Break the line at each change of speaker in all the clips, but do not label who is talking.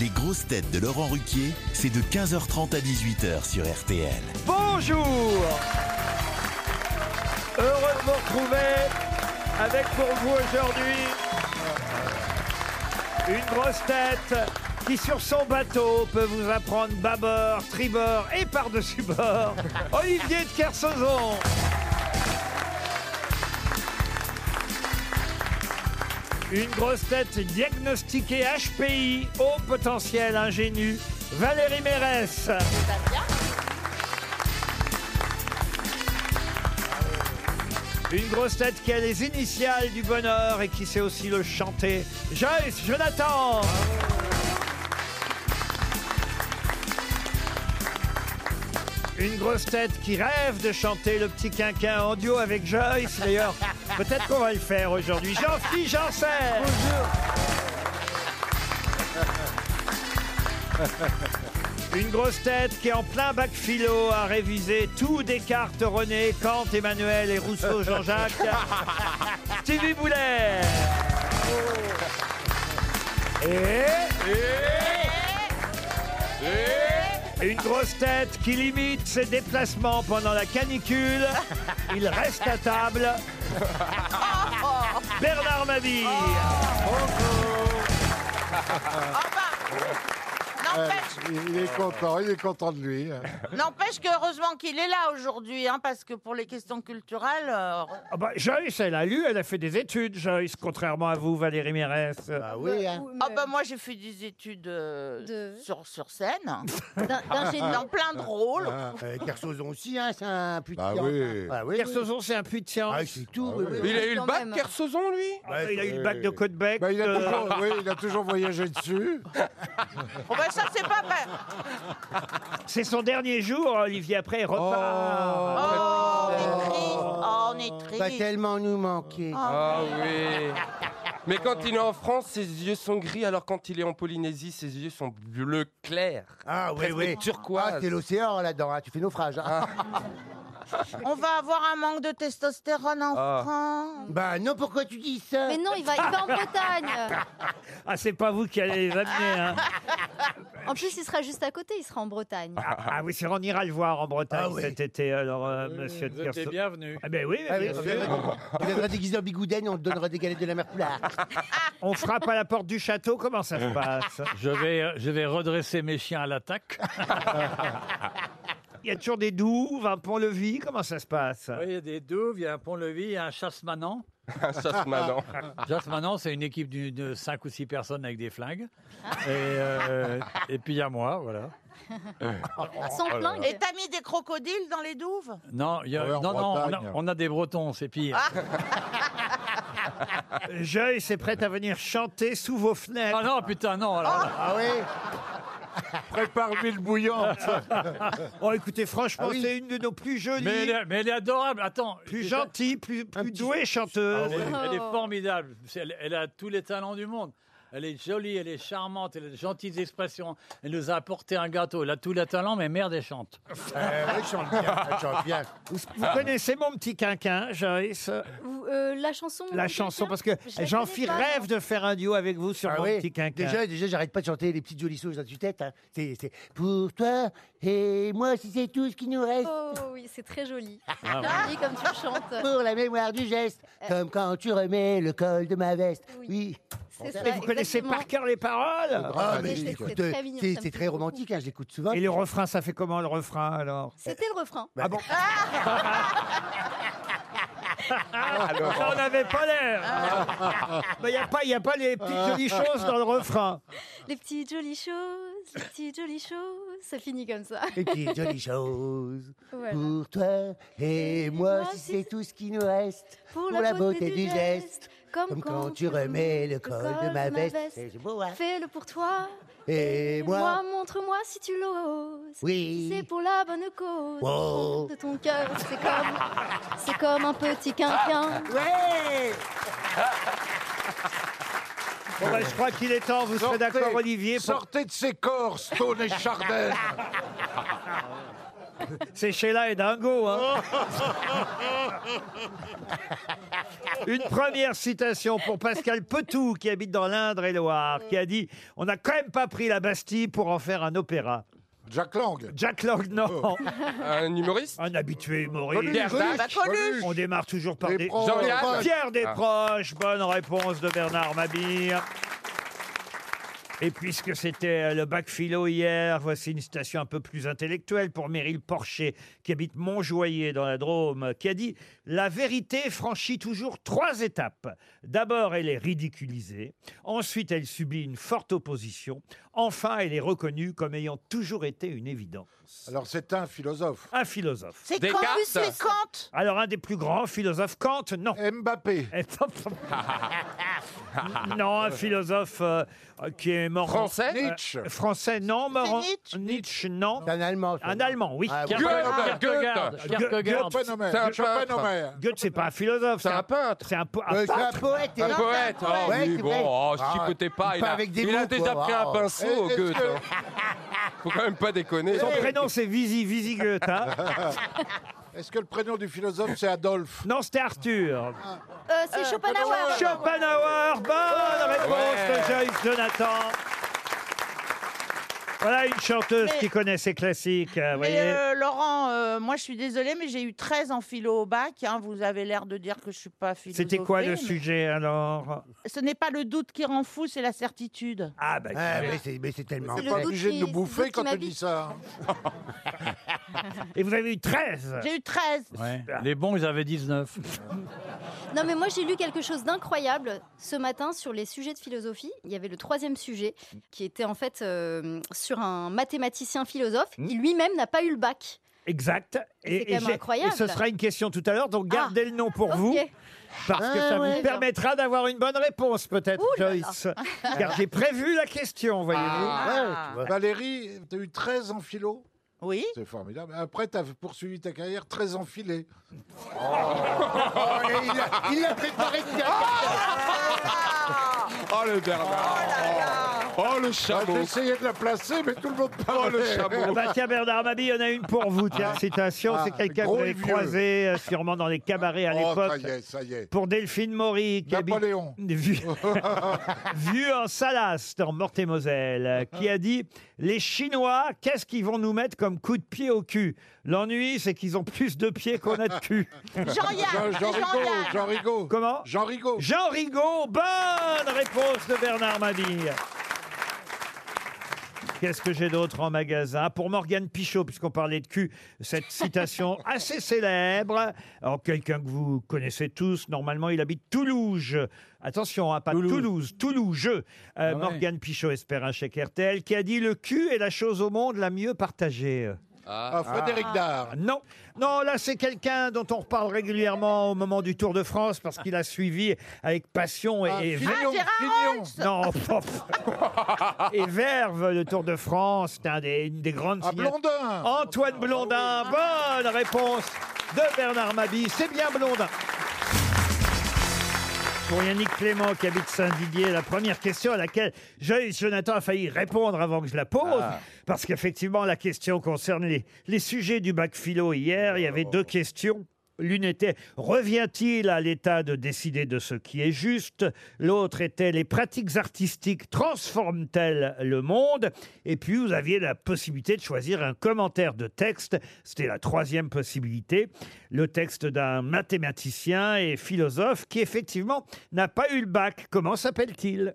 Les grosses têtes de Laurent Ruquier, c'est de 15h30 à 18h sur RTL.
Bonjour Heureux de vous retrouver avec pour vous aujourd'hui une grosse tête qui sur son bateau peut vous apprendre bâbord, tribord et par-dessus bord, Olivier de Kersauzon. Une grosse tête diagnostiquée HPI, haut potentiel ingénu, Valérie Mérès. Une grosse tête qui a les initiales du bonheur et qui sait aussi le chanter. Joyce Jonathan Une grosse tête qui rêve de chanter le petit quinquin en duo avec Joyce. D'ailleurs, peut-être qu'on va le faire aujourd'hui. Jean-Philippe Janssen Une grosse tête qui, en plein bac philo, a révisé tout Descartes, René, Kant, Emmanuel et Rousseau, Jean-Jacques. Stevie Boulet. Et... Une grosse tête qui limite ses déplacements pendant la canicule. Il reste à table. Bernard Mabille.
N'empêche,
Il est content, il est content de lui.
n'empêche que heureusement qu'il est là aujourd'hui, hein, parce que pour les questions culturelles, euh,
Ah bah, Joyce, elle a lu, elle a fait des études, Joyce, contrairement à vous, Valérie Mérès.
Oui,
hein.
hein.
ah bah moi j'ai fait des études euh,
De-
sur, sur scène, dans
D'ingénieur.
Ah,
plein de rôles.
Euh, Kersauzon aussi, hein, c'est un putain.
Bah oui.
Ah oui.
Kersozon, c'est un puits de science.
Ah, c'est tout. oui, oui.
Mais il a eu
Quand
le bac,
même.
Kersauzon, lui
Ah, il a eu le bac de Côte-Bec.
Bah, il, a
euh,
toujours, oui, il a toujours voyagé dessus.
Oh bah ça c'est pas vrai.
C'est son dernier jour, Olivier, après, il repart.
Oh, on est triste. Oh, on
Bah,
est
Il va
triste.
tellement nous manquer.
Ah oui Mais quand il est en France, ses yeux sont gris, alors quand il est en Polynésie, ses yeux sont bleu clair.
Ah oui,
Presque
oui.
turquoise.
Ah, c'est l'océan là-dedans, hein, tu fais naufrage. hein.
Ah.
On va avoir un manque de testostérone en
Ah.
France.
Bah non, pourquoi tu dis ça
Mais non, il va, il va en Bretagne.
Ah, c'est pas vous qui allez les amener. Hein.
En plus, il sera juste à côté, il sera en Bretagne.
Ah, ah oui, c'est vrai, on ira le voir en Bretagne
Ah oui.
cet été, alors, euh, monsieur de Kersauzon.
bienvenue.
Ah ben oui,
Ah oui,
bien
on
sûr.
viendra- on viendra déguisé en bigouden et on te donnera des galettes de la mer Poulard.
on frappe à la porte du château, comment ça se passe
Je vais, euh, je vais redresser mes chiens à l'attaque.
Il y a toujours des douves, un pont-levis, comment ça se passe
Oui, il y a des douves, il y a un pont-levis, il y a un chasse-manant.
Ça se maintenant.
Chasse-manant, c'est une équipe d'une- de 5 ou 6 personnes avec des flingues. Et, euh, et puis il y a moi, voilà.
Euh.
Oh
Sans
Oh
Et
flingue.
t'as mis des crocodiles dans les douves
Non, il y a-
Ouais, en
non, non, on a,
Bretagne.
on a des Bretons, c'est pire.
Ah. Joyce s'est prête à venir chanter sous vos fenêtres.
Ah non, putain, non. alors là.
Ah oui
Prépare-mille bouillante.
Oh, écoutez, franchement,
Ah oui.
c'est une de nos plus jolies,
Ah mais, elle, est- mais elle est adorable. Attends.
plus
c'est-
gentilles, plus, plus
petit-
douées chanteuses.
Elle est, Ah elle est
Oh.
formidable. C'est- Elle, elle a tous les talents du monde. Elle est jolie, elle est charmante, elle a de gentilles expressions. Elle nous a apporté un gâteau. Elle a tous les talents, mais merde, elle chante.
Euh, Oui, je chante bien, je chante bien.
Vous, vous connaissez mon petit quinquin, Joyce
Vous- euh, la chanson.
La
de
chanson,
quelqu'un
parce que
Je la
Jean-Philippe
connais pas,
rêve de faire un duo avec vous sur
Ah
mon
oui.
petit quinquin.
Déjà, déjà j'arrête pas de chanter les petites jolies choses dans tu tête. Hein. C'est c'est pour toi et moi si c'est tout ce qui nous reste.
non. Oh oui, c'est très joli. C'est
Ah,
joli comme tu le chantes.
Pour la mémoire du geste, comme quand tu remets le col de ma veste.
Euh. Oui.
Oui.
C'est
Mais vous connaissez
exactement.
par cœur les paroles
Ah,
Ah,
mais
mais
je
c'est-
l'écoute,
c'est
euh,
très mignon,
c'est
ça me
c'est
touche
très
beaucoup.
romantique, hein, je l'écoute souvent.
Et le refrain, ça fait comment le refrain alors Eh,
C'était le refrain.
Ah bon
Ah, Ça, on n'avait pas l'air Il n'y a, pas- y a pas les petites jolies choses dans le refrain.
ah.
Les petites jolies choses, les petites jolies choses. Ça finit comme ça.
Les petites jolies choses
Voilà.
pour toi et
Et
moi,
moi,
si
si
c'est
c'est-
tout ce qui nous reste. Pour la beauté du geste, comme quand tu remets le col de ma veste. C'est beau, hein
Fais-le pour toi.
Et moi,
montre-moi si tu l'oses.
Oui.
C'est pour la bonne cause.
Wow.
De ton cœur, c'est comme, c'est comme un petit quinquin.
ouais
Bon, bah, je crois qu'il est temps, vous serez d'accord Olivier, pour
Sortez de ses corps, Stone et Chardin.
C'est Sheila et Dingo. Hein. Une première citation pour Pascal Petou, qui habite dans l'Indre-et-Loire, qui a dit On n'a quand même pas pris la Bastille pour en faire un opéra.
Jack Lang.
Jack Lang, non.
Un humoriste
Un habitué
Coluche,
humoriste.
Pierre Dac.
Coluche, Coluche.
On démarre toujours par des.
Desproges.
Ah.
Jean-Yann.
Pierre Desproges, bonne réponse de Bernard Mabir. Et puisque c'était euh, le bac philo hier, voici une citation un peu plus intellectuelle pour Meryl Porcher, qui habite Montjoyer dans la Drôme, qui a dit « La vérité franchit toujours trois étapes. D'abord, elle est ridiculisée. Ensuite, elle subit une forte opposition. Enfin, elle est reconnue comme ayant toujours été une évidence.
Alors c'est un philosophe. »
Un philosophe.
C'est
Descartes.
Kant, c'est Kant.
Alors, un des plus grands philosophes, Kant, non.
Mbappé.
non, un philosophe euh, euh, qui est mort.
Français
Nietzsche.
Euh, Français, non. Mort en-
Nietzsche
Nietzsche, non.
C'est un Allemand. ça.
Un Allemand, oui.
Ah,
Kierke-
Goethe.
Kierkegaard.
Goethe.
Kierkegaard.
Goethe.
Schopenhauer.
C'est un
Schopenhauer.
Goethe, c'est pas un philosophe.
C'est un peintre.
C'est un po- un Ah
Euh, c'est un
peintre.
poète.
Un
hein.
poète. Oh,
Ouais,
oui,
c'est
bon,
vrai.
oh,
Ah,
chipotez pas.
il
Il
part
a,
avec des
il
mots,
a déjà
quoi.
pris un
Oh.
pinceau
Et-
au
est-ce
Goethe.
que-
hein. Faut quand même pas déconner.
Son prénom, c'est Visi, Visi Goethe. hein.
Est-ce que le prénom du philosophe c'est Adolphe Ah,
Non, c'était Arthur.
Euh, c'est Schopenhauer.
Schopenhauer, bonne réponse
Ouais.
de Joyce Jonathan. Voilà une chanteuse
Mais-
qui connaît ses classiques, euh, vous
Mais
voyez.
euh, Laurent, euh, moi je suis désolée, mais j'ai eu 13 en philo au bac. hein. Vous avez l'air de dire que je suis pas philo.
C'était quoi le sujet alors
Ce n'est pas le doute qui rend fou, c'est la certitude.
Ah, bah,
Ah, mais c'est- mais c'est tellement.
T'es
le
pas
doute
obligé de
qui-
nous
le
bouffer
doute qui
quand tu
m'habite.
dis ça. hein.
Et vous avez eu Ah. 13
J'ai eu 13.
Ouais. Les bons, ils avaient 19.
Non, mais moi j'ai lu quelque chose d'incroyable ce matin sur les sujets de philosophie. Il y avait le troisième sujet qui était en fait euh, sur un mathématicien philosophe
Hmm.
qui lui-même n'a pas eu le bac.
Exact.
C'est quand même
j'ai-
incroyable. Ah.
et ce sera une question tout à l'heure, donc gardez le nom pour
Ok.
vous, parce que
Ah
ça
ouais.
vous permettra d'avoir une bonne réponse, peut-être,
Ouh là là.
Joyce. Car j'ai prévu la question, voyez-vous.
Ah.
Ouais, tu vois.
Valérie, t'as eu 13 en philo
Oui.
C'est formidable. Après, t'as poursuivi ta carrière très enfilée.
Oh, et il a- Il l'a préparé depuis un quart d'heure.
Oh le Bernard. Oh le
Ah, J'ai
chameau. Oh,
essayé de la placer, mais tout le monde parle.
le chameau.
Ah bah tiens, Bernard Mabille, il y en a une pour vous. Tiens, citation, c'est
Ah,
quelqu'un que
gros
vous avez
et vieux.
croisé euh, sûrement dans les cabarets à
oh, ça y
l'époque.
est, ça y est.
Pour Delphine Maury, qui habite
Napoléon.
Vu, vu en Salas, dans Meurthe-et-Moselle, qui a dit Les Chinois, qu'est-ce qu'ils vont nous mettre comme coup de pied au cul L'ennui, c'est qu'ils ont plus de pieds qu'on a de cul.
Jean,
Jean-Yann.
Jean
c'est
Rigaud,
Jean-Yann.
Jean Rigaud.
Comment
Jean Rigaud.
Jean Rigaud, bonne réponse de Bernard Mabille. Qu'est-ce que j'ai d'autre en magasin Pour Morgane Pichot, puisqu'on parlait de cul, cette citation assez célèbre. Alors, quelqu'un que vous connaissez tous, normalement, il habite Toulouse. Attention, hein, pas
Toulouse. Ah
Toulouse, Toulouse. Euh,
ouais.
Morgane Pichot espère un chèque RTL, qui a dit « Le cul est la chose au monde la mieux partagée ».
Ah, Frédéric Dard.
Non, non, là c'est quelqu'un dont on reparle régulièrement au moment du Tour de France parce qu'il a suivi avec passion et,
Ah,
et
Fillon,
Ah, Gérard
Fillon.
non, pff. et verve le Tour de France, c'était un des- une des grandes
Ah,
signatures.
Blondin.
Antoine Blondin, bonne réponse de Bernard Mabille, c'est bien Blondin. Pour Yannick Clément qui habite Saint-Didier, la première question à laquelle Joyce Jonathan a failli répondre avant que je la pose, parce qu'effectivement la question concerne les, les sujets du bac philo hier, il y avait deux questions. L'une était revient-il à l'État de décider de ce qui est juste L'autre était les pratiques artistiques transforment-elles le monde Et puis vous aviez la possibilité de choisir un commentaire de texte. C'était la troisième possibilité. Le texte d'un mathématicien et philosophe qui effectivement n'a pas eu le bac. Comment s'appelle-t-il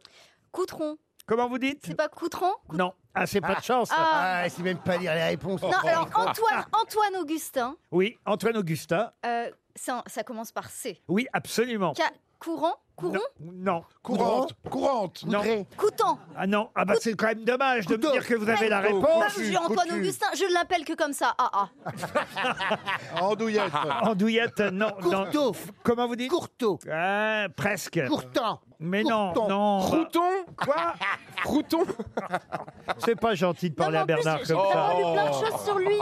Coutron.
Comment vous dites
C'est pas Coutron
Non. Ah, c'est pas de chance.
Ah.
Ah, c'est même pas lire les réponses.
Non, alors Antoine, Antoine Augustin,
Oui, Antoine Augustin.
euh, ça, ça commence par C.
Oui, absolument.
Ca- Courant Couron
Non, non.
Courante. Courante.
Non.
Coudray.
Coutant
Ah non, ah bah c'est quand même dommage de me
Couteau.
dire que vous avez la
Couteau,
Bah,
réponse.
couteau.
je suis Antoine
coutu.
Augustin, je l'appelle que comme ça. Ah ah.
Andouillette.
Andouillette, non. non.
Courteau.
Comment vous dites
Courteau.
Ah, Presque.
Courtant.
Mais non,
Courton.
non. bah.
Crouton
Quoi
Crouton
C'est pas gentil de
Non,
parler
mais
à
en
Bernard
plus, j'ai
comme ça. Oh.
vraiment lu plein de choses sur lui.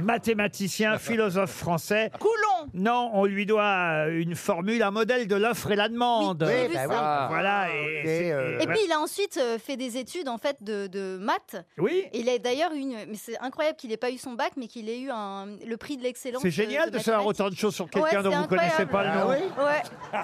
mathématicien, philosophe français.
Coulon
Non, on lui doit euh, une formule, un modèle de l'offre et la demande.
Oui,
Oui,
j'ai vu
bah
ça.
oui.
Ah.
Voilà. Et,
Et, euh,
Et puis il a ensuite euh, fait des études en fait de, de maths.
oui,
Et Il a d'ailleurs eu une, mais c'est incroyable qu'il n'ait pas eu son bac, mais qu'il ait eu un, le prix de l'excellence.
c'est génial de savoir
mathématiques.
autant de choses sur quelqu'un
Ouais,
dont
c'est Ah
vous ne connaissez pas le nom. Ah
incroyable.
Ouais.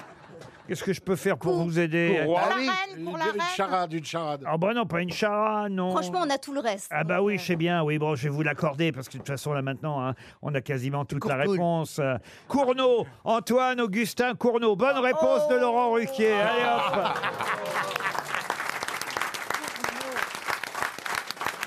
Qu'est-ce que je peux faire pour
Cour-
vous aider
Courroie.
Pour
oui,
la reine, pour la
Une
reine.
charade, une charade.
Ah bah non, pas une chara, non.
Franchement, on a tout le reste.
Ah bah oui, je sais bien, oui, bon, je vais vous l'accorder, parce que de toute façon, là, maintenant, hein, on a quasiment toute la
Courtoul.
réponse. Euh, Cournot, Antoine, Augustin, Cournot. Bonne réponse de Laurent Ruquier.
Ah,
Allez hop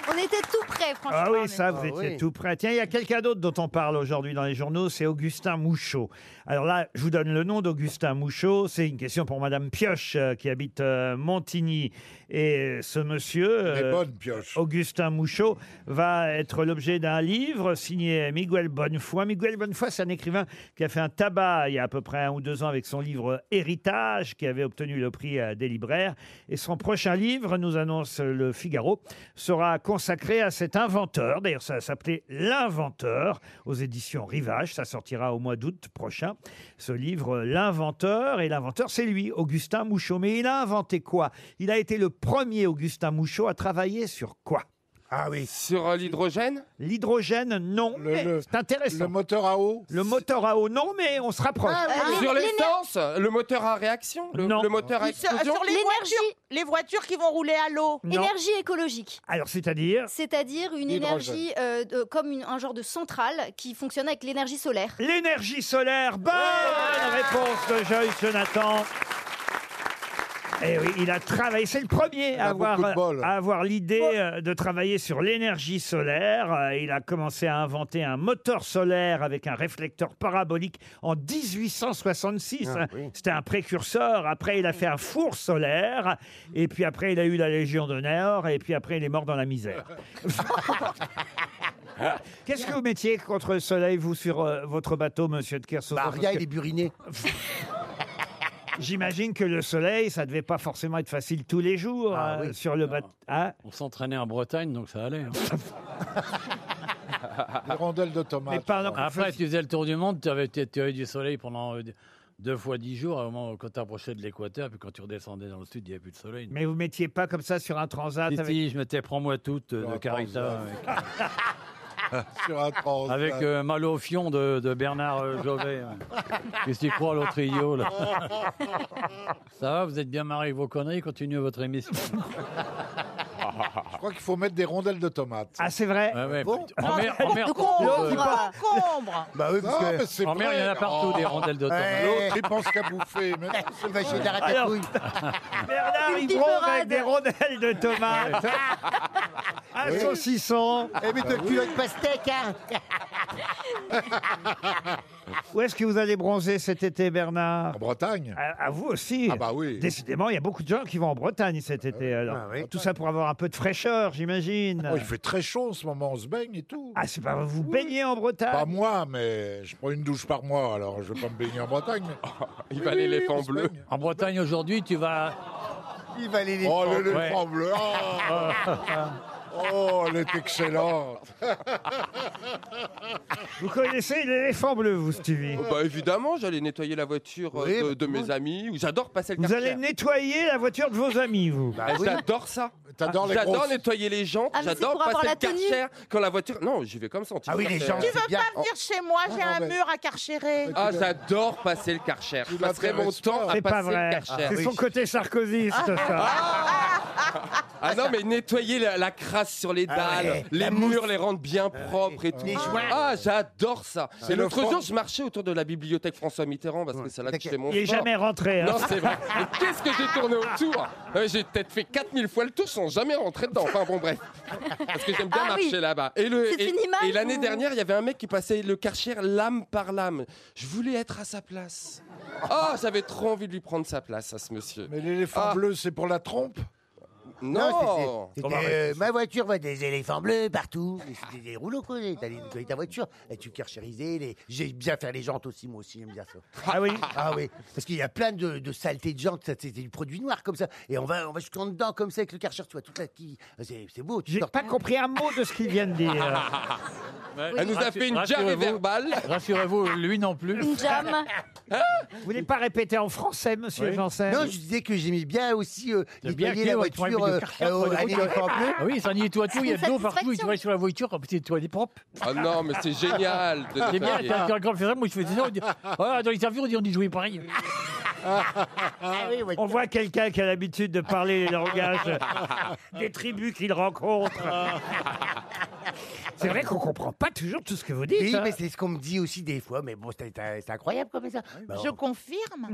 On était tout près, franchement.
Ah
mais-
oui, ça, vous
Ah
étiez
oui.
tout prêt. Tiens, il y a quelqu'un d'autre dont on parle aujourd'hui dans les journaux, c'est Augustin Mouchot. Alors là, je vous donne le nom d'Augustin Mouchot. C'est une question pour Madame Pioche, euh, qui habite euh, Montigny. Et euh, ce monsieur...
Les
euh,
bonnes pioches.
Augustin Mouchot va être l'objet d'un livre signé Miguel Bonnefoy. Miguel Bonnefoy, c'est un écrivain qui a fait un tabac il y a à peu près un ou deux ans avec son livre Héritage, qui avait obtenu le prix euh, des libraires. Et son prochain livre, nous annonce le Figaro, sera consacré à cet inventeur. D'ailleurs, ça s'appelait L'inventeur aux éditions Rivage. Ça sortira au mois d'août prochain. Ce livre, euh, L'inventeur, et l'inventeur, c'est lui, Augustin Mouchot. Mais il a inventé quoi Il a été le premier Augustin Mouchot à travailler sur quoi
Ah oui.
Sur euh, l'hydrogène
L'hydrogène, non.
Le- le-
C'est intéressant.
Le
Le,
moteur à eau.
moteur à eau, non, mais on se rapproche.
Ah,
Euh,
Ah Sur
l'éner-
l'essence Le moteur à réaction Le,
Non.
le moteur à
Sur, sur
explosion
les,
L'énergie.
voitures, les voitures qui vont rouler à l'eau.
non.
Énergie écologique,
Alors, c'est-à-dire
c'est-à-dire une
L'hydrogène.
énergie euh, de- comme une- un genre de centrale qui fonctionne avec l'énergie solaire.
l'énergie solaire. Bonne réponse de Joyce Jonathan. Et oui, il a travaillé. C'est le premier
a
à avoir,
beaucoup de bol.
à avoir l'idée euh, de travailler sur l'énergie solaire. Euh, Il a commencé à inventer un moteur solaire avec un réflecteur parabolique en 1866.
Ah, oui.
C'était un précurseur. Après, il a fait un four solaire. Et puis après, il a eu la Légion d'honneur. Et puis après, il est mort dans la misère. Qu'est-ce que vous mettiez contre le soleil, vous, sur euh, votre bateau, monsieur de Kersauzon
Bah, rien,
Parce que
il est buriné.
J'imagine que le soleil, ça devait pas forcément être facile tous les jours
Ah
euh,
oui.
sur le bateau. Ah,
On s'entraînait en Bretagne, donc ça allait. hein.
Des rondelles de
mais
tomates.
pardon.
Après, tu faisais le tour du monde, tu avais, tu avais du soleil pendant euh, deux fois dix jours, au moment où- quand tu approchais de l'équateur, puis quand tu redescendais dans le sud, il n'y avait plus de soleil.
Mais vous mettiez pas comme ça sur un transat
Si,
avec...
si, je m'étais prends-moi toute euh,
Oh,
de Carita avec,
Sur un trans.
avec euh, Malo Fion de, de Bernard euh, Jovet. ouais. Qu'est-ce qu'il croit l'autre idiot là Ça va, vous êtes bien marrés avec vos conneries, continuez votre émission.
Je crois qu'il faut mettre des rondelles de tomates.
Ah, c'est vrai.
Ouais, ouais,
Bon.
en mer, en mer,
De
euh,
concombre.
Concombre
Bah oui, parce
Non,
que.
mais c'est
en mer,
vrai.
il y en a partout
Oh,
des rondelles de tomates.
Ouais.
L'autre, il pense qu'à bouffer. mais non, c'est
Il va
vrai.
chercher de la
Alors-
ratatouille.
Bernard
Une
Ibron avec
limonade.
des rondelles de tomates. un saucisson.
Eh, mais toi, tu as une pastèque, hein
Où est-ce que vous allez bronzer cet été, Bernard
En Bretagne.
à, à vous aussi.
Ah bah oui.
Décidément, il y a beaucoup de gens qui vont en Bretagne cet été. Alors.
Ah oui.
Tout ça pour avoir un peu de fraîcheur, j'imagine.
Oh, il fait très chaud en ce moment, on se baigne et tout.
Ah, c'est pas vous vous baignez en Bretagne
Pas moi, mais je prends une douche par mois, alors je vais pas me baigner en Bretagne.
Il va l'éléphant
on se
bleu.
baigne.
En Bretagne aujourd'hui, tu vas
Il va aller les.
Oh, l'éléphant bleu. Oh, Oh, elle est excellente.
Vous connaissez l'éléphant bleu, vous, Stevie
Bah évidemment, j'allais nettoyer la voiture euh,
Oui,
de,
bah,
de mes
moi-
amis. ou J'adore passer le
Vous
quartier.
allez nettoyer la voiture de vos amis, vous.
Bah
Eh,
oui.
J'adore ça.
T'adores les
J'adore
grosses.
nettoyer les jantes.
Ah, mais c'est
J'adore
pour avoir
passer
la
le
tenue.
Karcher quand la voiture. Non, j'y vais comme ça.
Ah oui, les gens,
Tu veux
c'est bien. euh,
pas venir chez moi, j'ai
non,
un
mais-
mur à carchérer.
Ah, j'adore passer le Karcher. Je
Il
passerai mon
m'intéresse
temps
pas.
à
C'est pas
passer le ah,
vrai.
Karcher.
Ah
C'est
Ah oui.
son côté sarkozyste, ça.
Ah non, mais nettoyer la, la crasse sur les dalles,
Ah ouais,
les
la Ah
murs, les rendre bien propres et tout.
Les joints.
Ah, j'adore ça. Et
le
l'autre
fond.
jour, je marchais autour de la bibliothèque François Mitterrand parce que c'est là que je fais mon
Il est
sport.
jamais rentré. hein.
Non, c'est vrai. Mais qu'est-ce que j'ai tourné autour Euh, J'ai peut-être fait 4000 fois le tour sans jamais rentrer dedans. Enfin bon, bref. Parce que j'aime bien
Ah oui.
marcher là-bas. Et, le-
C'est
et,
une image
et l'année
ou-
dernière, il y avait un mec qui passait le karcher lame par lame. Je voulais être à sa place. Oh, j'avais trop envie de lui prendre sa place à ce monsieur.
Mais l'éléphant
Ah.
bleu, c'est pour la trompe
Non.
c'était-
Comment-
c'était, euh, ma voiture voit des éléphants bleus partout. Mais C'était des rouleaux, quoi. T'as les- t'as ta voiture. Et tu carchérisais. Les... J'ai bien faire les jantes aussi, moi aussi, j'aime bien ça.
Ah oui
Ah oui, parce qu'il y a plein de, de saletés de jantes. ça, C'était du produit noir comme ça. Et on va, on va jusqu'en dedans comme ça avec le karcher. Tu vois, toute la qui. C'est c'est beau. Tu
J'ai
sors-
pas compris un mot de ce qu'il vient de dire.
Ah.
Ouais.
Elle nous a fait une
Rassu-
jarre
rassurez-vous-
verbale.
Rassurez-vous, lui non plus.
Une
ah,
jam.
Vous voulez pas répéter en français, monsieur
Oui.
Janssen
Non, je disais que j'aimais bien aussi euh,
J'aime bien
nettoyer
qu'il y ait
la
votre
voiture
problème de
euh,
Karcher,
euh,
quoi,
à
de
l'éléphant bleu.
Ah oui, ça nettoie tout, il y a de
C'est une
l'eau partout, il
satisfaction.
nettoie sur la voiture,
Ah,
comme petit nettoie des propres.
Oh non, mais c'est génial. de
C'est bien,
nettoyer.
quand quand on fait ça, moi je faisais ça, on dit, Ah, dans les interviews, on dit on dit jouer pareil.
Ah oui, ouais.
On voit quelqu'un qui a l'habitude de parler le langage des tribus qu'il rencontre.
Ah.
C'est vrai qu'on comprend pas toujours tout ce que vous dites.
Oui,
hein.
mais c'est ce qu'on me dit aussi des fois. Mais bon, c'est- c'est c'est incroyable comme ça. Bah,
Je confirme.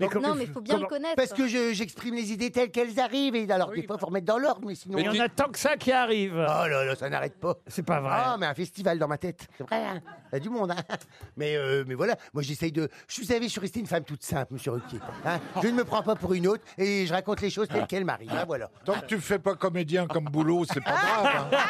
Mais comme-
Non, mais il faut bien le
comment-
connaître.
Parce que je- j'exprime les idées telles qu'elles arrivent. Et alors, des fois, il faut remettre dans l'ordre, mais sinon.
Il y en a tant que ça qui arrive.
Oh là là, ça n'arrête pas.
C'est pas vrai.
Ah, mais un festival dans ma tête. C'est vrai, hein. Il y a du monde. hein. Mais, euh, mais voilà, moi j'essaye de. Je vous savez, je suis resté une femme toute simple, monsieur Ruquier. hein. je ne me prends pas pour une autre et je raconte les choses telles qu'elles m'arrivent. hein, voilà. Ah,
Tant que tu fais pas comédien comme boulot, c'est pas
Ah.
grave. hein.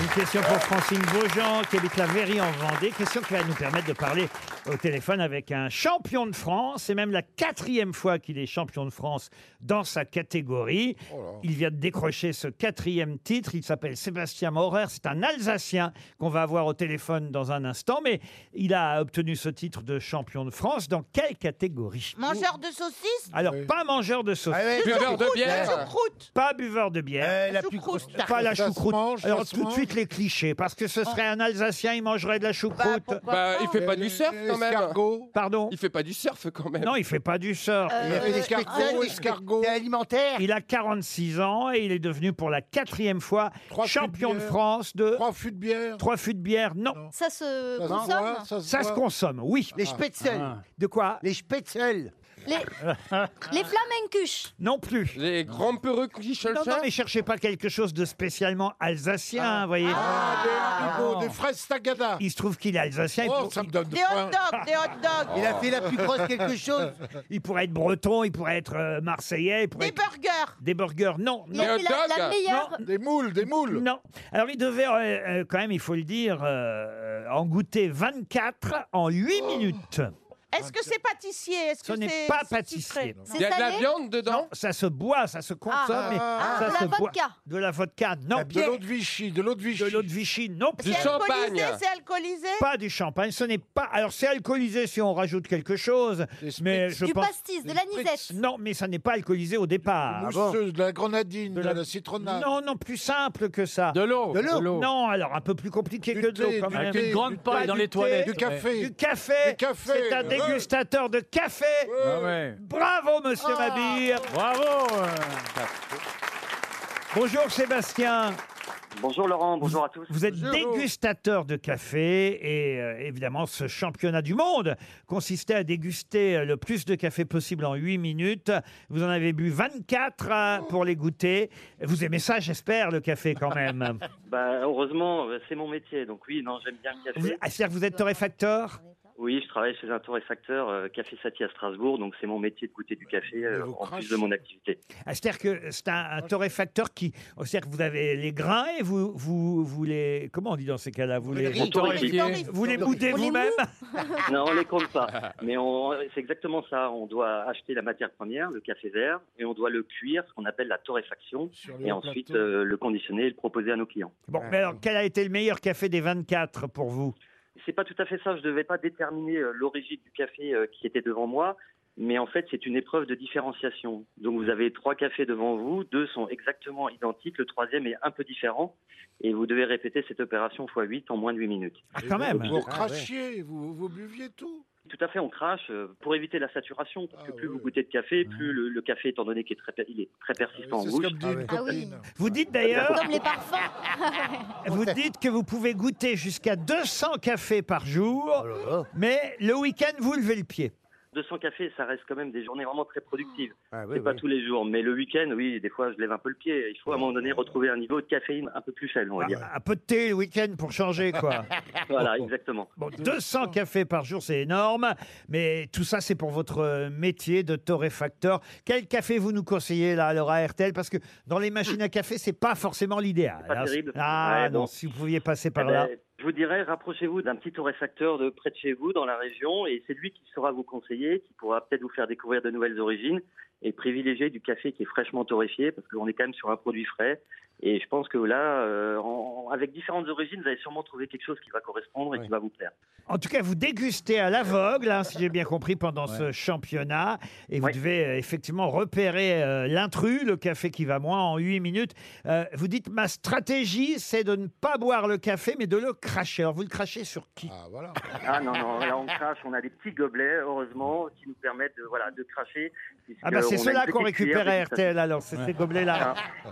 Une question pour Francine Beaujean, qui habite la Verrie en Vendée. Question qui va nous permettre de parler au téléphone avec un champion de France. C'est même la quatrième fois qu'il est champion de France dans sa catégorie.
Oh
Il vient de décrocher ce quatrième titre. Il s'appelle Sébastien Maurer. C'est un Alsacien qu'on va avoir au téléphone dans un instant. Mais il a obtenu ce titre de champion de France. Dans quelle catégorie
Mangeur de saucisses
Alors, pas mangeur de sauce,
Ah ouais,
Buveur de
La
bière.
choucroute
pas buveur de bière.
Eh,
euh, la
La
plus
choucroute.
grosse
Pas la
Ça se
choucroute.
mange,
Alors
ça se
tout de
mange.
suite les clichés, parce que ce serait un Alsacien, il mangerait de la
Bah,
choucroute.
pourquoi
Ah. Bah,
pas
il fait pas du surf quand même.
Escargot.
Pardon
Il fait pas du surf quand même.
Non, il fait pas du surf.
Euh,
Il a fait des spectacles, des spectacles alimentaires.
Il a 46 ans et il est devenu pour la quatrième fois
Trois fûts de
champion de
bière.
France de
Trois fûts de bière.
trois fûts de bière. Non,
Non.
Ça se
Ça se
consomme.
voit, ça se
ça se
voit.
consomme, oui. Ah,
Les spätzle.
De quoi
Les spätzle.
Les, les flamencuches.
Non plus.
Les grands peureux qui
Non, non, mais cherchez pas quelque chose de spécialement alsacien, vous voyez.
Ah, des haricots, des fraises tagada.
Il se trouve qu'il est alsacien, il
Oh,
pour-
ça me donne
Des
des
hot dogs, des hot dogs,
Ah.
Il a fait la plus grosse quelque chose.
il pourrait être breton, il pourrait être euh, marseillais, il pourrait
des
être...
burgers.
Des burgers, non,
Il
non.
a
Les
fait la,
hot dogs.
la meilleure.
Des moules, des moules.
Non. Alors, il devait, euh, euh, quand même, il faut le dire, euh, euh, en goûter 24 en 8
Oh.
minutes.
Est-ce que c'est pâtissier Est-ce
Ce
que
n'est
c'est
pas
sucré
pâtissier.
Il y
C'est
a de la
salé.
viande dedans.
Ça se boit, ça se consomme.
Ah.
mais
Ah.
ça
De la
se boit.
vodka.
De la vodka, non.
bière.
De l'eau de Vichy, de l'eau de Vichy.
De l'eau de Vichy, non.
Du
C'est alcoolisé,
champagne.
c'est alcoolisé.
Pas du champagne. Ce n'est pas. Alors, c'est alcoolisé si on rajoute quelque chose.
Des spritz.
Mais je
Du
pense.
pastis, de l'anisette.
Non, mais ça n'est pas alcoolisé au départ.
Mousseuse, de la grenadine,
De
de
la-
la, citronnade.
Non, non, plus simple que ça.
De l'eau.
De l'eau.
Non, alors un peu plus compliqué
Du
que de l'eau
thé,
quand
du
même.
Avec une grande paille
pas
dans
du
les
thé,
toilettes.
Du
Ouais.
café.
Du café.
Du café.
C'est un
Ouais.
dégustateur de café.
Ah ouais.
Bravo, monsieur
Ah.
Mabir.
Bravo euh.
Bonjour, Sébastien.
Bonjour Laurent, bonjour à tous.
Vous êtes
Bonjour.
dégustateur de café et euh, évidemment, ce championnat du monde consistait à déguster euh, le plus de café possible en 8 minutes. Vous en avez bu 24 euh, pour les goûter. Vous aimez ça, j'espère, le café quand même.
Bah, heureusement, euh, c'est mon métier, donc oui, non, j'aime bien le
Vous-
café.
ah, C'est-à-dire que vous êtes torréfacteur
Oui, je travaille chez un torréfacteur euh, Café Sati à Strasbourg, donc c'est mon métier de goûter du café euh,
Mais vous
en
crachez.
plus de mon activité.
Ah, C'est-à-dire que c'est un, un torréfacteur qui. oh, C'est-à-dire que vous avez les grains et vous, vous, vous les. Comment on dit dans ces cas-là Vous les.
Vous torréfiez.
Torréfié.
Vous les boudez
On les
vous-même
Non, on les compte pas, mais on- c'est exactement ça. On doit acheter la matière première, le café vert, et on doit le cuire, ce qu'on appelle la torréfaction,
Sur le
et
haut
ensuite
plateau.
euh, le conditionner et le proposer à nos clients.
Bon, mais alors, quel a été le meilleur café des 24 pour vous
C'est pas tout à fait ça. Je devais pas déterminer euh, l'origine du café euh, qui était devant moi. Mais en fait, c'est une épreuve de différenciation. Donc, vous avez trois cafés devant vous, deux sont exactement identiques, le troisième est un peu différent, et vous devez répéter cette opération x 8 en moins de 8 minutes.
Ah, quand
Et
même
Vous
Ah,
crachiez, vous, vous buviez tout.
Tout à fait, on crache euh, pour éviter la saturation, parce que
Ah,
plus
ouais.
vous goûtez de café, plus le, le café, étant donné qu'il est très, per- il est très persistant en
C'est ce
bouche,
que me dit
Ah
une
oui.
Ah oui.
copine.
Vous dites d'ailleurs,
Comme les parfums.
vous dites que vous pouvez goûter jusqu'à 200 cafés par jour,
Oh là là.
mais le week-end, vous levez le pied.
200 cafés, ça reste quand même des journées vraiment très productives.
Ah,
C'est pas tous les jours, mais le week-end, oui, des fois, je lève un peu le pied. Il faut à un moment donné retrouver un niveau de caféine un peu plus faible, on va dire.
Un peu de thé le week-end pour changer, Ah, quoi.
Voilà, exactement.
Bon, 200 cafés par jour, c'est énorme. Mais tout ça, c'est pour votre euh, métier de torréfacteur. Quel café vous nous conseillez, là, à l'heure à RTL Parce que dans les machines à café, c'est pas forcément l'idéal.
pas
hein.
terrible.
Ah
Ouais,
non,
bon.
si vous pouviez passer par
Eh
là.
ben, je vous dirais, rapprochez-vous d'un petit torréfacteur de près de chez vous, dans la région, et c'est lui qui saura vous conseiller, qui pourra peut-être vous faire découvrir de nouvelles origines et privilégier du café qui est fraîchement torréfié, parce qu'on est quand même sur un produit frais. Et je pense que là, euh, en- en- avec différentes origines, vous allez sûrement trouver quelque chose qui va correspondre et qui va vous plaire.
En tout cas, vous dégustez à l'aveugle, hein, si j'ai bien compris, pendant ce championnat. Et vous
Ouais.
devez euh, effectivement repérer euh, l'intrus, le café qui va moins en 8 minutes. Euh, vous dites, ma stratégie, c'est de ne pas boire le café, mais de le cracher. Alors, vous le crachez sur qui
Ah, voilà.
Ah non, non, là on crache, on a des petits gobelets, heureusement, qui nous permettent de, voilà, de cracher.
Ah bah c'est
puisqu'on a
ceux-là
une
qu'on
petite cuillère
récupère à
dégustation.
RTL, alors, c'est ces
Ah,
gobelets-là.
Ah.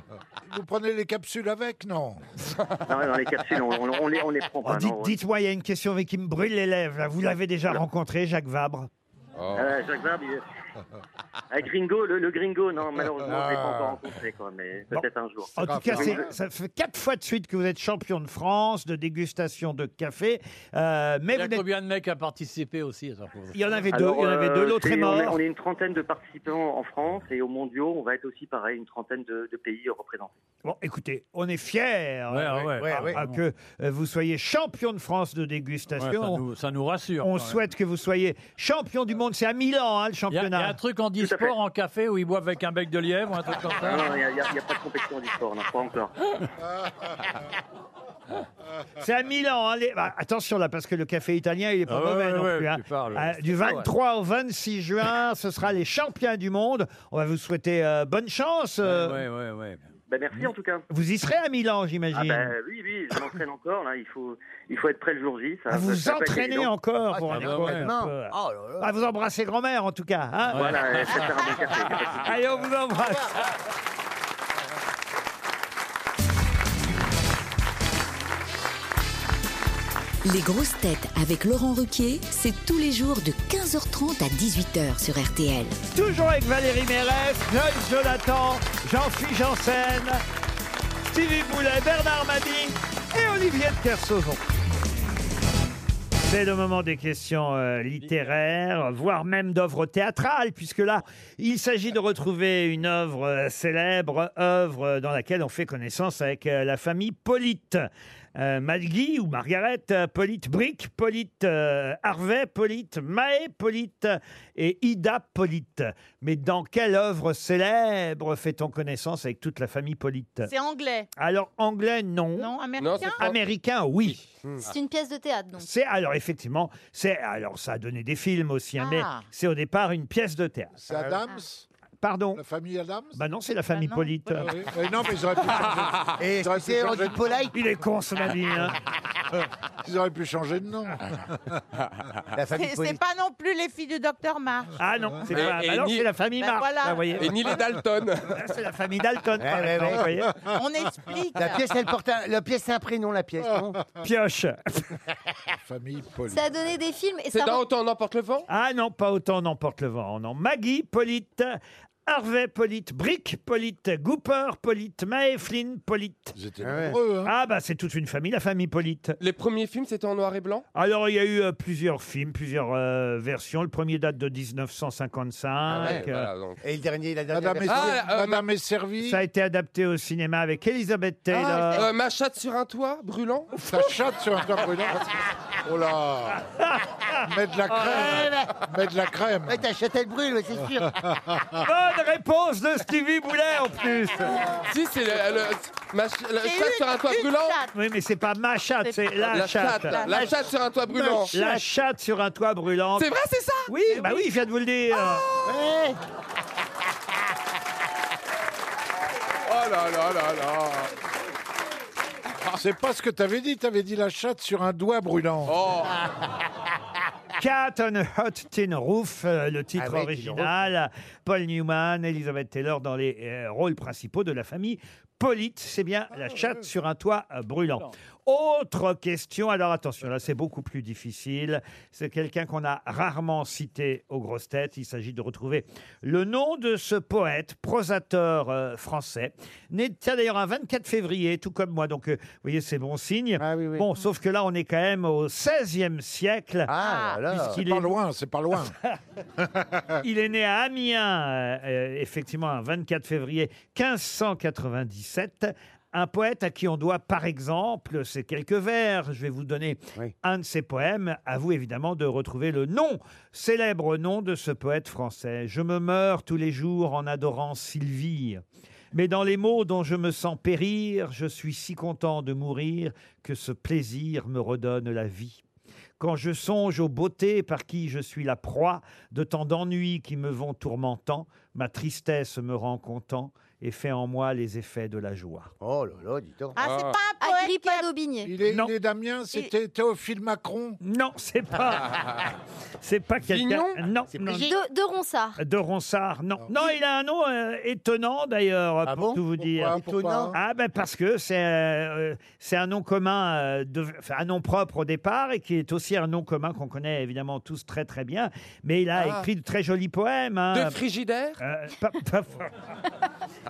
Vous prenez les capsules avec, non
Non, dans les capsules, on, on- on les, on les prend
Oh,
pas.
dites-
non.
Dites-moi, il y a une question mais qui me brûle les lèvres. là. Vous l'avez déjà rencontré, Jacques Vabre
Euh, Jacques Vabre, il- Ah, Gringo, le, le Gringo, non, malheureusement, je ne l'ai pas encore rencontré, quoi, mais peut-être un jour.
En tout cas, c'est- ça fait quatre fois de suite que vous êtes champion de France de dégustation de café. Euh, mais
Il y
vous
a
n'êtes-
combien de mecs à participer aussi à ça, pour vous
il y en avait deux.
Alors,
Il y en avait deux.
euh,
L'autre
c'est-
est
On est,
mort.
on est une trentaine de participants en France et aux mondiaux, on va être aussi pareil, une trentaine de, de pays représentés.
Bon, écoutez, on est fiers
Ouais,
euh,
ouais.
ah,
ouais.
ah, que euh, vous soyez champion de France de
Ouais, ça,
dégustation. On-
nous, ça nous rassure.
on
quand même.
souhaite que vous soyez champion du monde. C'est à Milan, hein, le
Il y, a- il y a un
championnat.
truc en e-sport, en café, où ils boivent avec un bec de lièvre ou un truc comme
Non,
ça.
non, il n'y a, il y a- il y a pas de compétition du sport, non, pas encore.
C'est à Milan. hein, les- bah, attention là, parce que le café italien, il est pas
Ah ouais,
mauvais
ouais,
non
ouais,
plus. hein.
tu parles.
Euh, du 23 au 26 juin, ce sera les champions du monde. On va vous souhaiter euh, bonne chance. euh,
Ouais, ouais, ouais.
Ben, merci en tout cas.
Vous y serez à Milan, j'imagine.
Ah ben oui, oui, je m'entraîne encore, là, il faut, il faut être prêt le jour J. Ça,
Ah, vous
ça va pas être
entraînez
évident.
encore. vous
Ah,
rendez
bah
compte,
ouais.
un
Non.
peu.
Oh là là.
Ah, vous embrassez grand-mère, en tout cas. hein.
Voilà, euh, ça sert à bon café, y a pas de souci.
Allez, on vous embrasse.
Les grosses têtes avec Laurent Ruquier, c'est tous les jours de 15h30 à 18h sur RTL.
Toujours avec Valérie Mérès, Joyce Jonathan, Jean-Philippe Janssen, Stevie Boulet, Bernard Mabie et Olivier de Kersauzon. C'est le moment des questions euh, littéraires, voire même d'œuvres théâtrales, puisque là, il s'agit de retrouver une œuvre euh, célèbre, œuvre euh, dans laquelle on fait connaissance avec euh, la famille Polyte. Euh, Malgui ou Margaret, euh, Polyte Brick, Polyte euh, Harvey, Polyte Mae, Polyte euh, et Ida Polyte. Mais dans quelle œuvre célèbre fait-on connaissance avec toute la famille Polyte
C'est anglais,
Alors, anglais, non.
non
Non,
Américain
c'est pas...
Américain, oui. Hmm.
Hmm.
C'est une pièce de théâtre, donc.
C'est alors effectivement, c'est alors ça a donné des films aussi, hein, mais
Ah.
c'est au départ une pièce de théâtre.
C'est Adams
Pardon.
La famille Adams
Bah non, c'est la famille
non.
Polite.
Ah oui. Eh Non, mais ils auraient pu changer,
Et
Ils auraient pu
c'est
changer
Randy
de-
Polite,
Il est con, ce Mabie, hein.
ils auraient pu changer de nom.
la famille
C'est- C'est
Polite.
pas non plus les filles du docteur Marsh.
Ah non, c'est
Et-
pas.
et
bah non,
ni-
c'est la famille
Bah
Marx.
voilà.
là, vous voyez.
Et ni les Dalton.
Là, C'est la famille Dalton, par
Ouais, ouais,
exemple,
ouais.
vous voyez.
On explique.
Eh, La pièce, elle porte un... La pièce, c'est un prénom, la pièce, non Ah,
Pioche.
famille Paul.
Ça a donné des films et
C'est
ça.
dans Autant on emporte le vent
Ah non, pas autant n'emporte le vent. Non, Maggie, Polite, Harvey, Polite, Brick, Polite, Gooper, Polite, Mae, Flynn, Polite.
Ils étaient
Ah ouais.
nombreux, hein.
Ah bah c'est toute une famille, la famille Polite.
Les premiers films, c'était en noir et blanc
Alors, il y a eu euh, plusieurs films, plusieurs euh, versions. Le premier date de 1955.
Ah Ouais,
euh,
voilà, donc.
Et le dernier, la dernière.
Madame, est,
version.
Ah, euh,
Madame est servie.
Ça a été adapté au cinéma avec Elizabeth Taylor.
Ah, euh, ma chatte sur un toit brûlant
Ça chatte sur un toit brûlant. Oh là Mets de la crème Mets de la crème
ah, Ouais, ta chatte, elle brûle, ouais, c'est sûr.
Bonne réponse de Stevie Boulet en plus.
Si, c'est le, le- ma ch- la
C'est
chatte sur un toit
une
brûlant
chatte.
Oui, mais c'est pas ma chatte,
C'est-
c'est la,
La chatte,
chatte.
la chatte sur un toit brûlant
La chatte sur un toit brûlant.
C'est vrai, c'est ça Eh
Oui, bah oui, je viens de vous le dire.
Ah,
Ouais.
Oh là là là là
C'est pas ce que t'avais dit, t'avais dit la chatte sur un doigt brûlant.
Oh
Ah.
Ah. Cat on a Hot Tin Roof, euh, le titre
Ah ouais, Tin
original. Paul Newman, Elizabeth Taylor dans les euh, rôles principaux de la famille. Polite, c'est bien la chatte sur un toit euh, brûlant. Autre question, alors attention, là c'est beaucoup plus difficile. C'est quelqu'un qu'on a rarement cité aux grosses têtes. Il s'agit de retrouver le nom de ce poète, prosateur euh, français, né tiens, d'ailleurs un 24 février, tout comme moi. Donc, euh, vous voyez, c'est bon signe. Bon, sauf que là, on est quand même au 16e siècle.
Ah, là, là. C'est pas loin, c'est pas loin.
Il est né à Amiens, euh, euh, effectivement, un 24 février 1597. Un poète à qui on doit, par exemple, ces quelques vers. Je vais vous donner un de ses poèmes. À vous, évidemment, de retrouver le nom, célèbre nom de ce poète français. Je me meurs tous les jours en adorant Sylvie. Mais dans les mots dont je me sens périr, je suis si content de mourir que ce plaisir me redonne la vie. Quand je songe aux beautés par qui je suis la proie, de tant d'ennuis qui me vont tourmentant, ma tristesse me rend content et fait en moi les effets de la joie.
Oh là là, dis donc.
Ah, c'est pas
Agrippa d'Aubigné.
Il est, il est Damien, c'était Théophile Macron
Non, c'est pas. c'est pas quelqu'un.
Vignon
Non,
C'est
non,
Brigitte De, de Ronsard.
De Ronsard, non. Non, il a un nom euh, étonnant d'ailleurs, pour tout vous dire.
Pourquoi Étonnant
Ah ben parce que c'est euh, c'est un nom commun, euh, de, enfin, un nom propre au départ et qui est aussi un nom commun qu'on connaît évidemment tous très très bien. Mais il a
Ah.
écrit de très jolis poèmes. hein.
De Frigidaire
Euh, pas- pas-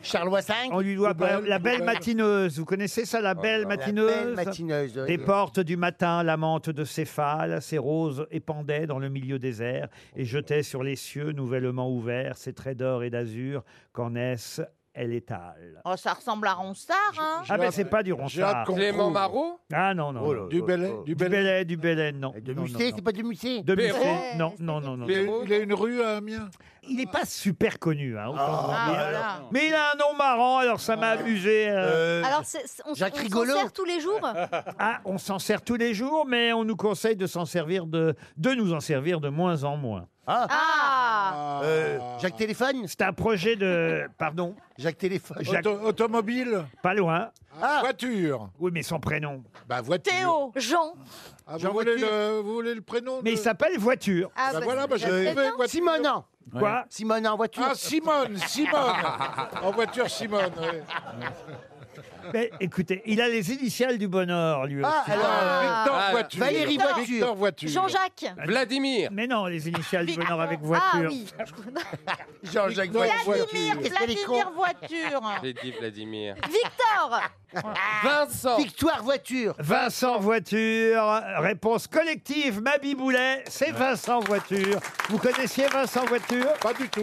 Charles V.
on lui doit
Poubelle,
pas- la belle
poubelle.
matineuse. Vous connaissez ça, la belle
Oh La
matineuse
belle matineuse, oui.
Des portes du matin, la menthe de ses phalles, ses roses épandaient dans le milieu des airs et jetaient sur les cieux nouvellement ouverts ses traits d'or et d'azur qu'en est elle étale.
Oh, ça ressemble à Ronsard, hein
Ah ben c'est pas du
J'ai hâte
Ronsard.
qu'on
Clément
trouve.
Marot
Ah non, non.
Oh
non.
là là.
Du Belay
Oh.
du
Du
Belay.
Bellay, du Bellay, non.
De
Non, non,
Musset,
non.
c'est pas de Musset
De
Perrault.
Musset, non, non, non, non.
Perrault.
Il a une rue à Amiens
Il n'est pas super connu. hein, autant
Ah,
dire.
voilà.
Mais il a un nom marrant, alors ça
Ah.
m'a amusé. euh.
Alors, c'est- c'est- on, s-
Jacques
on s'en
Rigolo.
sert tous les jours
Ah, on s'en sert tous les jours, mais on nous conseille de s'en servir de, de nous en servir de moins en moins.
Ah,
Ah
euh, Jacques Téléphone
C'est un projet de, pardon,
Jacques Téléphone.
Jacques-
Auto- Automobile
pas loin.
Ah,
Voiture
Oui, mais son prénom.
Bah voiture.
Théo
Jean.
Ah, vous,
Jean
voulez
Voiture.
le, vous voulez le prénom
Mais il
de-
s'appelle voiture.
Ah,
Bah
bah,
voilà, bah,
c'est- c'est
j'ai
bien.
voiture.
Simonan
Quoi
Simonan en voiture
Ah Simone, Simone En voiture Simone, oui.
Mais Écoutez, il a les initiales du bonheur, lui aussi.
Ah, alors,
Ah, Victor
Ah,
Voiture
Valérie Voiture.
Victor Voiture
Jean-Jacques.
Vladimir
Mais non, les initiales du
Mais-
bonheur avec voiture.
Ah oui.
Jean-Jacques
Victor
Vladimir,
Voiture
Qu'est-ce qu'elle est
Vladimir
con.
Voiture
J'ai dit Vladimir.
Victor.
Vincent
Victoire Voiture
Vincent Voiture, réponse collective, Mabi Boulet, c'est Vincent Voiture. Vous connaissiez Vincent Voiture
Pas du tout.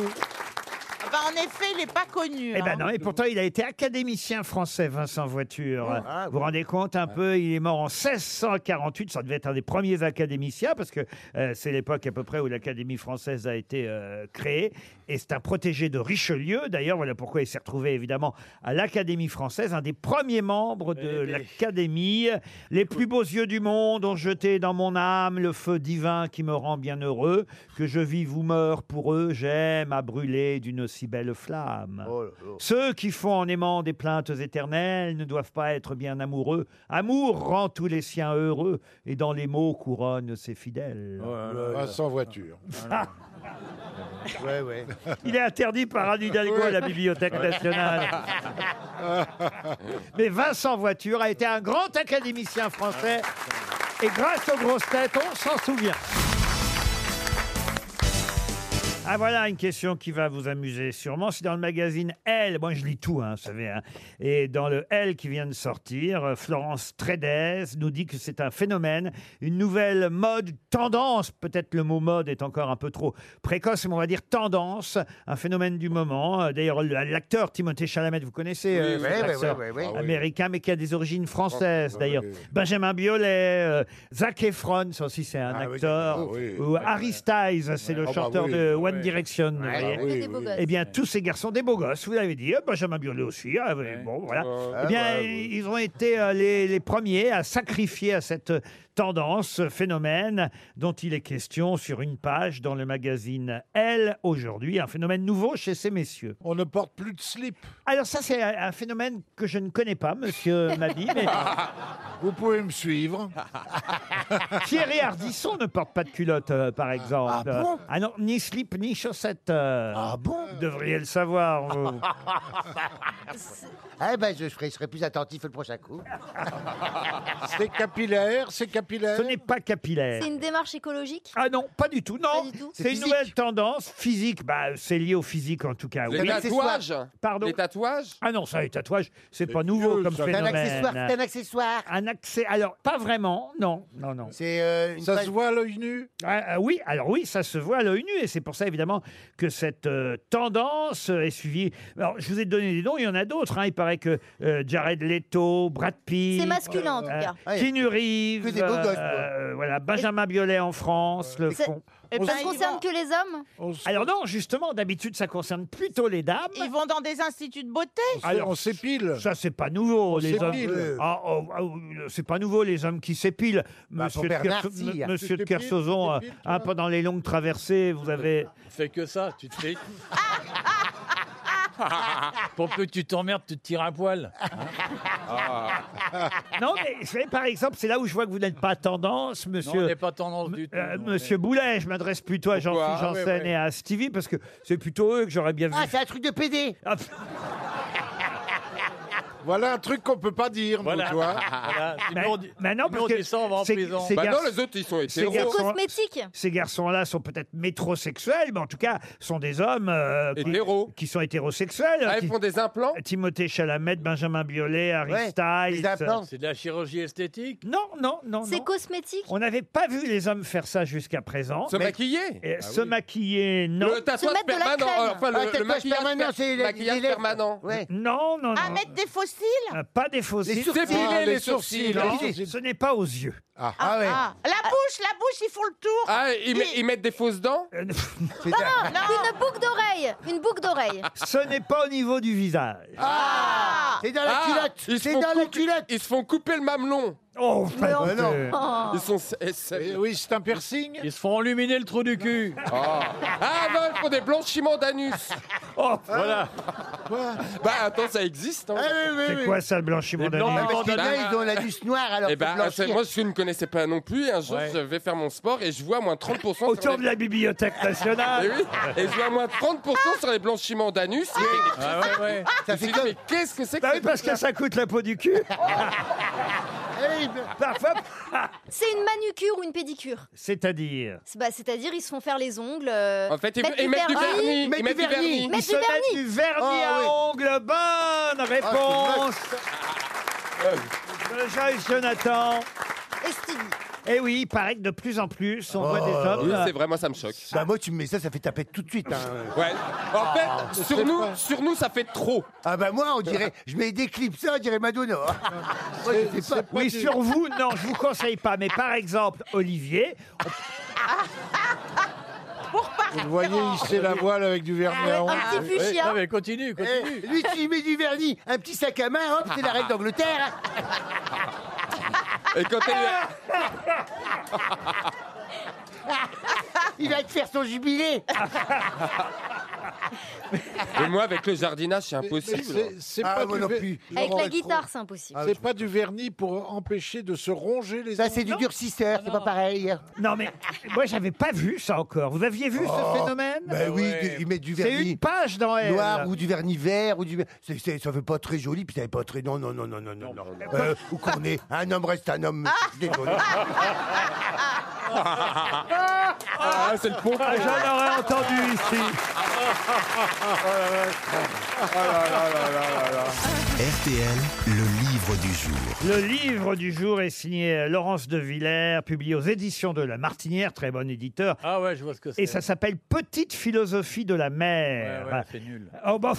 Ah bah, En effet, il n'est pas connu.
Eh ben
hein.
non, et pourtant il a été académicien français, Vincent Voiture.
ah,
vous vous rendez compte un peu, il est mort en 1648, ça devait être un des premiers académiciens, parce que euh, c'est l'époque à peu près où l'Académie française a été euh, créée, et c'est un protégé de Richelieu, d'ailleurs, voilà pourquoi il s'est retrouvé évidemment à l'Académie française, un des premiers membres de
Eh ben.
l'Académie. Les plus beaux yeux du monde ont jeté dans mon âme le feu divin qui me rend bien heureux, que je vive ou meure pour eux, j'aime à brûler d'une si belle flamme.
Oh là là.
Ceux qui font en aimant des plaintes éternelles ne doivent pas être bien amoureux. Amour rend tous les siens heureux et dans les mots couronne ses fidèles.
Ah,
Vincent Voiture.
Ouais, ouais.
Il est interdit par Anne Hidalgo à la Bibliothèque nationale. Mais Vincent Voiture a été un grand académicien français et grâce aux grosses têtes, on s'en souvient. Ah voilà une question qui va vous amuser sûrement. C'est dans le magazine Elle. Moi je lis tout, hein, vous savez. hein. Et dans le Elle qui vient de sortir, euh, Florence Trédès nous dit que c'est un phénomène, une nouvelle mode, tendance. Peut-être le mot mode est encore un peu trop précoce, mais on va dire tendance, un phénomène du moment. Euh, D'ailleurs le- l'acteur Timothée Chalamet, vous connaissez, euh,
Oui,
cet
oui, oui,
acteur
oui, oui, oui.
américain, mais qui a des origines françaises.
Ah,
D'ailleurs
oui.
Benjamin Biolay, euh, Zac Efron, ça aussi c'est un
Ah oui,
acteur.
ah oui.
Ou Harry Styles, c'est le
Ah bah
chanteur
oui,
de
ah
One
oui.
Direction. vous
Ouais,
voyez.
oui,
des
oui.
beaux gosses.
Eh bien, tous ces garçons, des beaux gosses, vous l'avez dit, eh, Benjamin Biolay aussi, ah, oui,
Ouais.
Ah
bon, voilà.
bah
Euh,
eh bien,
ouais, ouais.
ils ont été euh, les, les premiers à sacrifier à cette tendance, ce phénomène dont il est question sur une page dans le magazine Elle aujourd'hui, un phénomène nouveau chez ces messieurs. On ne porte plus de slip. Alors ça c'est un un phénomène que je ne connais pas, monsieur Mabi, mais
Vous pouvez me suivre.
Thierry Ardisson ne porte pas de culotte, euh, par exemple.
Ah bon
Ah non, ni slip, ni chaussettes. Ah bon Vous devriez le
Ah,
savoir, vous.
Ah ben, je serai, je serai plus attentif le prochain coup.
C'est capillaire, c'est capillaire.
Ce n'est pas capillaire.
C'est une démarche écologique
Ah non, pas du tout, non.
C'est
C'est une
physique.
nouvelle tendance physique. Bah, c'est lié au physique en tout cas.
Les
oui.
tatouages
Pardon. Les
tatouages
Ah non, ça, les tatouages, c'est pas nouveau comme
C'est un
phénomène.
accessoire. C'est un accessoire.
Un accès. Alors, pas vraiment, non, non, non.
C'est euh, une page-
voit à l'œil nu Ah, Oui, alors oui, ça se voit à l'œil nu. Et c'est pour ça, évidemment, que cette euh, tendance euh, est suivie. Alors, je vous ai donné des noms, il y en a d'autres. hein. Il paraît que euh, Jared Leto, Brad Pitt. euh,
C'est masculin, en tout cas.
Keanu Reeves,
Que des beaux gosses, quoi.
euh, voilà, Benjamin Biolay en France le
C'est-
font.
Eh
Ça
ben,
ne
ils
concerne
vont-
que les hommes
Alors non, justement, d'habitude, ça concerne plutôt les dames.
Ils vont dans des instituts de beauté
Ah,
Alors, on s'épile. Ça, c'est pas nouveau, les hommes.
s'épile.
Ah, oh, ah, oh, c'est pas nouveau, les hommes qui s'épilent. Monsieur,
pour
de
Bernard,
Kerso-
si, hein.
M- Monsieur de
Tu t'épiles,
Kersauzon,
tu
euh,
t'épiles,
hein, pendant les longues traversées, vous avez.
Fais que ça, tu te fais. Pour peu que tu t'emmerdes, tu te tires un poil.
Non, mais vous savez, par exemple, c'est là où je vois que vous n'êtes pas tendance,
Non, on
monsieur.
n'est pas tendance du tout.
euh,
non,
Monsieur Boulet, je m'adresse plutôt à
Pourquoi
Jean-Philippe
Ah, ouais,
Janssen et à Stevie parce que c'est plutôt eux que j'aurais bien vu.
Ah, c'est un truc de PD.
Ah,
Voilà un truc qu'on peut pas dire, nous,
Voilà.
tu vois.
Voilà.
mais-
Sinon, on dit-
mais non,
sinon,
parce
on
que
dit ça, on va en
c'est-
prison.
c'est-
Bah
garçons-
non, les autres, ils sont
ces
hétéros.
C'est
garçons-
cosmétique
Ces garçons-là sont peut-être métrosexuels, mais en tout cas, sont des hommes euh, qui,
Hétéros.
qui sont hétérosexuels. hein,
Ah,
qui-
ils font des implants
Timothée Chalamet, Benjamin Biolay, Harry
Ouais,
Styles.
les implants.
C'est de la chirurgie esthétique.
Non, non, non.
C'est
non.
cosmétique
On n'avait pas vu les hommes faire ça jusqu'à présent.
Se maquiller Bah
Et se maquiller, non.
Le tatouage
mettre de la
permanent,
crème.
euh, enfin
Ah,
le, le
tatouage
maquillage,
permanent,
per-
c'est les-
maquillage
les lèvres.
permanent.
Ouais.
Non, non, non.
Ah, mettre des fossiles
Euh, Pas des fausses
Les
îles.
sourcils.
Dépiler les
les sourcils.
sourcils. hein.
Non,
les
ce n'est pas aux yeux.
Ah,
Ah ouais.
La bouche, la bouche, ils font le tour
Ah, ils, met- ils mettent des fausses dents
Euh,
C'est un-
Bah Une boucle d'oreille Une boucle d'oreille
ce n'est pas au niveau du visage.
c'est dans la
Ah,
culotte.
ils se
C'est
font
dans la
couper-
culotte.
Ils se font couper le mamelon.
Oh,
Mais
pas
enfin.
de-
Oh.
Ils sont. eh, c'est-
Eh Oui, c'est un piercing.
Ils se font illuminer le trou du cul.
Ah non, ils font des blanchiments d'anus.
Oh,
Voilà.
Bah attends, ça existe. Hein.
Ah, oui, oui,
c'est
oui.
quoi ça, le blanchiment
Les
d'années
blancs-
Ah, parce que
Bah,
là,
bah.
ils ont l'anus noir alors.
Eh
faut
ben,
blanchir.
moi je ne connaissais pas non plus. et Un jour,
Ouais.
je vais faire mon sport et je vois moins 30% sur
Autour
les-
de la Bibliothèque
Eh
nationale.
oui, Et je vois moins 30% sur les blanchiments d'anus. Et
Ah ouais, ouais.
je me suis
fait
dit,
comme-
mais qu'est-ce que c'est que
Bah oui,
cette
parce que ça coûte la peau du cul.
Eh, ben,
Parfois,
C'est une manucure ou une pédicure
c'est-à-dire.
C'est- bah, C'est-à-dire, ils se font faire les ongles. euh,
En fait, ils,
mettre
ils
du
mettent du
vernis.
vernis.
mettent
Ils
du
mettent du
vernis.
vernis. Ah,
Mettre
Ils se
du
mettent
vernis
du vernis
Ah,
à
oui.
ongles. Bonne réponse
Euh.
de Joyce Jonathan.
et Stevie.
Eh oui, il paraît que de plus en plus, on voit des
Oui,
hommes.
c'est vrai, moi ça me choque.
Oh. Bah, moi, tu me mets ça, ça fait taper tout de suite. hein.
Ouais. En fait, sur nous, sur nous, ça fait trop.
Ah bah moi, on dirait, je mets des clips ça, on dirait Madonna. moi, je sais pas.
Oui, sur vous, non, je vous conseille pas. Mais par exemple, Olivier,
Vous le voyez, il sait
Ah,
la voile avec du vernis à ongles.
Ah, Un petit
Ah, Non,
fuchsia.
mais continue,
Eh,
continue.
lui, tu lui mets du vernis, un petit sac à main, hop, c'est la reine d'Angleterre.
Et quand elle,
Il va te faire son jubilé.
Et moi, avec le jardinage, c'est
Mais
impossible.
c'est- C'est
Ah,
pas,
moi
du
non
ver-
plus.
Avec
Laurent,
la
Ah,
guitare, c'est
Ah
impossible.
C'est pas du vernis pour empêcher de se ronger les
Ça,
ongles.
c'est du durcisseur, c'est pas pareil.
non mais moi j'avais pas vu ça encore. Vous aviez vu
Oh.
ce phénomène
Ben
Bah oui, du- ils mettent du
C'est
vernis
une page dans elle.
noir ou du vernis vert ou du. c'est- c'est- ça fait pas très joli, puis ça fait pas très. Non, non, non, non, non, non. non. Euh, où qu'on est, un homme reste un homme. je suis désolé.
Ah,
Ah, c'est le pompe.
Ah, J'en aurais entendu ici.
RTL, le livre du jour.
Le livre du jour est signé Laurence de Villers, publié aux éditions de La Martinière, très bon éditeur.
Ah ouais, je vois ce que c'est.
Et ça s'appelle Petite philosophie de la
Ouais,
mer.
ouais, c'est nul.
Oh bah,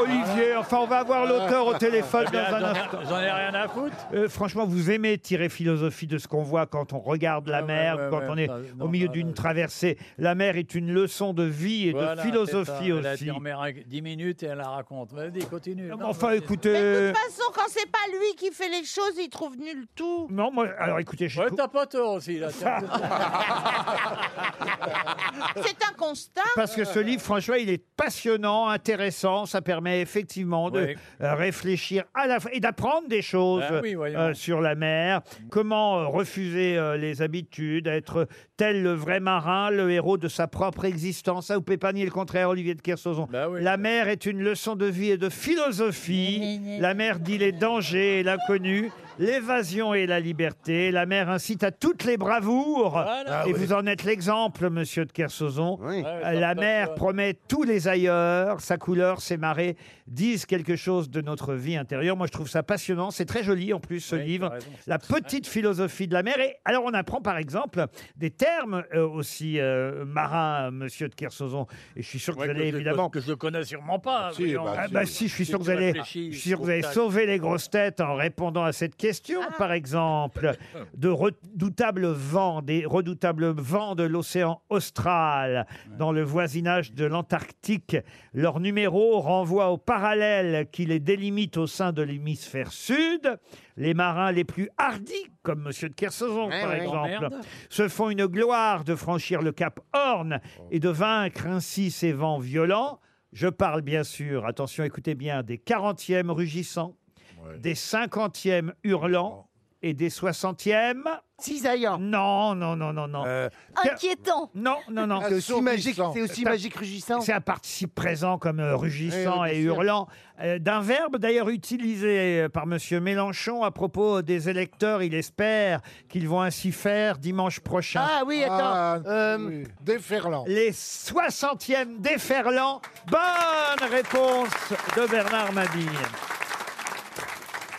Olivier, enfin, on va avoir l'auteur au téléphone
Eh
dans
bien,
un
j'en ai-
instant.
J'en ai rien à foutre.
Euh, franchement, vous aimez tirer philosophie de ce qu'on voit quand on regarde la
Ah Ouais,
mer,
ouais, ouais,
quand
ouais,
on est
ça,
au milieu d'une traversée. La mer est une leçon de vie et de
Voilà, c'est
philosophie
ça. Elle a
aussi.
été en mer avec 10 minutes et elle la raconte. Vas-y, continue. Non,
Enfin,
vas-y.
écoutez. euh,
De toute façon, quand c'est pas lui qui fait les choses, il trouve nul tout.
Non, moi, euh, alors écoutez, j'ai
Ouais, t'as pas tort aussi, là. tiens.
C'est un constat.
Parce que ce livre, franchement, il est passionnant, intéressant. Ça permet effectivement de
Ouais.
euh, réfléchir à la fois et d'apprendre des choses
Ah oui, voyons.
euh, sur la mer. Comment euh, refuser euh, les habitudes, être tel le vrai marin, le héros de sa propre existence. Ça, vous pouvez pas nier le contraire, Olivier de Kersauzon.
Bah oui.
La mer est une leçon de vie et de philosophie. La mer dit les dangers et l'inconnu. L'évasion et la liberté. La mer incite à toutes les bravoures.
Voilà.
et
Ah oui.
vous en êtes l'exemple, monsieur de Kersauzon.
Oui.
Ouais,
Euh,
ça
La
me
mer
passionne.
promet tous les ailleurs, sa couleur, ses marées disent quelque chose de notre vie intérieure. Moi, je trouve ça passionnant. C'est très joli en plus ce
Oui,
livre,
t'as raison, c'est
La petite philosophie de la mer. Et alors, on apprend par exemple des termes euh, aussi euh, marins, euh, monsieur de Kersauzon. Et je suis sûr que
Ouais,
vous
que
allez
je-
évidemment.
Que je connais sûrement pas.
Si,
voyons.
bah,
Ah bah si, je suis
Si
sûr que
tu
vous allez, je
réfléchis
suis sûr que vous allez
jusqu'au
sauver les grosses têtes en répondant à cette question,
Ah.
par exemple, de redoutables vents, des redoutables vents de l'océan austral dans le voisinage de l'Antarctique. Leur numéro renvoie au parallèle qui les délimite au sein de l'hémisphère sud. Les marins les plus hardis, comme Monsieur de Kersauzon,
Ouais,
par
ouais.
exemple,
Oh, merde.
se font une gloire de franchir le cap Horn et de vaincre ainsi ces vents violents. Je parle bien sûr, attention, écoutez bien, des 40e rugissants, des 50e hurlants et des 60e.
Cisaillant.
Non, non, non, non, non.
Inquiétant.
Non, non, non.
Ah,
C'est aussi magique,
Assourdissant.
c'est aussi
T'as-
magique rugissant.
C'est un participe présent comme euh, rugissant
Eh oui,
et
bien sûr.
hurlant, euh, d'un verbe d'ailleurs utilisé euh, par Monsieur Mélenchon à propos des électeurs. Il espère qu'ils vont ainsi faire dimanche prochain.
Ah oui, attends.
Ah,
Euh,
oui. Déferlant.
Les 60e déferlants. Bonne réponse de Bernard Mabille.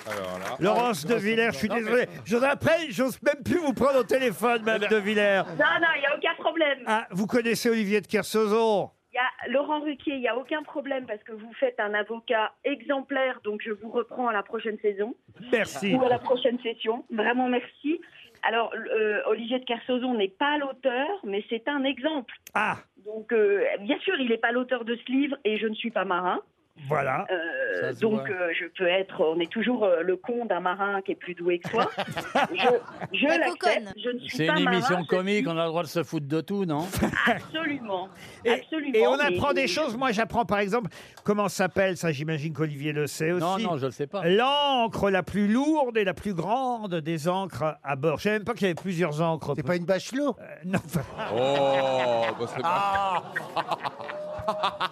Alors
Ah,
là.
Laurence
Ah,
de Villers, je suis désolé. Je rappelle, j'ose même plus vous prendre au téléphone, Madame
Eh
de Villers.
Non, non, il n'y a aucun problème.
Ah, vous connaissez Olivier de Kersauzon
Il y a Laurent Ruquier, il n'y a aucun problème parce que vous faites un avocat exemplaire, donc je vous reprends à la prochaine saison
Merci.
ou à la prochaine session. Vraiment merci. Alors, euh, Olivier de Kersauzon n'est pas l'auteur, mais c'est un exemple.
Ah,
Donc, euh, bien sûr, il n'est pas l'auteur de ce livre et je ne suis pas marin.
voilà.
Euh,
Ça se
donc,
voit.
euh, je peux être, on est toujours euh, le con d'un marin qui est plus doué que soi. je je
La
l'accepte,
coconne.
je ne suis
C'est
pas hein,
une émission
marin, je
comique,
suis
on a le droit de se foutre de tout, non
Absolument,
Et-
absolument.
Et on
mais-
apprend des choses. Moi, j'apprends par exemple comment s'appelle, ça j'imagine qu'Olivier le sait aussi.
Non, non, je le sais pas.
L'encre la plus lourde et la plus grande des encres à bord. Je savais même pas qu'il y avait plusieurs encres.
C'est pas une bachelot.
Euh, non, enfin,
Oh, bah c'est pas.
Ah,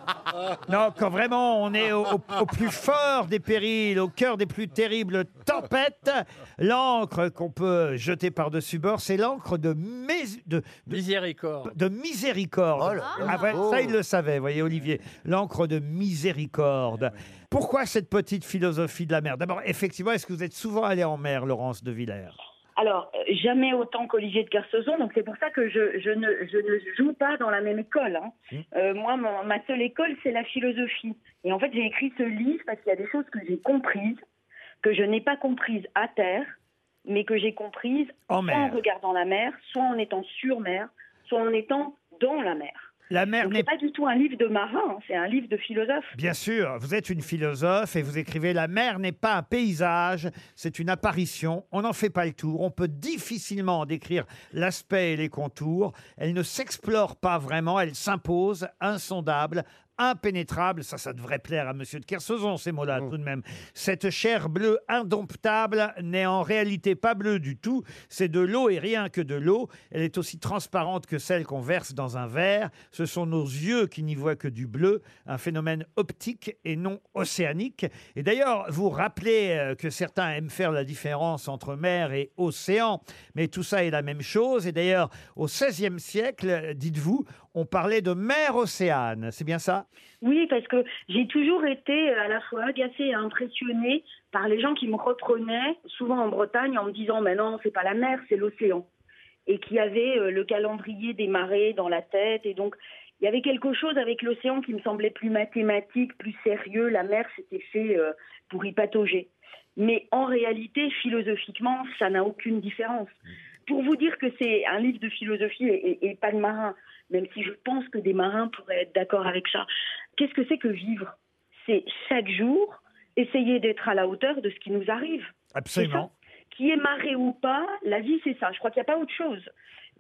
non, quand vraiment on est au, au- au plus fort des périls, au cœur des plus terribles tempêtes, l'encre qu'on peut jeter par-dessus bord, c'est l'encre de, més- de, de,
Miséricorde.
de miséricorde.
Oh là là.
Ah ouais,
Oh.
Ça, il le savait, voyez, Olivier. L'encre de miséricorde.
Eh
Pourquoi cette petite philosophie de la mer D'abord, effectivement, est-ce que vous êtes souvent allé en mer, Laurence de Villers
Alors, euh, jamais autant qu'Olivier de Kersauzon, donc c'est pour ça que je, je, ne, je ne joue pas dans la même école. hein.
Mmh.
Euh, moi, mon- ma seule école, c'est la philosophie. Et en fait, j'ai écrit ce livre parce qu'il y a des choses que j'ai comprises, que je n'ai pas comprises à terre, mais que j'ai comprises
En
soit en
mer.
regardant la mer, soit en étant sur mer, soit en étant dans la mer.
La mer
Donc,
n'est
c'est pas du tout un livre de marin, hein, c'est un livre de philosophe.
Bien sûr, vous êtes une philosophe et vous écrivez La mer n'est pas un paysage, c'est une apparition. On n'en fait pas le tour. On peut difficilement en décrire l'aspect et les contours. Elle ne s'explore pas vraiment, elle s'impose, insondable. Impénétrable, ça, ça devrait plaire à Monsieur de Kersauzon, ces mots-là, tout de même. Cette chair bleue indomptable n'est en réalité pas bleue du tout. C'est de l'eau et rien que de l'eau. Elle est aussi transparente que celle qu'on verse dans un verre. Ce sont nos yeux qui n'y voient que du bleu, un phénomène optique et non océanique. Et d'ailleurs, vous rappelez euh, que certains aiment faire la différence entre mer et océan, mais tout ça est la même chose. Et d'ailleurs, au XVIe siècle, euh, dites-vous, on parlait de mer-océane. C'est bien ça
Oui, parce que j'ai toujours été euh, à la fois agacée et impressionnée par les gens qui me reprenaient, souvent en Bretagne, en me disant Mais non, c'est pas la mer, c'est l'océan. Et qui avaient euh, le calendrier des marées dans la tête. Et donc, il y avait quelque chose avec l'océan qui me semblait plus mathématique, plus sérieux. La mer, c'était fait euh, pour y patauger. Mais en réalité, philosophiquement, ça n'a aucune différence. Pour vous dire que c'est un livre de philosophie et, et- et pas de marin, même si je pense que des marins pourraient être d'accord avec ça, qu'est-ce que c'est que vivre C'est chaque jour essayer d'être à la hauteur de ce qui nous arrive.
Absolument.
Qui est marée ou pas, la vie c'est ça. Je crois qu'il n'y a pas autre chose.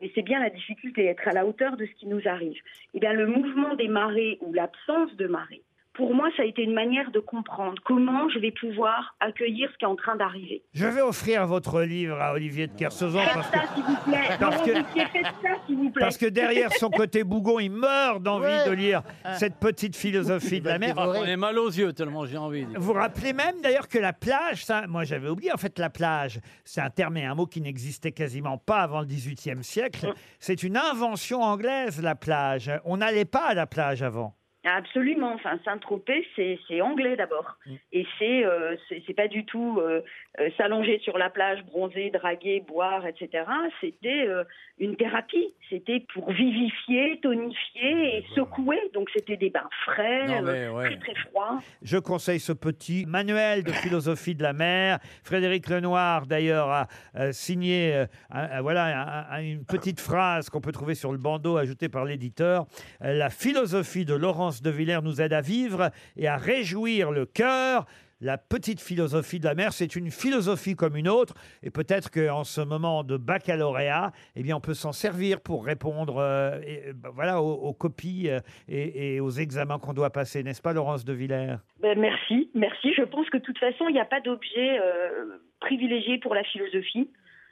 Mais c'est bien la difficulté d'être à la hauteur de ce qui nous arrive. Eh bien, le mouvement des marées ou l'absence de marée, pour moi, ça a été une manière de comprendre comment je vais pouvoir accueillir ce qui est en train d'arriver.
Je vais offrir votre livre à Olivier de Kersauzon parce que,
S'il vous plaît,
Parce
Laurent
que-
Ruquier, faites ça, Ah, s'il vous plaît.
parce que derrière son côté bougon, il meurt d'envie
Ouais.
de lire cette petite philosophie de la mer.
On est mal aux yeux tellement j'ai envie. dis.
Vous vous rappelez même d'ailleurs que la plage, ça, moi j'avais oublié en fait la plage, c'est un terme et un mot qui n'existait quasiment pas avant le XVIIIe siècle. C'est une invention anglaise la plage. On n'allait pas à la plage avant.
Absolument. Enfin, Saint-Tropez, c'est c'est anglais d'abord.
Mm.
Et c'est euh, c'est- c'est pas du tout euh, euh, s'allonger sur la plage, bronzer, draguer, boire, etc. C'était euh, une thérapie. C'était pour vivifier, tonifier et secouer. Donc c'était des bains frais,
Non, mais
euh,
ouais.
très très froids.
Je conseille ce petit manuel de philosophie de la mer. Frédéric Lenoir, d'ailleurs, a euh, signé euh, un- un- voilà, un- un- une petite phrase qu'on peut trouver sur le bandeau ajoutée par l'éditeur. Euh, La philosophie de Laurence de Villers nous aide à vivre et à réjouir le cœur. La petite philosophie de la mer, c'est une philosophie comme une autre, et peut-être qu'en ce moment de baccalauréat, eh bien, on peut s'en servir pour répondre, euh, et, euh, bah, voilà, aux, aux copies euh, et, et aux examens qu'on doit passer, n'est-ce pas, Laurence de Villers
Ben, merci, merci. Je pense que de toute façon, il n'y a pas d'objet euh, privilégié pour la philosophie.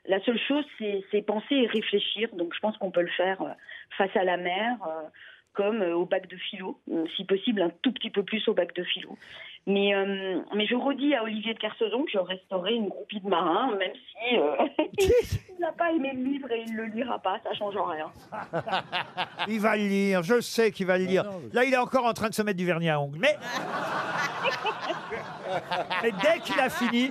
La seule chose, c'est c'est penser et réfléchir. Donc, je pense qu'on peut le faire euh, face à la mer, euh, comme euh, au bac de philo, ou si possible un tout petit peu plus au bac de philo. Mais, euh, mais je redis à Olivier de Kersauzon que je resterai une groupie de marins, même si euh, il n'a pas aimé le livre et il le lira pas, ça change rien.
Ah
Il va le lire, je le sais qu'il va le lire. Là, il est encore en train de se mettre du vernis à ongles. Mais, mais dès qu'il a fini,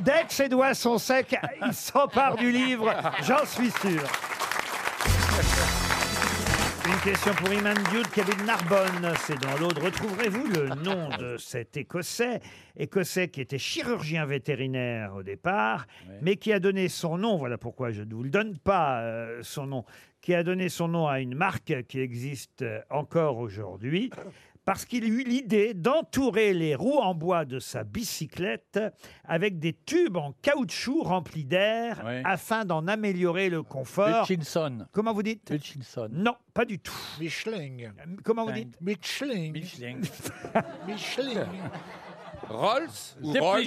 dès que ses doigts sont secs, il s'empare du livre, j'en suis sûr. Une question pour Iman Dude qui habite Narbonne, c'est dans l'Aude. Retrouverez-vous le nom de cet Écossais Écossais qui était chirurgien vétérinaire au départ, mais qui a donné son nom, voilà pourquoi je ne vous le donne pas, euh, son nom, qui a donné son nom à une marque qui existe euh, encore aujourd'hui, parce qu'il eut l'idée d'entourer les roues en bois de sa bicyclette avec des tubes en caoutchouc remplis d'air afin d'en améliorer le confort.
Hutchinson.
Comment vous dites
Hutchinson.
Non, pas du tout.
Micheling.
Comment vous dites
Micheling.
Micheling.
Micheling.
Rolls ou Rolls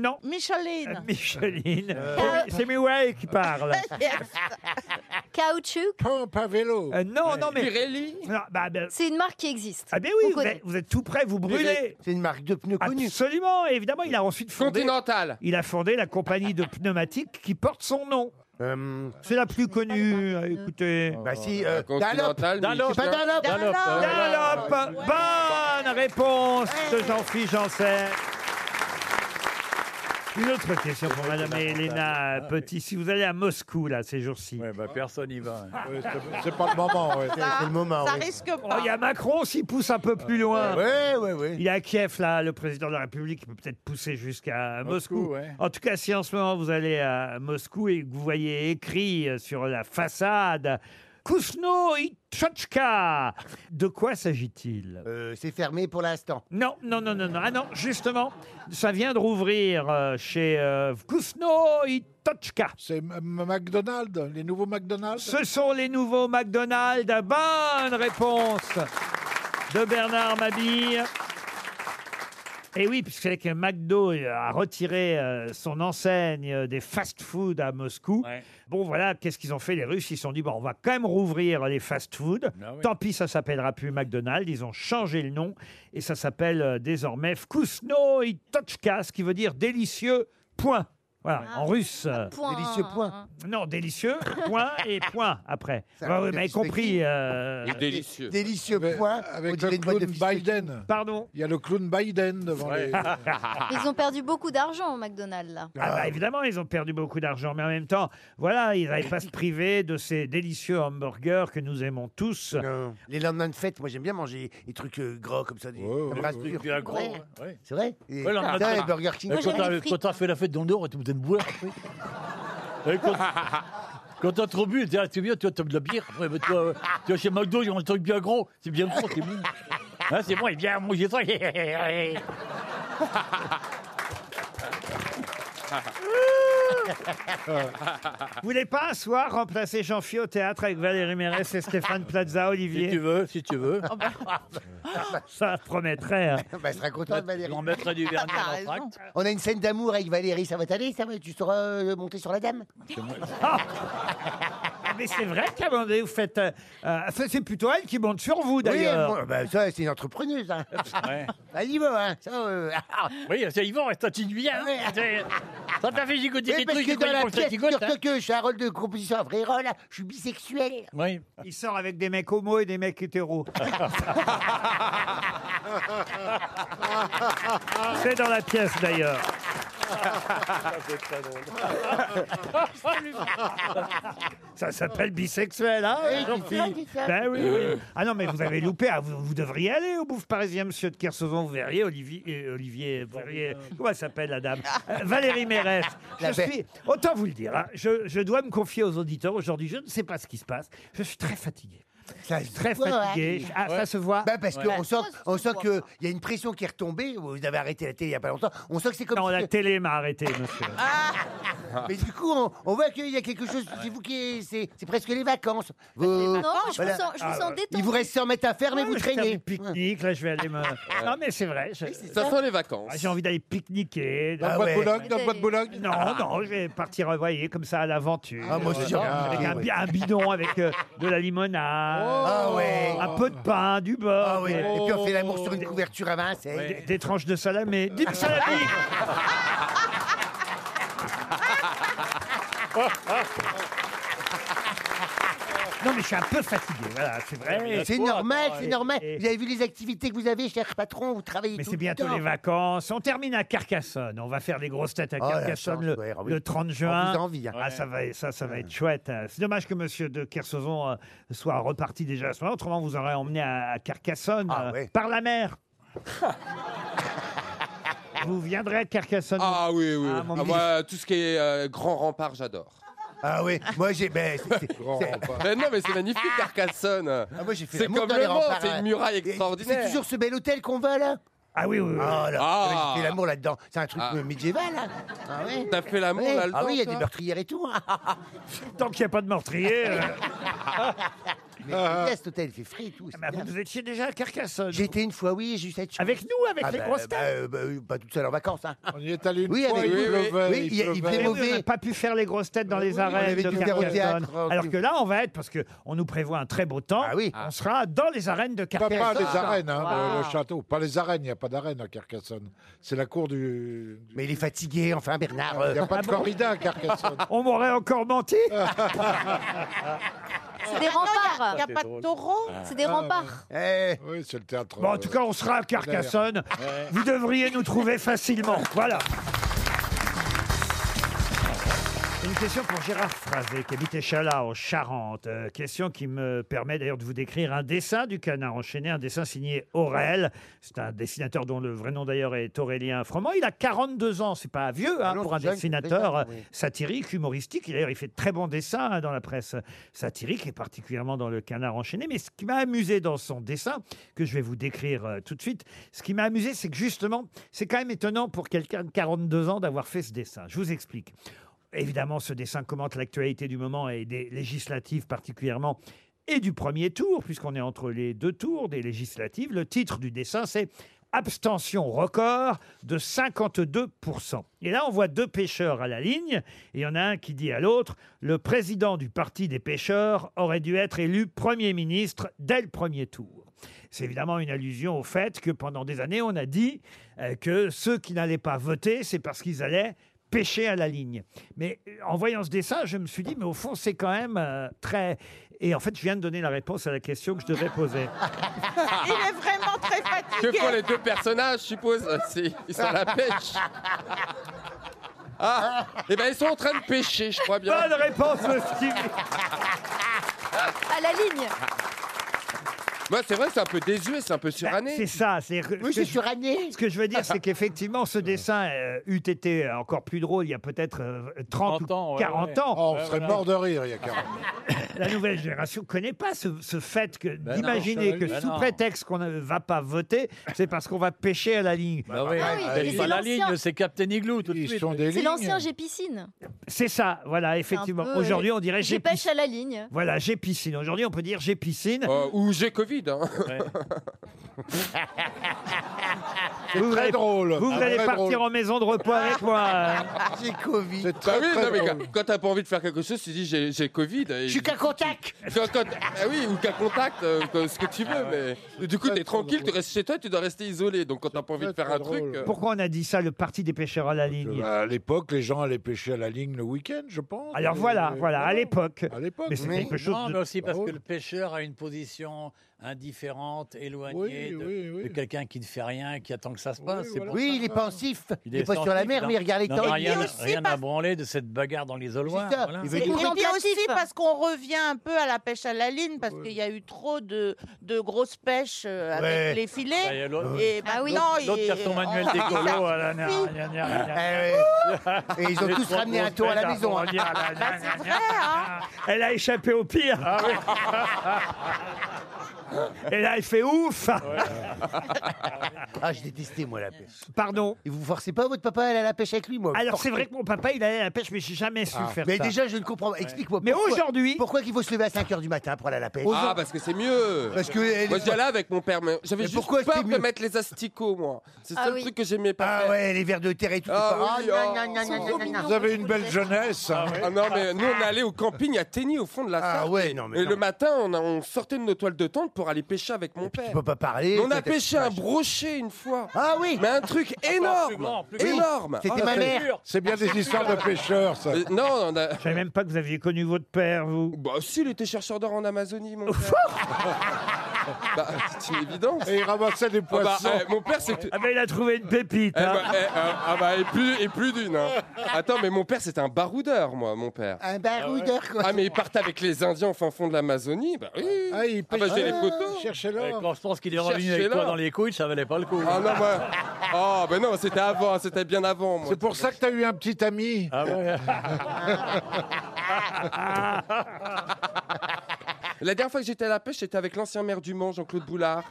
Non.
Micheline.
Micheline. Euh, C'est Mireille qui parle.
Caoutchouc
Pompe à vélo.
Euh, non, non, mais.
Pirelli
Non, bah, ben-
C'est une marque qui existe.
Ah ben oui,
On
vous
connaît.
êtes, vous êtes tout prêt, vous brûlez.
C'est une marque de pneus
connue. Absolument, et évidemment, il a ensuite fondé.
Continental.
Il a fondé la compagnie de pneumatiques qui porte son nom. C'est la plus connue, euh, écoutez.
Euh, Bah si, euh, Dunlop.
Continental,
Dunlop, C'est pas hein. Michelin. Dunlop. Dunlop.
Dunlop. Bonne réponse de Jean-Philippe Janssen. Une autre question pour Madame Elena Petit. Si vous allez à Moscou, là, ces jours-ci.
bah,
Personne n'y va.
C'est pas le moment, ouais.
Ça risque
Oh,
pas.
il y a Macron s'il pousse un peu plus loin.
Ouais, ouais, ouais.
Il est à Kiev, là, le président de la République peut peut-être pousser jusqu'à Moscou.
Moscou, ouais.
En tout cas, si en ce moment vous allez à Moscou et que vous voyez écrit euh, sur la façade Kousno Itchochka, de quoi s'agit-il
Euh, C'est fermé pour l'instant.
Non, non, non, non, non. Ah non, justement, ça vient de rouvrir euh, chez euh, Kousno Itochka.
C'est M- M- McDonald's, les nouveaux McDonald's.
Ce sont les nouveaux McDonald's. Bonne réponse de Bernard Mabille. Et Eh oui, puisque c'est que McDo a retiré euh, son enseigne euh, des fast-food à Moscou. Bon, voilà, qu'est-ce qu'ils ont fait les Russes Ils se sont dit, bon, on va quand même rouvrir les fast-food.
Ah oui.
Tant pis, ça s'appellera plus McDonald's. Ils ont changé le nom et ça s'appelle euh, désormais Vkusno Itochka, ce qui veut dire délicieux, point. Voilà, en russe. euh,
point. Délicieux point.
Non, délicieux, point et point après.
Ça
Bah oui,
va,
vous m'avez
délicieux qui
compris. euh,
Délicieux point. Avec le clown Biden.
Pardon.
Il y a le clown Biden devant
Ouais.
les.
Ils ont perdu beaucoup d'argent au McDonald's, là.
Ah bah évidemment, ils ont perdu beaucoup d'argent, mais en même temps, voilà, ils n'avaient pas se priver de ces délicieux hamburgers que nous aimons tous.
Les lendemains de fête, moi j'aime bien manger des trucs euh, gras comme ça, des la brasse
ouais,
dure.
bien gros,
Ouais.
ouais.
C'est vrai Et-
Ouais, là, on a-
Putain, les Burger King.
Et Quand t'as- quand t'as fait la fête dans le Nord, tu peut-être boire. Et Quand quand t'as trop bu, t'es- tu viens, tu as de la bière. Ouais, mais toi, euh, tu vas chez McDo, ils ont un truc bien gros. C'est bien gros, c'est bon. Hein, c'est bon, il vient manger ça.
Vous voulez pas un soir remplacer jean phil au théâtre avec Valérie Mérès et Stéphane Plaza, Olivier
Si tu veux, si tu veux.
Ça promettrait. hein.
Bah, elle sera contente, Valérie.
On mettra du vernis
Ah,
en
raison.
entracte.
On a une scène d'amour avec Valérie, ça va t'aller ça va Tu sauras euh, monter sur la dame
Ah, mais c'est vrai qu'à un moment donné, vous faites. euh, euh, enfin, c'est plutôt elle qui monte sur vous, d'ailleurs.
Oui, elle- bah, ça, c'est une entrepreneuse. Hein.
Ouais.
Bah, y va, hein. Ça, euh,
Oui, c'est Yvan, ça t'induit bien. hein. C'est- Ça t'a fait gigoter
Oui,
des
parce
trucs,
que dans la
comme ça,
pièce,
tu goûtes,
surtout
hein.
que je suis un rôle de composition à vrai rôle, je suis bisexuel.
Oui.
Il sort avec des mecs homo et des mecs hétéros. c'est dans la pièce, d'ailleurs. Ça s'appelle bisexuel, hein
Oui,
Jean-Philippe
c'est ça, c'est ça.
Ben oui, oui. Ah non, mais vous avez loupé. Ah, vous, vous devriez aller au Bouffe Parisien, monsieur de Kersauzon. Vous verriez Olivier... euh, Olivier vous verriez- comment elle s'appelle, la dame Euh, Valérie Mérès. Je
La belle.
suis... Autant vous le dire, hein, je, je dois me confier aux auditeurs aujourd'hui. Je ne sais pas ce qui se passe. Je suis très fatigué.
Ça se
Très
voit,
fatigué.
hein.
Ah, ça se voit
Bah, parce
Ouais.
qu'on sent, on sent qu'il y a une pression qui est retombée. Vous avez arrêté la télé il n'y a pas longtemps. On sent que c'est comme.
Non,
si-
la télé m'a arrêté, monsieur.
Ah, Mais du coup, on, on voit qu'il y a quelque chose. C'est vous qui. C'est c'est presque les vacances. Vous-
Non, je
Voilà.
vous sens, je vous sens détendue.
Il vous reste 100 mètres à faire, mais
Ouais,
vous
je vais faire
traînez.
du pique-nique, là, je vais aller me... Non, mais c'est vrai. je-
Ça sent les
Ah,
vacances.
J'ai envie d'aller pique-niquer.
Ah
Dans le bois de Boulogne, dans le bois de Boulogne.
Non, non, je vais partir, vous voyez, comme ça à l'aventure.
Ah, moi, c'est
Voilà.
ça.
Avec un, bi- un bidon avec euh, de la limonade,
Ah ouais.
un peu de pain, du beurre,
Ah ouais.
des-
Et puis on fait l'amour sur une couverture à Vincennes.
des, des tranches de salamé. Dites salami Non, mais je suis un peu fatigué, voilà, c'est vrai.
C'est normal, c'est
Et-
normal.
et-
Vous avez vu les activités que vous avez, cher patron, vous travaillez
Mais
tout
c'est
le
bientôt
temps.
les vacances. On termine à Carcassonne. On va faire les grosses têtes à
Oh, la
Carcassonne
chance,
le,
ouais, ah oui.
le 30
On
juin.
vous a envie, hein.
Ah, ça va, ça, ça va être chouette. hein. C'est dommage que Monsieur de Kersauzon euh, soit reparti déjà à ce moment. Autrement, vous aurez emmené à, à Carcassonne
Ah,
euh,
ouais.
par la mer. vous viendrez à Carcassonne.
Ah oui, oui.
Ah, mon
Ah, moi, tout ce qui est euh, grand rempart, j'adore.
Ah oui, moi j'ai. ben, c'est- c'est- c'est-
Mais non, mais c'est magnifique, Carcassonne.
Ah, moi, j'ai fait
C'est
l'amour
comme
dans
le
les
Mans,
remparts,
c'est une
hein.
muraille
Et
extraordinaire.
C'est toujours ce bel hôtel qu'on va là
Ah oui, oui, oui.
Ah là,
Ah.
j'ai fait l'amour là-dedans. C'est un truc
Ah.
euh, médiéval. hein. Ah ouais.
T'as fait l'amour
Ouais.
là-dedans,
Ah oui, il y a
toi
des meurtrières et tout. hein.
Tant qu'il n'y a pas de meurtrier. euh,
Mais c'est bien, cet hôtel, il fait frais et tout. c'est
bah,
bien.
vous, vous étiez déjà à Carcassonne.
J'étais une fois, oui, j'ai eu cette chance.
Avec nous, avec
Ah
les
bah,
grosses
bah,
têtes.
euh, bah, euh, pas toute seule en vacances. hein.
On y est allé une
Oui,
fois,
avec-
il
oui, oui.
pleuvait,
Oui, il y a-
pleuvait.
il faisait
Mais oui, on
mauvais.
n'a pas pu faire les grosses têtes dans les
oui, on
arènes
avait
de
dû faire au
Carcassonne.
théâtre, euh,
Alors
oui.
que là, on va être, parce qu'on nous prévoit un très beau temps,
Ah oui.
on sera dans les arènes de
Pas, pas
Carcassonne.
les arènes, hein,
Waouh.
le, le château. Pas les arènes, il n'y a pas d'arène à Carcassonne. C'est la cour du. du-
Mais il est fatigué, enfin, Bernard.
Il n'y
euh,
a pas de corrida à Carcassonne.
Ah On m'aurait encore menti
C'est des
Il n'y
remparts.
a pas de taureau
Ah.
C'est des remparts.
eh,
Oui, c'est le théâtre.
Bon, en tout
euh,
cas, on sera à Carcassonne. Vous devriez nous trouver facilement. Voilà. Une question pour Gérard Frazé, qui habite Échalas, en Charente. Euh, question qui me permet d'ailleurs de vous décrire un dessin du canard enchaîné, un dessin signé Aurel. C'est un dessinateur dont le vrai nom d'ailleurs est Aurélien Froment. Il a 42 ans, c'est pas vieux hein,
Ah non,
pour un
c'est jeune,
dessinateur euh,
c'est jeune, oui.
satirique, humoristique. Et D'ailleurs, il fait de très bons dessins hein, dans la presse satirique et particulièrement dans le canard enchaîné. Mais ce qui m'a amusé dans son dessin, que je vais vous décrire euh, tout de suite, ce qui m'a amusé, c'est que justement, c'est quand même étonnant pour quelqu'un de 42 ans d'avoir fait ce dessin. Je vous explique. Évidemment, ce dessin commente l'actualité du moment et des législatives particulièrement et du premier tour, puisqu'on est entre les deux tours des législatives. Le titre du dessin, c'est Abstention record de 52%. Et là, on voit deux pêcheurs à la ligne, et il y en a un qui dit à l'autre, le président du Parti des pêcheurs aurait dû être élu Premier ministre dès le premier tour. C'est évidemment une allusion au fait que pendant des années, on a dit euh, que ceux qui n'allaient pas voter, c'est parce qu'ils allaient pêcher à la ligne. Mais euh, en voyant ce dessin, je me suis dit, mais au fond, c'est quand même euh, très... Et en fait, je viens de donner la réponse à la question que je devais poser.
Il est vraiment très
Ah. Que
fatigué.
font les deux personnages, je suppose Ah, si Ils sont à la pêche. Ah, et ben ils sont en train de pêcher, je crois bien.
Bonne réponse, Stevie.
À la ligne.
Moi, c'est vrai, que c'est un peu désuet, c'est un peu
Bah,
suranné.
C'est ça, c'est.
Oui, c'est
suranné. Ce que je veux dire, c'est qu'effectivement, ce dessin euh, eût été encore plus drôle il y a peut-être euh, 30 ou
30 ans, ouais,
40
ouais.
ans.
Oh, on Ouais, serait voilà. mort de rire il y a 40 ans.
La nouvelle génération ne connaît pas ce, ce fait que
non,
d'imaginer
Chevalier.
que
Bah
sous
non.
prétexte qu'on ne va pas voter, c'est parce qu'on va pêcher à la ligne.
Bah oui, Ah oui, elle mais est c'est pas à la l'ancien. ligne, c'est
Captain Igloo tout de
C'est l'ancien J'ai piscine.
C'est ça, voilà, effectivement.
C'est un peu,
Aujourd'hui, on
euh,
dirait
J'ai
j'ai
pêche à la ligne.
Voilà, j'ai piscine. Aujourd'hui, on peut dire j'ai piscine.
Euh, ou j'ai Covid. hein.
Vous
très
allez-
drôle.
Vous, vous
Ah,
allez
très
partir
drôle.
en maison de repos avec moi. hein.
J'ai Covid.
Bah oui, non, mais quand, quand t'as pas envie de faire quelque chose, tu dis j'ai, j'ai Covid. Je suis
qu'à contact.
ah oui, ou qu'à contact, euh, que- ce que tu veux.
Ah
Mais du coup, t'es tranquille, tu restes chez toi, tu dois rester isolé. Donc quand t'as pas envie de faire un truc. euh,
Pourquoi on a dit ça, le parti des pêcheurs à la ligne
À l'époque, les gens allaient pêcher à la ligne le week-end, je pense.
Alors voilà,
Et-
voilà, à l'époque.
À l'époque.
Mais c'est quelque chose
non,
de-
mais aussi
Bah
Ah
parce
oui.
que le pêcheur a une position indifférente, éloignée
Oui,
de,
oui, oui.
de quelqu'un qui ne fait rien, qui attend que ça se passe. c'est
voilà.
pour
Oui,
ça
il est
que- Ah,
pensif. Il est pas sur la
pensif,
mer,
non.
mais il regarde les
Non,
temps.
Rien,
Il est aussi
rien à
parce-
branler de cette bagarre dans l'isoloir.
C'est ça.
voilà.
Il
Et puis aussi parce qu'on revient un peu à la pêche à la ligne, parce qu'il y a eu trop de, de grosses pêches euh, avec
Ouais.
les filets.
Bah, il y a l'autre-
et
Ah oui.
maintenant,
L'autre
il-
carton manuel
on- ça
d'Écolo, là, là,
suffit.
là, là, là, là.
Eh Et ils ont
Les
tous
trois
ramené un
grosses
tour à la
bêtes
maison, hein.
brandir,
Ah,
là, là,
Bah,
là,
c'est
là, Ah
vrai,
là.
hein.
Elle a échappé au pire.
Ah
Et là, elle fait ouf.
hein. Ah, je détestais, moi, la pêche.
Pardon
Et vous forcez pas votre papa à aller à la pêche avec lui, moi
Alors c'est vrai que mon papa, il allait à la pêche, mais j'ai jamais su
Ah.
faire
Mais
ça.
déjà, je ne comprends pas. Explique-moi.
Mais
pourquoi-
aujourd'hui-
Pourquoi qu'il faut se lever à 5 h du matin pour aller à la pêche
Ah, parce que c'est mieux.
Parce que elle
moi,
est-
j'allais avec mon père, mais j'avais
Mais
juste
pourquoi
peur
c'est
de
mieux
mettre les asticots, moi. C'est le
Ah
seul
oui.
truc que j'aimais pas.
Ah ouais, les vers de terre et tout.
Ah
c'est pas-
oui,
Ah,
oh.
nan, nan, nan, nan, nan, nan.
Vous avez une belle jeunesse. hein.
Ah non, mais nous, on allait au camping à Tenny, au fond de la
Ah
Sarthe.
ouais, non, mais
Et
non.
le matin, on, a- on sortait de nos toiles de tente pour aller pêcher avec mon père.
Tu peux pas parler.
on a
toi, t'as-
pêché un brochet une fois.
Ah oui
Mais un truc énorme Énorme
C'était
Ah,
ma
c'est
mère.
sûr.
C'est bien des histoires de pêcheurs, ça.
Euh, non, on a...
Je savais même pas que vous aviez connu votre père, vous.
Bah si, il était chercheur d'or en Amazonie, mon père. bah, c'est une évidence.
Ah. Et ils ramassaient des
Ah bah,
poissons.
eh, mon père, c'est...
Ah ben, il a trouvé une pépite.
Eh
hein.
bah, eh, euh, ah bah, et plus, et plus d'une. hein. Attends, mais mon père, c'était un baroudeur, moi, mon père.
Un baroudeur, quoi.
Ah, mais il partait avec les Indiens au fin fond de l'Amazonie. Bah oui.
Ah, il
Ah bah, j'ai les photos.
Cherchez
Et
l'or.
Eh, Quand je pense qu'il est
Cherchez
revenu avec
là.
toi dans les couilles, ça valait pas le coup.
Ah non, moi. Oh, ben non, c'était avant, c'était bien avant, moi.
C'est pour ça que t'as eu un petit ami.
Ah ouais.
La dernière fois que j'étais à la pêche, j'étais avec l'ancien maire du Mans, Jean-Claude Boulard.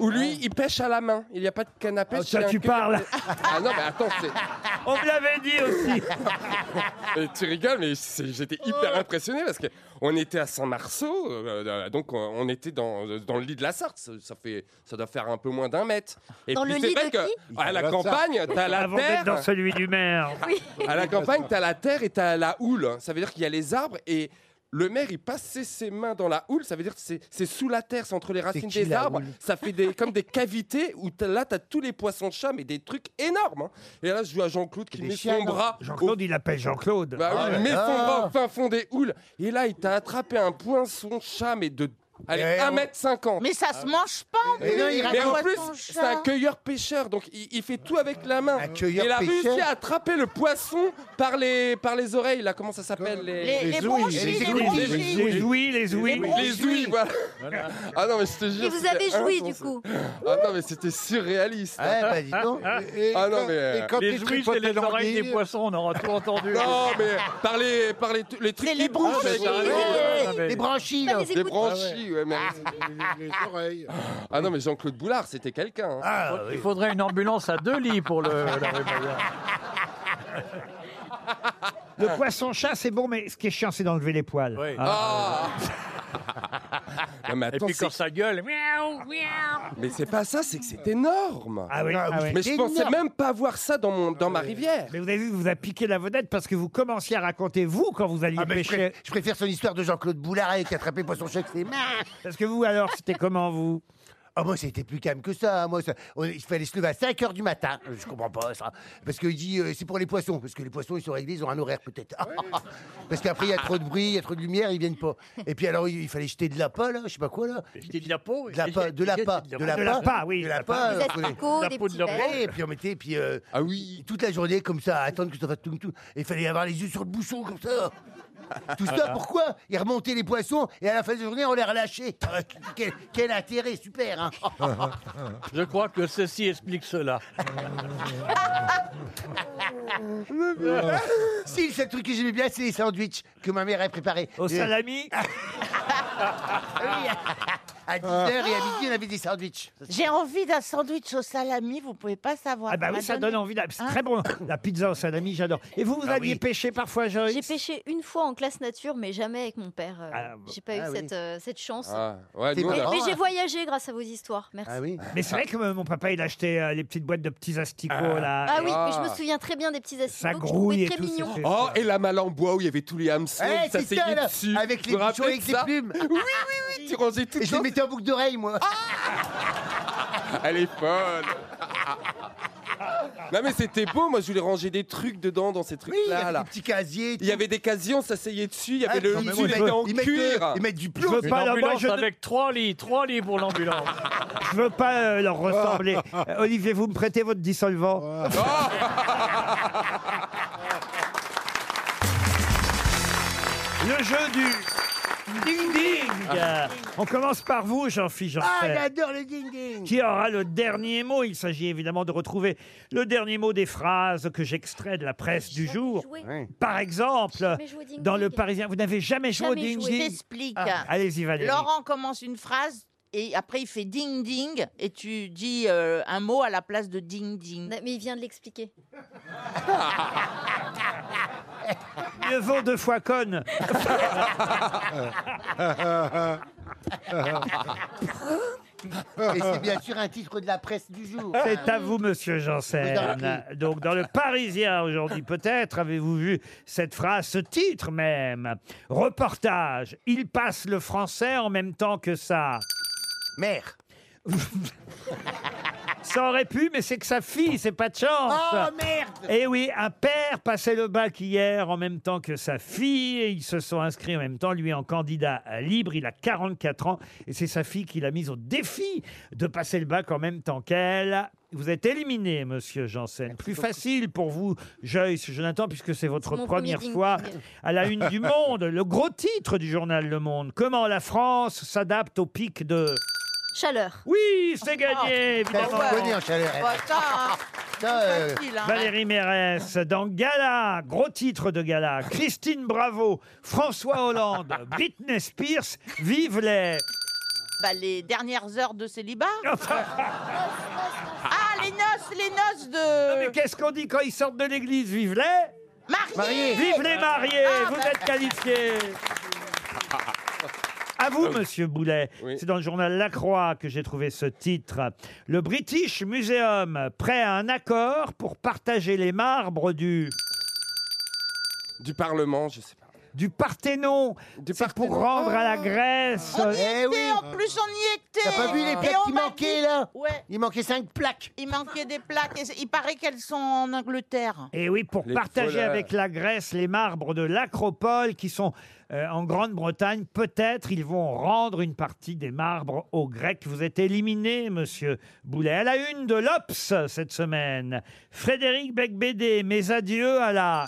où lui, il pêche à la main. Il n'y a pas de canne à pêche.
Oh. ça,
il a un
tu
que-
parles.
Ah non, mais attends, c'est-
On me l'avait dit aussi.
Et Euh, tu rigoles, mais c'est- j'étais
Oh.
hyper impressionné parce que on était à Saint-Marceau, euh, euh, donc on- on était dans, euh, dans le lit de la Sarthe. Ça, ça fait, ça doit faire un peu moins d'un mètre. Et
Dans
puis
le
c'est
lit
vrai
de
que
qui
à la
Dans la
campagne, t'as la
Avant d'être
terre.
dans celui du maire.
À la campagne, t'as la terre et t'as la houle. Ça veut dire qu'il y a les arbres et le maire, il passait ses mains dans la houle. Ça veut dire que c'est c'est sous la terre, c'est entre les racines
qui,
des
la
arbres.
houle
Ça fait des, comme des cavités où t'as- là, t'as tous les poissons de chat, mais des trucs énormes. hein. Et là, je joue à Jean-Claude qui
Des
met
chiens,
son
non
bras.
Jean-Claude, il appelle Jean-Claude.
Bah oui,
Ah
il
ouais.
met son
Ah.
bras au fin fond des houles. Et là, il t'a attrapé un poisson chat, mais de. Allez,
Eh, on-
1m50.
Mais ça se mange pas.
Ah
Mais non, il
Mais en
raconte-
plus,
Poisson
c'est un
chat.
cueilleur-pêcheur, donc il, il fait tout avec la main.
Un cueilleur
il a réussi
pêcheur.
à attraper le poisson par les, par les oreilles, là, comment ça s'appelle
Les,
les...
les,
les ouïes,
bronchies,
les
les
ouïes, les
bronchies.
ouïes.
Les ouïes, les ouïes.
les ouïes, voilà. Ah non, mais je te jure.
Et vous
c'était
avez joui du
insensé.
coup.
Ah non, mais c'était surréaliste.
Ah, bah, dis donc.
Et
Ah non,
quand-
mais, euh,
Et quand
les
ils
jouis, c'est
tripotaient
les oreilles des
l'anguille,
poissons, on aura tout entendu.
Non, mais par les, par les, les Ah, trucs
C'est les
qui bougent,
branchies.
ça,
Ouais,
ouais.
non, mais-
Les
Ah,
branchies,
Pas
là.
les
Les
écoutes.
Ah
branchies, ouais, mais...
les oreilles.
Ah non, mais Jean-Claude Boulard, c'était quelqu'un. hein.
Ah,
Il faudrait une ambulance à deux lits pour le. la rébellion.
Le poisson-chat, c'est bon, mais ce qui est chiant, c'est d'enlever les poils.
Oui.
Ah.
Ah Non, mais
Et
attends,
puis
c'est-
quand ça gueule, miaou, miaou.
mais c'est pas ça, c'est que c'est énorme.
Ah oui, ah oui.
Mais je pensais
Énorme.
même pas voir ça dans, mon, dans ma rivière.
Euh, Mais vous avez vu, vous avez piqué la vedette parce que vous commenciez à raconter, vous, quand vous alliez
Ah, mais je,
pêcher.
préfère, je préfère son histoire de Jean-Claude Boulard avec attraper poisson chat que ses mains.
Parce que vous, alors, c'était comment, vous
Ah, moi, c'était plus calme que ça. hein. Moi, ça- on- il fallait se lever à 5 h du matin. Je comprends pas ça. Parce qu'il dit, euh, c'est pour les poissons. Parce que les poissons, ils sont réglés, ils ont un horaire peut-être. parce qu'après, il y a trop de bruit, il y a trop de lumière, ils viennent pas. Et puis, alors, il il fallait jeter de la l'appât, là, je sais pas quoi, là.
Jeter de l'appât, oui.
De l'appât, de l'appât. De
l'appât.
l'appât, oui. De l'appât.
Des
euh, faut les-
asticots, La des peau de petits l'appât. vers.
Et puis, on mettait, puis. Ah oui. Toute la journée, comme ça, à attendre que ça fasse tout, tout. Et il fallait avoir les yeux sur le bouchon, comme ça. Tout ça, pourquoi Ils remontaient les poissons et à la fin de la journée, on les relâchait. Ah, Quel, quel intérêt, super hein.
Je crois que ceci explique cela.
si, le seul truc que j'aimais bien, c'est les sandwichs que ma mère a préparés. Euh,
Au salami
À
Ah.
10h et à midi, on avait des sandwichs.
Ah. J'ai envie d'un sandwich au salami, vous pouvez pas savoir.
Ah bah oui, ça donne envie. là.
Hein
C'est très bon. La pizza au salami, j'adore. Et vous,
Ah
vous aviez pêché parfois, Joyce
J'ai pêché une fois en classe nature, mais jamais avec mon père. euh, j'ai pas
ah
eu
oui.
cette, euh, cette chance.
Ah, ouais,
mais
nous, on a-
mais j'ai voyagé grâce à vos histoires, merci. Ah,
Mais c'est vrai que euh, mon papa, il achetait euh, les petites boîtes de petits asticots,
Ah.
là.
Ah oui, mais je me souviens très bien des petits asticots
Ah, Ça
que je trouvais
grouille et
très
tout,
mignons.
c'est-
Oh, et la malle en bois où il y avait tous les hameçons,
Eh,
ça
c'est
s'est
ça, là,
dessus.
avec les
Vous vous
bouchons,
rappelez
avec
de
les
ça
plumes.
Oui, oui, oui, tu rangeais tout Ah
Et je les mettais en boucle d'oreille, moi.
Elle est folle. Non mais c'était beau, moi je voulais ranger des trucs dedans dans ces trucs-là.
il y avait
là.
des petits casiers.
Il y avait des casiers, on s'asseyait dessus, il y avait
Ah,
le
non, mais
lit,
moi,
il
je
était
veux-
en
ils mettent
cuir.
de- ils mettent du
Je veux
Une
pas, là, moi,
ambulance
je-
avec trois lits, trois lits pour l'ambulance.
Je veux pas euh, leur ressembler. Euh, Olivier, vous me prêtez votre dissolvant Le jeu du ding-ding On commence par vous, Jean-Philippe
Ah,
Janssen.
j'adore le ding-ding.
Qui aura le dernier mot Il s'agit évidemment de retrouver le dernier mot des phrases que j'extrais de la presse du jour. Par exemple,
Jamais joué au ding-ding.
dans Le Parisien, vous n'avez jamais joué au
Je
ding-ding
t'explique.
Ah, Allez-y, Valérie.
Laurent commence une phrase et après il fait ding ding et tu dis euh, un mot à la place de ding ding.
Mais il vient de l'expliquer.
Mieux vaut deux fois conne.
Et c'est bien sûr un titre de la presse du jour.
C'est à vous, monsieur
Je vous en
Janssen. Donc, dans le Parisien aujourd'hui, peut-être avez-vous vu cette phrase, ce titre même. Reportage. Il passe le français en même temps que ça.
Mère.
ça aurait pu, mais c'est que sa fille, c'est pas de chance.
Oh, merde
Eh oui, un père passait le bac hier en même temps que sa fille. Et ils se sont inscrits en même temps, lui en candidat à libre. Il a 44 ans et c'est sa fille qui l'a mise au défi de passer le bac en même temps qu'elle. Vous êtes éliminé, monsieur Janssen. Plus facile pour vous, Joyce Jonathan, puisque c'est votre
C'est mon
première
premier
fois
ding-ding.
à la une du Monde. Le gros titre du journal Le Monde. Comment la France s'adapte au pic de...
Chaleur.
Oui, c'est
Oh,
gagné,
bah
évidemment.
hein.
euh,
hein.
Ah,
Valérie Mérès dans Gala, gros titre de Gala. Christine Bravo, François Hollande, Britney Spears, vive les.
Bah, les dernières heures de célibat. ah les noces, les noces de.
Mais qu'est-ce qu'on dit quand ils sortent de l'église Vive les.
Mariés.
Vive les mariés
Ah,
eh, Vous
bah.
êtes qualifiés À
Ah
vous, monsieur Boulet. C'est dans le journal La Croix que j'ai trouvé ce titre. Le British Museum, prêt à un accord pour partager les marbres du.
Du Parlement, je sais pas.
Du Parthénon, c'est pour rendre à la Grèce.
Ah.
Eh
On y était, en plus on y était.
Eh T'as pas vu les
Et
plaques
on
qui
m'a
manquaient,
dit-
là
Ouais.
Il manquait cinq plaques.
Il manquait des plaques. et il paraît qu'elles sont en Angleterre.
Et oui, pour
Les
partager
voleurs.
avec la Grèce les marbres de l'Acropole qui sont euh, en Grande-Bretagne, peut-être ils vont rendre une partie des marbres aux Grecs. Vous êtes éliminé, monsieur Boulet. À la une de l'Obs cette semaine, Frédéric Becbédé, mes adieux à la...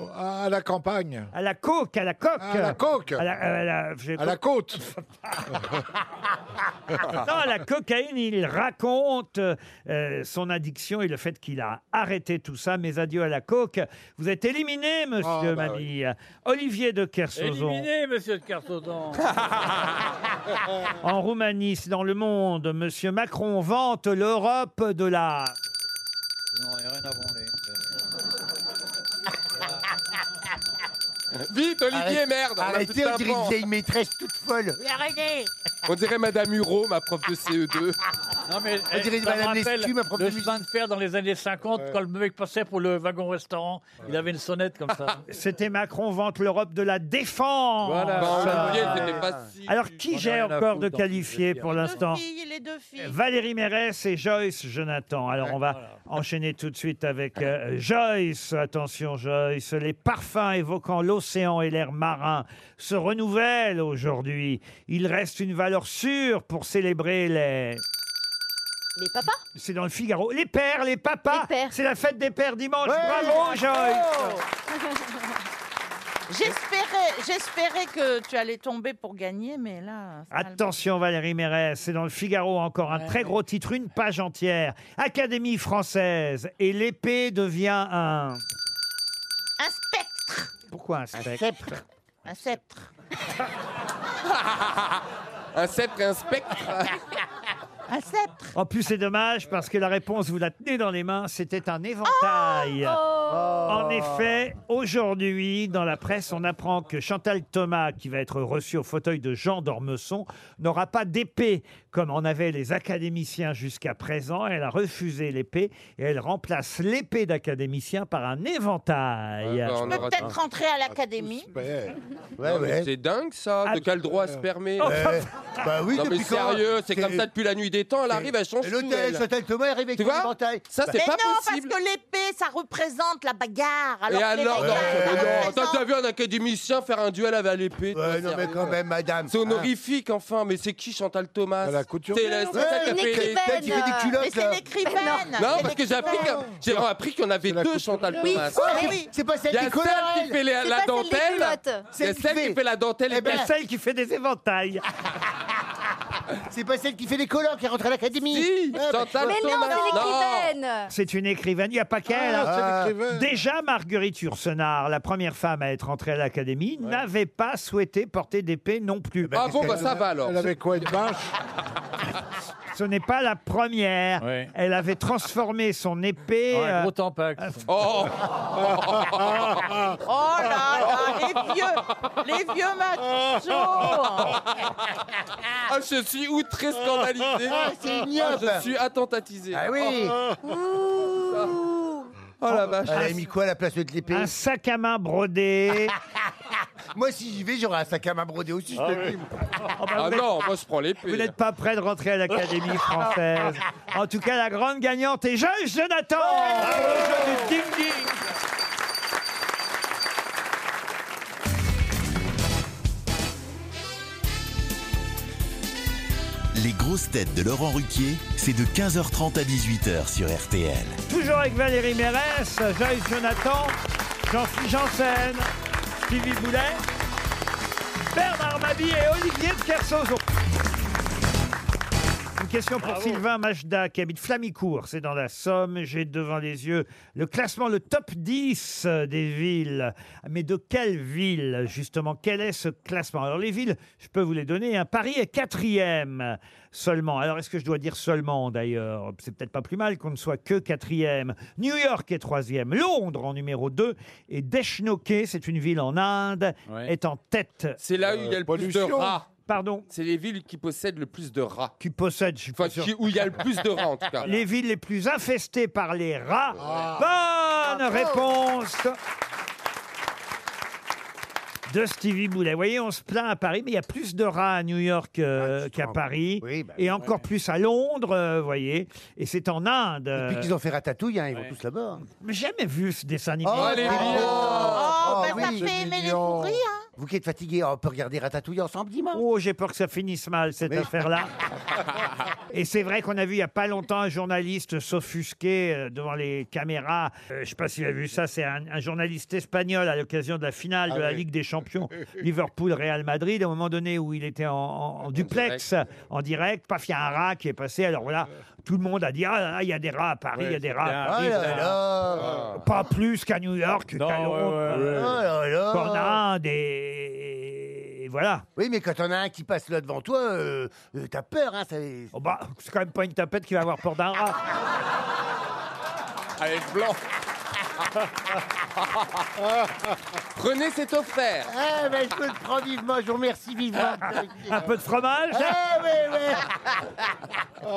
Oh, À la campagne.
À la coque, à la coque.
À la coque.
À la, euh, à la- j'ai-
À la côte.
Non, à la cocaïne, il raconte euh, son addiction et le fait qu'il a arrêté tout ça. Mes adieux à la coke. Vous êtes éliminé, monsieur
Ah, bah
Mabille. Olivier de Kersauzon.
Éliminé, monsieur de Carsaudan.
En Roumanie, c'est dans le monde. Monsieur Macron vante l'Europe de la.
Non, il n'y a rien à branler.
Vite, Olivier,
Arrête-
merde on a plus
Arrêtez,
de
on dirait une
tympan.
vieille maîtresse toute folle.
Arrêtez
On dirait Madame Hureau, ma prof de E CE2.
Non, mais
On
eh,
dirait
ça me
Madame
rappelle
Lescu, ma prof de
le
musique.
chemin de fer dans les années 50,
Ouais.
quand le mec passait pour le wagon-restaurant, il avait une sonnette comme ça.
C'était Macron vante l'Europe de la défense.
Voilà. Bah, on le
c'était pas si.
Alors, qui j'ai encore de qualifié pour l'instant
Filles, les deux filles.
Valérie Mérès et Joyce Jonathan. Alors, on va enchaîner tout de suite avec euh, Joyce. Attention, Joyce. Les parfums évoquant l'océan et l'air marin se renouvellent aujourd'hui. Il reste une valeur sûre pour célébrer les.
Les papas
C'est dans le Figaro. Les pères, les papas. C'est la fête des pères dimanche.
Ouais.
Bravo, Joyce.
J'espérais, j'espérais que tu allais tomber pour gagner, mais là.
Attention Valérie Mérès, c'est dans le Figaro encore un très gros titre, une page entière. Académie française et l'épée devient un...
Un spectre.
Pourquoi un spectre
Un sceptre.
Un sceptre et un spectre.
un sceptre.
En plus c'est dommage parce que la réponse, vous la tenez dans les mains, c'était un éventail.
Oh
En effet, aujourd'hui, dans la presse, on apprend que Chantal Thomas, qui va être reçue au fauteuil de Jean d'Ormesson, n'aura pas d'épée comme en avaient les académiciens jusqu'à présent. Elle a refusé l'épée et elle remplace l'épée d'académicien par un éventail.
Ah bah, on
Je peux peut-être rentrer à l'académie.
Non, mais C'est dingue ça, de quel droit se permet euh,
Ouais. Euh, Bah oui,
non, mais
depuis quand
sérieux, c'est
C'est-
comme ça depuis la nuit des temps, elle arrive, elle change tout.
L'hôtel,
elle.
Chantal Thomas, elle arrive avec
Tu
son
vois
éventail.
Ça, c'est
mais
pas
non,
possible.
parce que l'épée, ça représente la bagarre. Alors que
Et
bah,
alors, non,
l'éventail, ça
mais non,
représente-
t'as t'as vu un académicien faire un duel avec l'épée toi,
Ouais, non, mais
sérieux.
quand même, madame. hein.
C'est honorifique, enfin, mais c'est qui Chantal Thomas
La couture.
C'est la- c'est
Ouais,
ça qui a
une
fait les-
écrivaine. Peut-être qu'il fait des culottes,
Mais c'est
là.
l'écrivaine.
Non,
c'est
parce que j'ai appris
l'écrivaine.
qu'il y a- j'ai appris qu'il y en avait deux Chantal
Oui,
Thomas.
ah
Ah,
oui.
C'est pas
Il
celle
y a
des
celle
couleurs.
qui fait les-
C'est pas
la
celle des
dentelle.
culottes.
Il y a
Celle qui
celle qui
fait-
fait la dentelle
Eh
et
ben,
C'est celle qui fait des éventails.
C'est pas celle qui fait les couleurs qui rentre à l'académie.
Si,
Ouais, bah,
Chantal
Mais non,
Thomas.
c'est l'écrivaine
C'est une écrivaine, il n'y a pas qu'elle. hein.
Ah, c'est
Euh,
l'écrivain.
Déjà, Marguerite Ursenard, la première femme à être entrée à l'académie, n'avait pas souhaité porter d'épée non plus.
Ah bon, bah ça va alors.
Elle avait quoi une bâche
Ce n'est pas la première.
Ouais.
Elle avait transformé son épée.
Ouais,
euh,
gros tampax.
Oh,
Oh là là, les vieux, les vieux machos.
ah, je suis outré scandalisé.
Ah, c'est ignoble.
Ah, je suis attentatisé.
Ah oui.
Oh la vache.
Elle a mis quoi à la place de l'épée
un sac à main brodé.
Moi, si j'y vais, j'aurai un sac à main brodé aussi, je te le dis.
Oh, bah,
Ah
vous n'êtes-
non, moi je prends l'épée.
vous n'êtes pas prêt de rentrer à l'Académie française. En tout cas, la grande gagnante est Joyce Jonathan. Bravo, Joyce du Ding Ding.
Les grosses têtes de Laurent Ruquier, c'est de 15h30 à 18h sur RTL.
Toujours avec Valérie Mérès, Joyce Jonathan, Jean-Philippe Janssen, Stevie Boulet, Bernard Mabie et Olivier de Kersozo. Une question pour Sylvain Majda qui habite Flamicourt, c'est dans la Somme. J'ai devant les yeux le classement, le top 10 des villes. Mais de quelle ville, justement Quel est ce classement Alors, les villes, je peux vous les donner. hein. Paris est quatrième seulement. Alors, est-ce que je dois dire seulement d'ailleurs C'est peut-être pas plus mal qu'on ne soit que quatrième. New York est troisième. Londres en numéro 2. Et Deshnoké, c'est une ville en Inde,
Ouais.
est en tête. euh,
C'est là
Euh,
où il y a le plus de
pollution.
rats.
Pardon
C'est les villes qui possèdent le plus de rats.
qui possède, je suis pas
Enfin,
sûr.
qui- où il y a le plus de rats en tout cas. Ah.
Les villes les plus infestées par les rats. Bonne réponse de Stevie Boulet. Vous voyez, on se plaint à Paris, mais il y a plus de rats à New York euh,
Ah, tu te
qu'à
rends
Paris.
compte. Oui, bah
et encore plus à Londres, euh, vous voyez. Et c'est en Inde. euh,
Depuis qu'ils ont fait Ratatouille, hein, ils vont tous là-bas.
Mais j'ai jamais vu ce dessin animé.
Oh, les
Oh,
Oh,
bah,
ben ça
oui,
fait
c'est
aimer les
mignon.
souris, hein.
Vous qui êtes fatigués, on peut regarder Ratatouille ensemble dimanche.
Oh, j'ai peur que ça finisse mal, cette affaire-là. Et c'est vrai qu'on a vu il n'y a pas longtemps un journaliste s'offusquer euh, devant les caméras. Euh, je ne sais pas s'il a vu ça, c'est un, un journaliste espagnol à l'occasion de la finale de la Ligue des Champions Liverpool-Real Madrid, au moment donné où il était en, en- en duplex, en direct, paf, il y a un rat qui est passé. Alors voilà, tout le monde a dit, ah là là, il y a des rats à Paris, il y a des rats. Ah, à
Oh
Paris.
Ah
là là
Pas plus qu'à New York,
Non,
qu'à Londres, Ah
ouais,
Oh
ouais, ouais.
là
qu'en
là
Inde, et- et voilà.
Oui, mais quand on a un qui passe là devant toi, euh, euh, t'as peur, hein ça...
Oh bah, c'est quand même pas une tapette qui va avoir peur d'un rat.
Avec blanc. Prenez cet offert.
Eh ben, je peux le prendre vivement, je vous remercie vivement.
Un peu de fromage
Eh oui,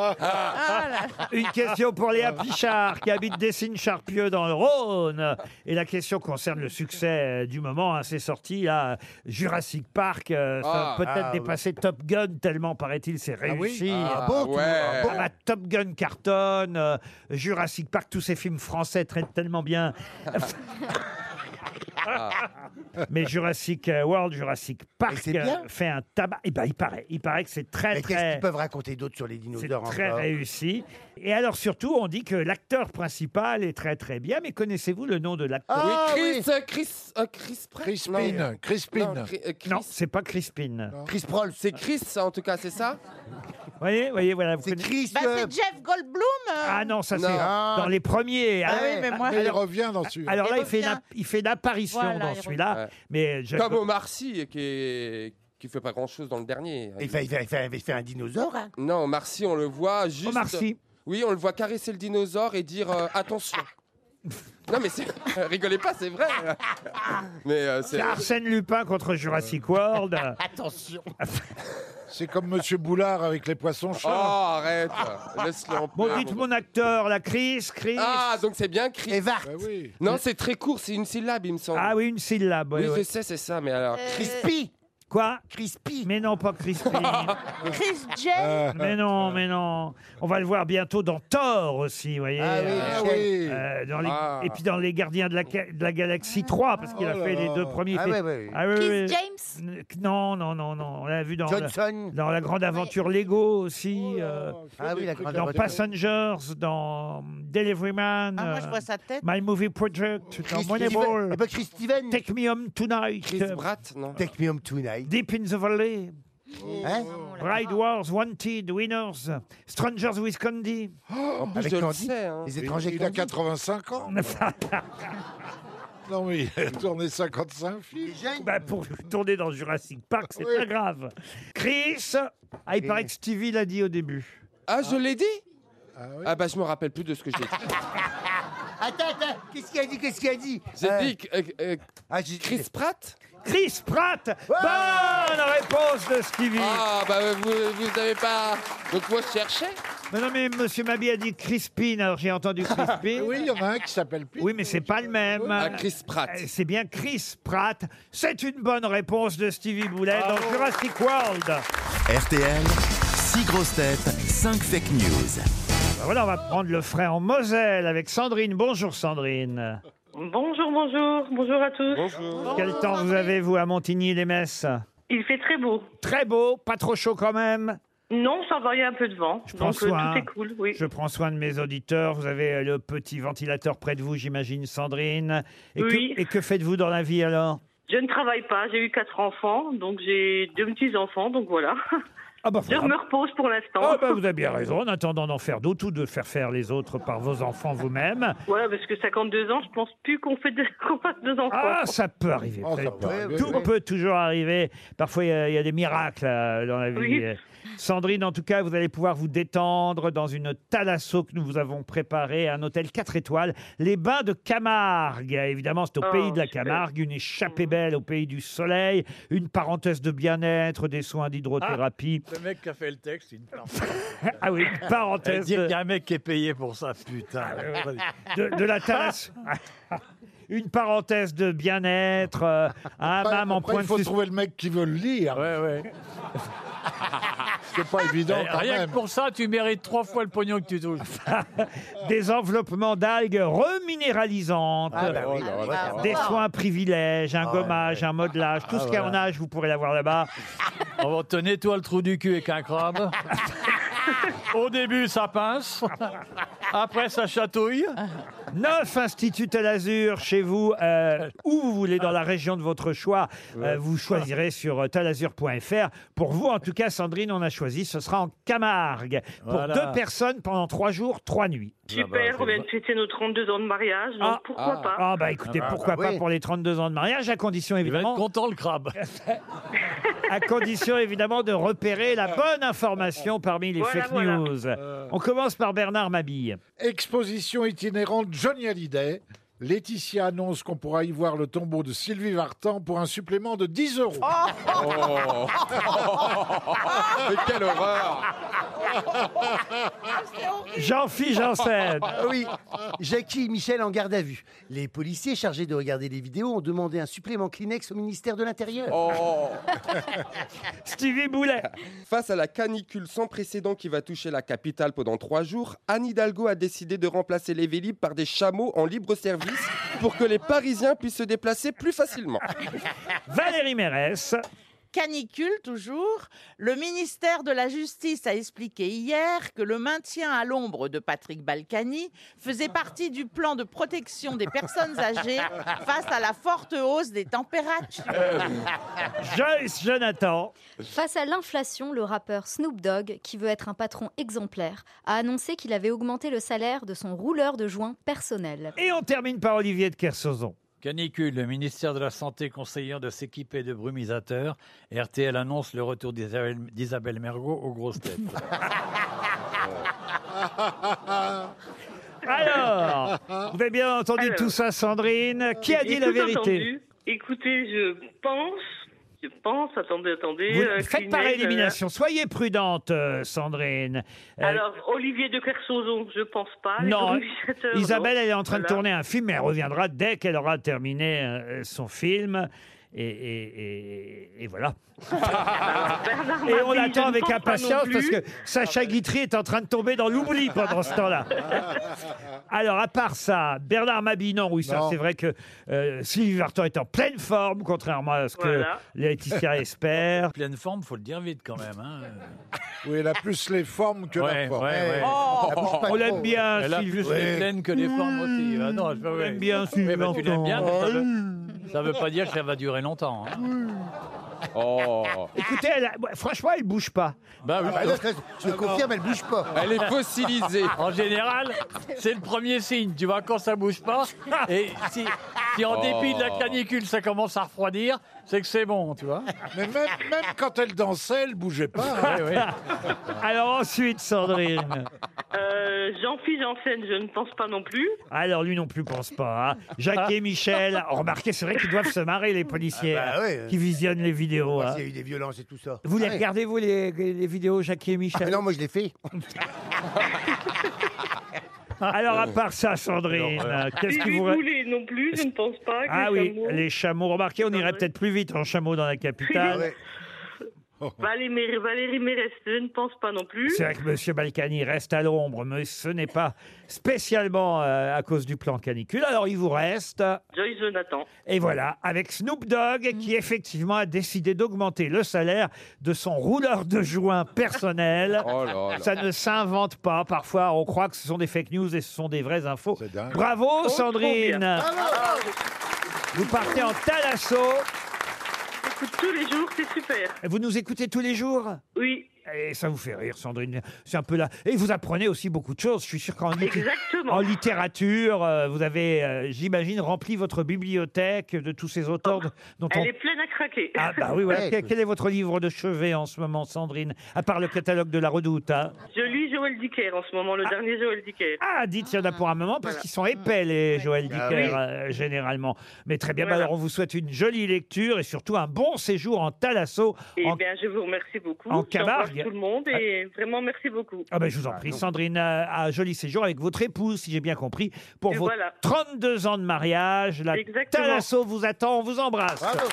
oui
Une question pour Léa Pichard, qui habite Dessines-Charpieu dans le Rhône. Et la question concerne le succès euh, du moment. hein. C'est sorti à Jurassic Park. euh, ça
Ah.
a peut-être
Ah,
dépassé Top Gun, tellement, paraît-il, c'est
Ah oui
réussi.
Ah, bon, tout- ouais. ah, bon.
Ah bah, Top Gun cartonne, euh, Jurassic Park, tous ces films français traitent tellement bien. Mais Jurassic euh, World, Jurassic Park
c'est bien
euh, fait un tabac. Et ben, il paraît, il paraît que c'est très,
Mais qu'est-ce
très.
qu'ils peuvent raconter d'autre sur les
C'est
dinosaures
très
encore
réussi. Et alors surtout, on dit que l'acteur principal est très très bien, mais connaissez-vous le nom de l'acteur
Ah, oui, Chris, euh, Chris, euh, Chris Pratt.
Crispin,
Non.
Crispin.
Non, Cri- euh, Chris-
Non, c'est pas Crispin.
Chris Prol. C'est Chris, ça, en tout cas, c'est ça
Voyez, voyez, voilà. Vous connaissez-
Chris. euh,
Bah, c'est Jeff Goldblum. euh,
Ah non, ça c'est
Non.
dans les premiers.
Ah oui, mais moi- Mais il
revient dans celui-là. Alors là, il, fait une,
revient.
app- il fait une apparition
Voilà,
dans
il
celui-là.
Ouais.
Mais Jeff-
Comme Omar Sy, euh, qui, est- qui fait pas grand-chose dans le dernier.
Il fait, il fait- il fait- il fait un dinosaure, hein
Non, Omar Sy, on le voit juste...
Omar Sy.
Oui, on le voit caresser le dinosaure et dire euh, attention ». Non mais c'est... rigolez pas, c'est vrai Mais euh,
c'est Arsène Lupin contre Jurassic World.
Attention
Ah,
C'est comme Monsieur Boulard avec les poissons
Oh,
chats.
arrête Laisse-le en
Bon,
paix,
dites
mon-
mon acteur, la Chris, Chris.
Ah, donc c'est bien Chris.
Evart.
Non, c'est très court, c'est une syllabe, il me semble.
Ah oui, une syllabe.
Oui,
ouais,
je
ouais.
sais, c'est ça, mais alors...
Crispy
Quoi
Crispy
Mais non, pas Crispy.
Ah.
Chris
Euh.
J.
mais non, mais non. On va le voir bientôt dans Thor aussi, vous voyez.
Ah oui,
Euh,
ah oui.
euh, dans les-
Ah.
Et puis dans Les Gardiens de la, Ga- de la Galaxie 3, parce qu'il a
Oh là
fait les
là.
deux premiers.
Ah
films.
ouais, ouais, ouais.
Ah oui, oui.
James
N- Non, non, non, non. On l'a vu dans,
Johnson.
la, dans la grande aventure Lego
Oh
aussi. euh,
Ah oui, la grande
dans
aventure.
Passengers, dans Deliveryman.
Ah, moi, je
euh,
vois sa tête.
My Movie Project, dans
Chris
Moneyball.
Steven- eh ben, Chris Steven.
Take Me Home Tonight.
Chris Bratt, non
Take me home tonight.
Deep in the Valley.
Hein
Ride Wars, Wanted, Winners, Strangers with Candy.
En plus,
Avec
je le
Candy.
sais. hein.
Les
Il,
étrangers
il a
Candy.
85 ans. Non, mais il a tourné 55 films.
Bah, pour tourner dans Jurassic Park, c'est
Oui.
pas grave. Chris, ah, il paraît que Stevie l'a dit au début.
Ah, je l'ai dit Ah bah, je me rappelle plus de ce que j'ai dit.
Attends, attends, qu'est-ce qu'il a dit Qu'est-ce qu'il a dit
J'ai
Euh,
dit que, euh, euh,
ah, j'ai-
Chris Pratt
Chris Pratt Bonne réponse de Stevie
Ah, bah, vous, vous avez pas... Donc, moi, je cherchais
Mais non, mais Monsieur Mabi a dit Crispin, alors j'ai entendu Crispin.
Ah Oui, il y en a un qui s'appelle Pete.
Oui, mais c'est pas le même.
Ah, Chris Pratt.
Euh, C'est bien Chris Pratt. C'est une bonne réponse de Stevie Boulet
Ah.
dans Jurassic World. Ben
RTL, 6 grosses têtes, 5 fake news.
Bah Voilà, on va prendre le frais en Moselle avec Sandrine. Bonjour Sandrine.
Bonjour, bonjour, bonjour à tous.
Bonjour.
Quel temps vous avez, vous, à Montigny-les-Messes
Il fait très beau.
Très beau, pas trop chaud quand même.
Non, ça va, il y a un peu de vent.
Je prends
donc euh,
soin.
tout est cool, oui.
Je prends soin de mes auditeurs. Vous avez euh, le petit ventilateur près de vous, j'imagine, Sandrine. Et
Oui.
que, et que faites-vous dans la vie alors
Je ne travaille pas, j'ai eu quatre enfants, donc j'ai deux petits-enfants, donc voilà.
Ah bah,
Je
voilà.
me repose pour l'instant.
Ah bah, vous avez bien raison, en attendant d'en faire d'autres ou de faire faire les autres par vos enfants vous-même.
Ouais, parce que 52 ans, je pense plus qu'on fait deux, qu'on fasse deux enfants.
Ah, ça peut arriver.
Oh, ça
Tout-
peut arriver,
Tout
oui.
peut toujours arriver. Parfois, il y a- il y, a des miracles euh, dans la vie.
Oui.
Euh, Sandrine, en tout cas, vous allez pouvoir vous détendre dans une thalasso que nous vous avons préparée à un hôtel 4 étoiles, les Bains de Camargue. Évidemment, c'est au
Oh,
pays de la
super. Mhm.
Camargue, une échappée belle au pays du soleil, une parenthèse de bien-être, des soins d'hydrothérapie.
Ah, Le mec qui a fait le texte, il
Ah, oui, une parenthèse
Dire
de, Ah,
qu'il y a un mec qui est payé pour ça, putain.
de- de la thalasso. Une parenthèse de bien-être, euh, un
Après,
hammam en
après,
point
il
de
faut
sus-
trouver le mec qui veut le lire.
Ouais, ouais.
C'est pas évident
Eh,
quand
rien
même.
que pour ça, tu mérites trois fois le pognon que tu touches.
des enveloppements d'algues reminéralisantes,
Ah, bah oui,
là
ouais,
là.
ça va.
des soins privilèges,
Ah,
un gommage, un modelage, tout ce
Ah,
qu'il y a en âge, vous pourrez l'avoir là-bas.
On va te nettoyer Oh, le trou du cul avec un crabe. Au début, ça pince. Après, ça chatouille.
Neuf instituts Tel Azur chez vous, euh, où vous voulez, dans la région de votre choix. Euh, vous choisirez sur euh, telazur.fr. Pour vous, en tout cas, Sandrine, on a choisi, ce sera en Camargue. Pour
Voilà.
deux personnes pendant trois jours, trois nuits.
Super, on vient de fêter nos 32 ans de mariage, donc
bah, Ah.
pourquoi
Ah.
pas
Ah bah écoutez,
Ah bah,
pourquoi
bah
pas
oui.
pour les 32 ans de mariage, à condition
Il va être
évidemment...
content, le crabe.
à condition évidemment de repérer la bonne information parmi les
Voilà,
fake
voilà.
Euh.
news. On commence par Bernard Mabille.
Exposition itinérante Johnny Hallyday Laetitia annonce qu'on pourra y voir le tombeau de Sylvie Vartan pour un supplément de 10 euros.
Oh. Mais quelle horreur
hein. Jean-Philippe Janssen.
Ah Oui. Jackie et Michel en garde à vue. Les policiers chargés de regarder les vidéos ont demandé un supplément Kleenex au ministère de l'Intérieur.
Oh.
Ah, bah
Stevie Boulet.
Face à la canicule sans précédent qui va toucher la capitale pendant trois jours, Anne Hidalgo a décidé de remplacer les Vélib par des chameaux en libre service pour que les Parisiens puissent se déplacer plus facilement.
Valérie Mérès.
Canicule toujours. Le ministère de la Justice a expliqué hier que le maintien à l'ombre de Patrick Balkany faisait partie du plan de protection des personnes âgées face à la forte hausse des températures.
Joyce Jonathan.
Face à l'inflation, le rappeur Snoop Dogg, qui veut être un patron exemplaire, a annoncé qu'il avait augmenté le salaire de son rouleur de joint personnel.
Et on termine par Olivier de Kersauzon.
Canicule, le ministère de la Santé conseillant de s'équiper de brumisateurs. RTL annonce le retour d'Isabelle d'Isabelle Mergot aux grosses têtes.
Alors, vous avez bien entendu
Alors.
tout ça, Sandrine. Qui a
J'ai
dit la
tout
vérité
entendu. Écoutez, je pense, je pense, attendez, attendez.
Vous
euh,
faites par
Kleenex, euh,
élimination. Soyez prudente, euh, Sandrine. Euh,
Alors, ah, Olivier de Kersauzon, je pense pas. Les
non,
organisateurs,
Isabelle,
non.
elle est en train de
Voilà.
tourner un film, mais elle reviendra dès qu'elle aura terminé euh, son film. Et, et- et- et voilà.
Bernard
Et on
Mabille, je
attend
ne
avec
pense pas non
impatience parce
plus.
que Sacha Guitry est en train de tomber dans l'oubli pendant ce temps-là. Alors, à part ça, Bernard Mabille, non, oui, ça,
Non.
c'est vrai que euh, Sylvie Vartan est en pleine forme, contrairement à ce que
Voilà.
Laetitia espère.
Pleine forme, faut le dire vite quand même. hein.
Oui, elle a plus les formes que la
Ouais,
forme. Eh,
ouais, ouais.
Oh,
Ah,
Elle bouge pas
on l'aime
trop.
bien,
Elle a
Sylvie.
plus les
Ouais.
plaines que les
Mmh.
formes aussi. Ah non, je- ouais.
l'aime bien,
Oui,
Sylvie
bah,
Vartan.
tu l'aimes bien, mais ça veut, ça veut pas dire que ça va durer longtemps. hein.
Oh.
Écoutez, elle a- ouais, franchement, elle bouge pas.
Bah oui.
Ah, non, ça, je le confirme, elle bouge pas.
Elle est fossilisée.
En général, c'est le premier signe. Tu vois, quand ça bouge pas, et si, si en dépit de la canicule, ça commence à refroidir, c'est que c'est bon, tu vois.
Mais même, même quand elle dansait, elle bougeait pas.
Ouais, ouais.
Alors ensuite, Sandrine.
Euh, Jean-Philippe Janssen, je ne pense pas non plus.
Alors lui non plus pense pas. hein. Jacques et Michel, oh, remarquez, c'est vrai qu'ils doivent se marrer les policiers
Ah bah ouais.
hein, qui visionnent les vidéos. hein.
Il y a eu des violences et tout ça. Ah
Vous les
Ouais.
regardez vous les, les vidéos Jacques et
Ah,
Michel
Non, moi je l'ai fait.
Alors à part ça, Sandrine, qu'est-ce qui
Sylvie
vous
Boulet non plus, je ne pense pas. que
ah oui,
Chameau-
les chameaux. Remarquez, on irait
Ouais.
peut-être plus vite en chameau dans la capitale.
Ah Ouais.
Valérie, Mérès- Valérie Mérès, je ne pense pas non plus.
C'est vrai que Monsieur Balkany reste à l'ombre, mais ce n'est pas spécialement euh, à cause du plan canicule. Alors il vous reste
Joyce Jonathan.
Et voilà, avec Snoop Dogg qui effectivement a décidé d'augmenter le salaire de son rouleur de joint personnel.
Oh là là.
Ça ne s'invente pas. Parfois, on croit que ce sont des fake news et ce sont des vraies infos.
C'est dingue.
Oh,
Bravo,
trop
Sandrine. Vous partez en talasso.
J'écoute tous les jours, c'est super.
Vous nous écoutez tous les jours
Oui,
et ça vous fait rire, Sandrine. C'est un peu là. Et vous apprenez aussi beaucoup de choses. Je suis sûr qu'en litté-
exactement.
en littérature, euh, vous avez, euh, j'imagine, rempli votre bibliothèque de tous ces auteurs de- dont on
Oh, Elle est pleine à craquer.
Ah bah oui, voilà.
Ouais.
Quel, quel est votre livre de chevet en ce moment, Sandrine À part le catalogue de la Redoute. hein
Je lis Joël Dicker en ce moment, le dernier Joël Dicker.
ah, dites, il y en a pour un moment, parce qu'ils sont épais, les Joël Dicker, euh, généralement. Mais très bien, bah
Voilà.
alors on vous souhaite une jolie lecture et surtout un bon séjour en Thalasso.
Eh
En-
bien, je vous remercie beaucoup.
en
J'embrasse
Camargue.
tout le monde et vraiment merci beaucoup.
Ah ben, je vous en prie, Sandrine, euh, un joli séjour avec votre épouse, si j'ai bien compris, pour
Et
vos
voilà.
32 ans de mariage. La
Exactement.
Thalasso vous attend, on vous embrasse.
Bravo.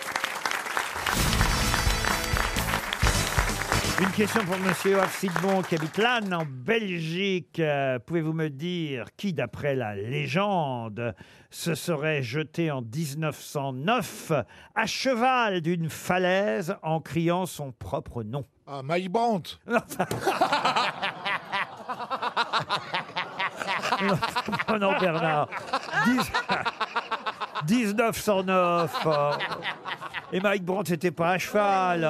Une question pour Monsieur Yoav Sidbon qui habite Lannes en Belgique. Euh, Pouvez-vous me dire qui, d'après la légende, se serait jeté en 1909 à cheval d'une falaise en criant son propre nom
Ah, Maï Brandt.
Oh non, Bernard. Dix- 1909. euh, Et Mike Brandt n'était pas à cheval.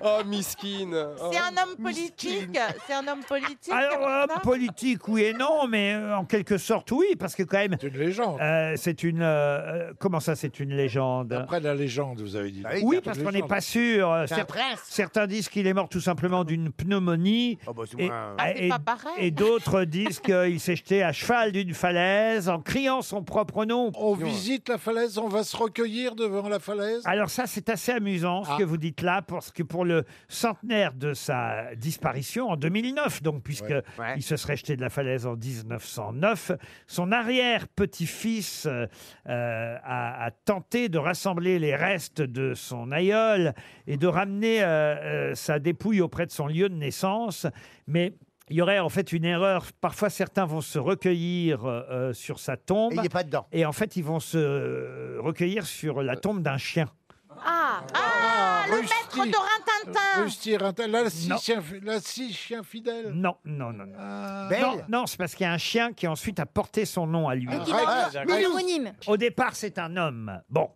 Oh, miskine.
C'est un homme politique. C'est un homme politique.
Alors, euh, politique, oui et non, mais euh, en quelque sorte, oui, parce que quand même. C'est une légende. c'est une. euh, euh, comment ça, c'est une légende
Après la légende, vous avez dit.
Oui, parce qu'on n'est pas sûr. euh, cer- Certains disent qu'il est mort tout simplement d'une pneumonie. et-
moins-
Ah, c'est
et-
pas pareil.
Et d'autres disent qu'il s'est jeté à cheval d'une falaise en criant son propre nom.
On visite la falaise, on va se recueillir devant la falaise.
Alors ça, c'est assez amusant ce
Ah.
que vous dites là, parce que pour le centenaire de sa disparition en 2009, donc puisque
Ouais.
il se serait jeté de la falaise en 1909, son arrière-petit-fils euh, euh, a, a tenté de rassembler les restes de son aïeul et de ramener euh, euh, sa dépouille auprès de son lieu de naissance, mais il y aurait en fait une erreur. Parfois, certains vont se recueillir euh, euh, sur sa tombe.
Et il est pas dedans.
Et en fait, ils vont se euh, recueillir sur la tombe d'un chien.
Ah,
le maître de Rintintin.
Euh, Rusty Rintin, là, six
Non.
chiens fi- là, six chiens fidèles. Ah.
Non, non, non. non.
Belle
Non, non, c'est parce qu'il y a un chien qui ensuite a porté son nom à lui.
Donc il
Ah,
a eu un homonyme.
Au départ, c'est un homme. Bon.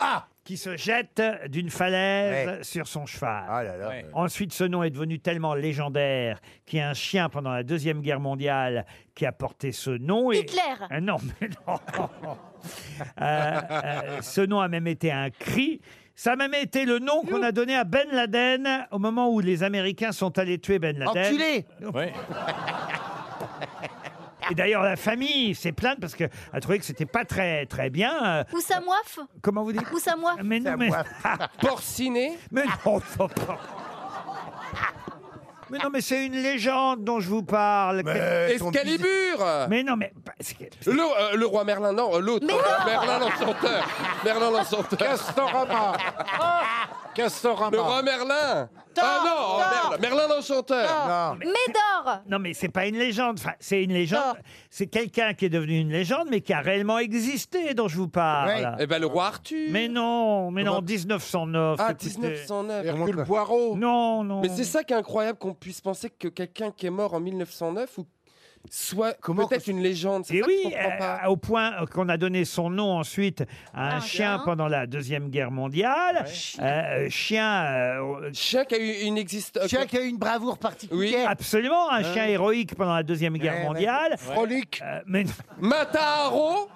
Qui se jette d'une falaise sur son cheval.
Ah
Ensuite, ce nom est devenu tellement légendaire qu'il y a un chien pendant la Deuxième Guerre mondiale qui a porté ce nom. et-
Hitler.
Ah Non, mais non. Euh, euh, ce nom a même été un cri. Ça a même été le nom qu'on a donné à Ben Laden au moment où les Américains sont allés tuer Ben Laden.
Enculé
Et d'ailleurs, la famille s'est plainte parce qu'elle trouvait que c'était pas très, très bien. Euh,
Ou sa moif.
comment vous dites
Ou sa moif.
Mais non, mais...
Porciné
mais non, non, non. Mais non, mais c'est une légende dont je vous parle. Que-
Euh, Excalibur
Mais non, mais... bah, c'est que-
le, euh, le roi Merlin, non, l'autre.
Mais non
Merlin l'Enchanteur. Merlin l'Enchanteur.
Castorama.
Le
Castorama.
roi Merlin. ah non, oh, Merlin, Merlin l'Enchanteur.
Médor.
Non, mais c'est pas une légende. Enfin, c'est une légende. C'est quelqu'un qui est devenu une légende, mais qui a réellement existé dont je vous parle.
Eh ben, le roi Arthur.
Ah, Mais non, mais non, 1909.
Ah,
écoutez.
1909.
Hercule Poirot.
Non, non.
Mais c'est ça qui est incroyable qu'on puisse penser que quelqu'un qui est mort en 1909 ou soit peut-être une légende. C'est
Et
ça que je
oui,
comprends pas.
euh, au point qu'on a donné son nom ensuite à un
Ah,
chien
bien.
pendant la Deuxième Guerre mondiale. Euh, chien, euh,
Chien qui a eu une existence.
Chien qui a eu une bravoure particulière. Hein Eh,
absolument, un chien héroïque pendant la Deuxième Guerre
Ouais, ouais.
mondiale.
Frolic.
Euh, mais,
Mataro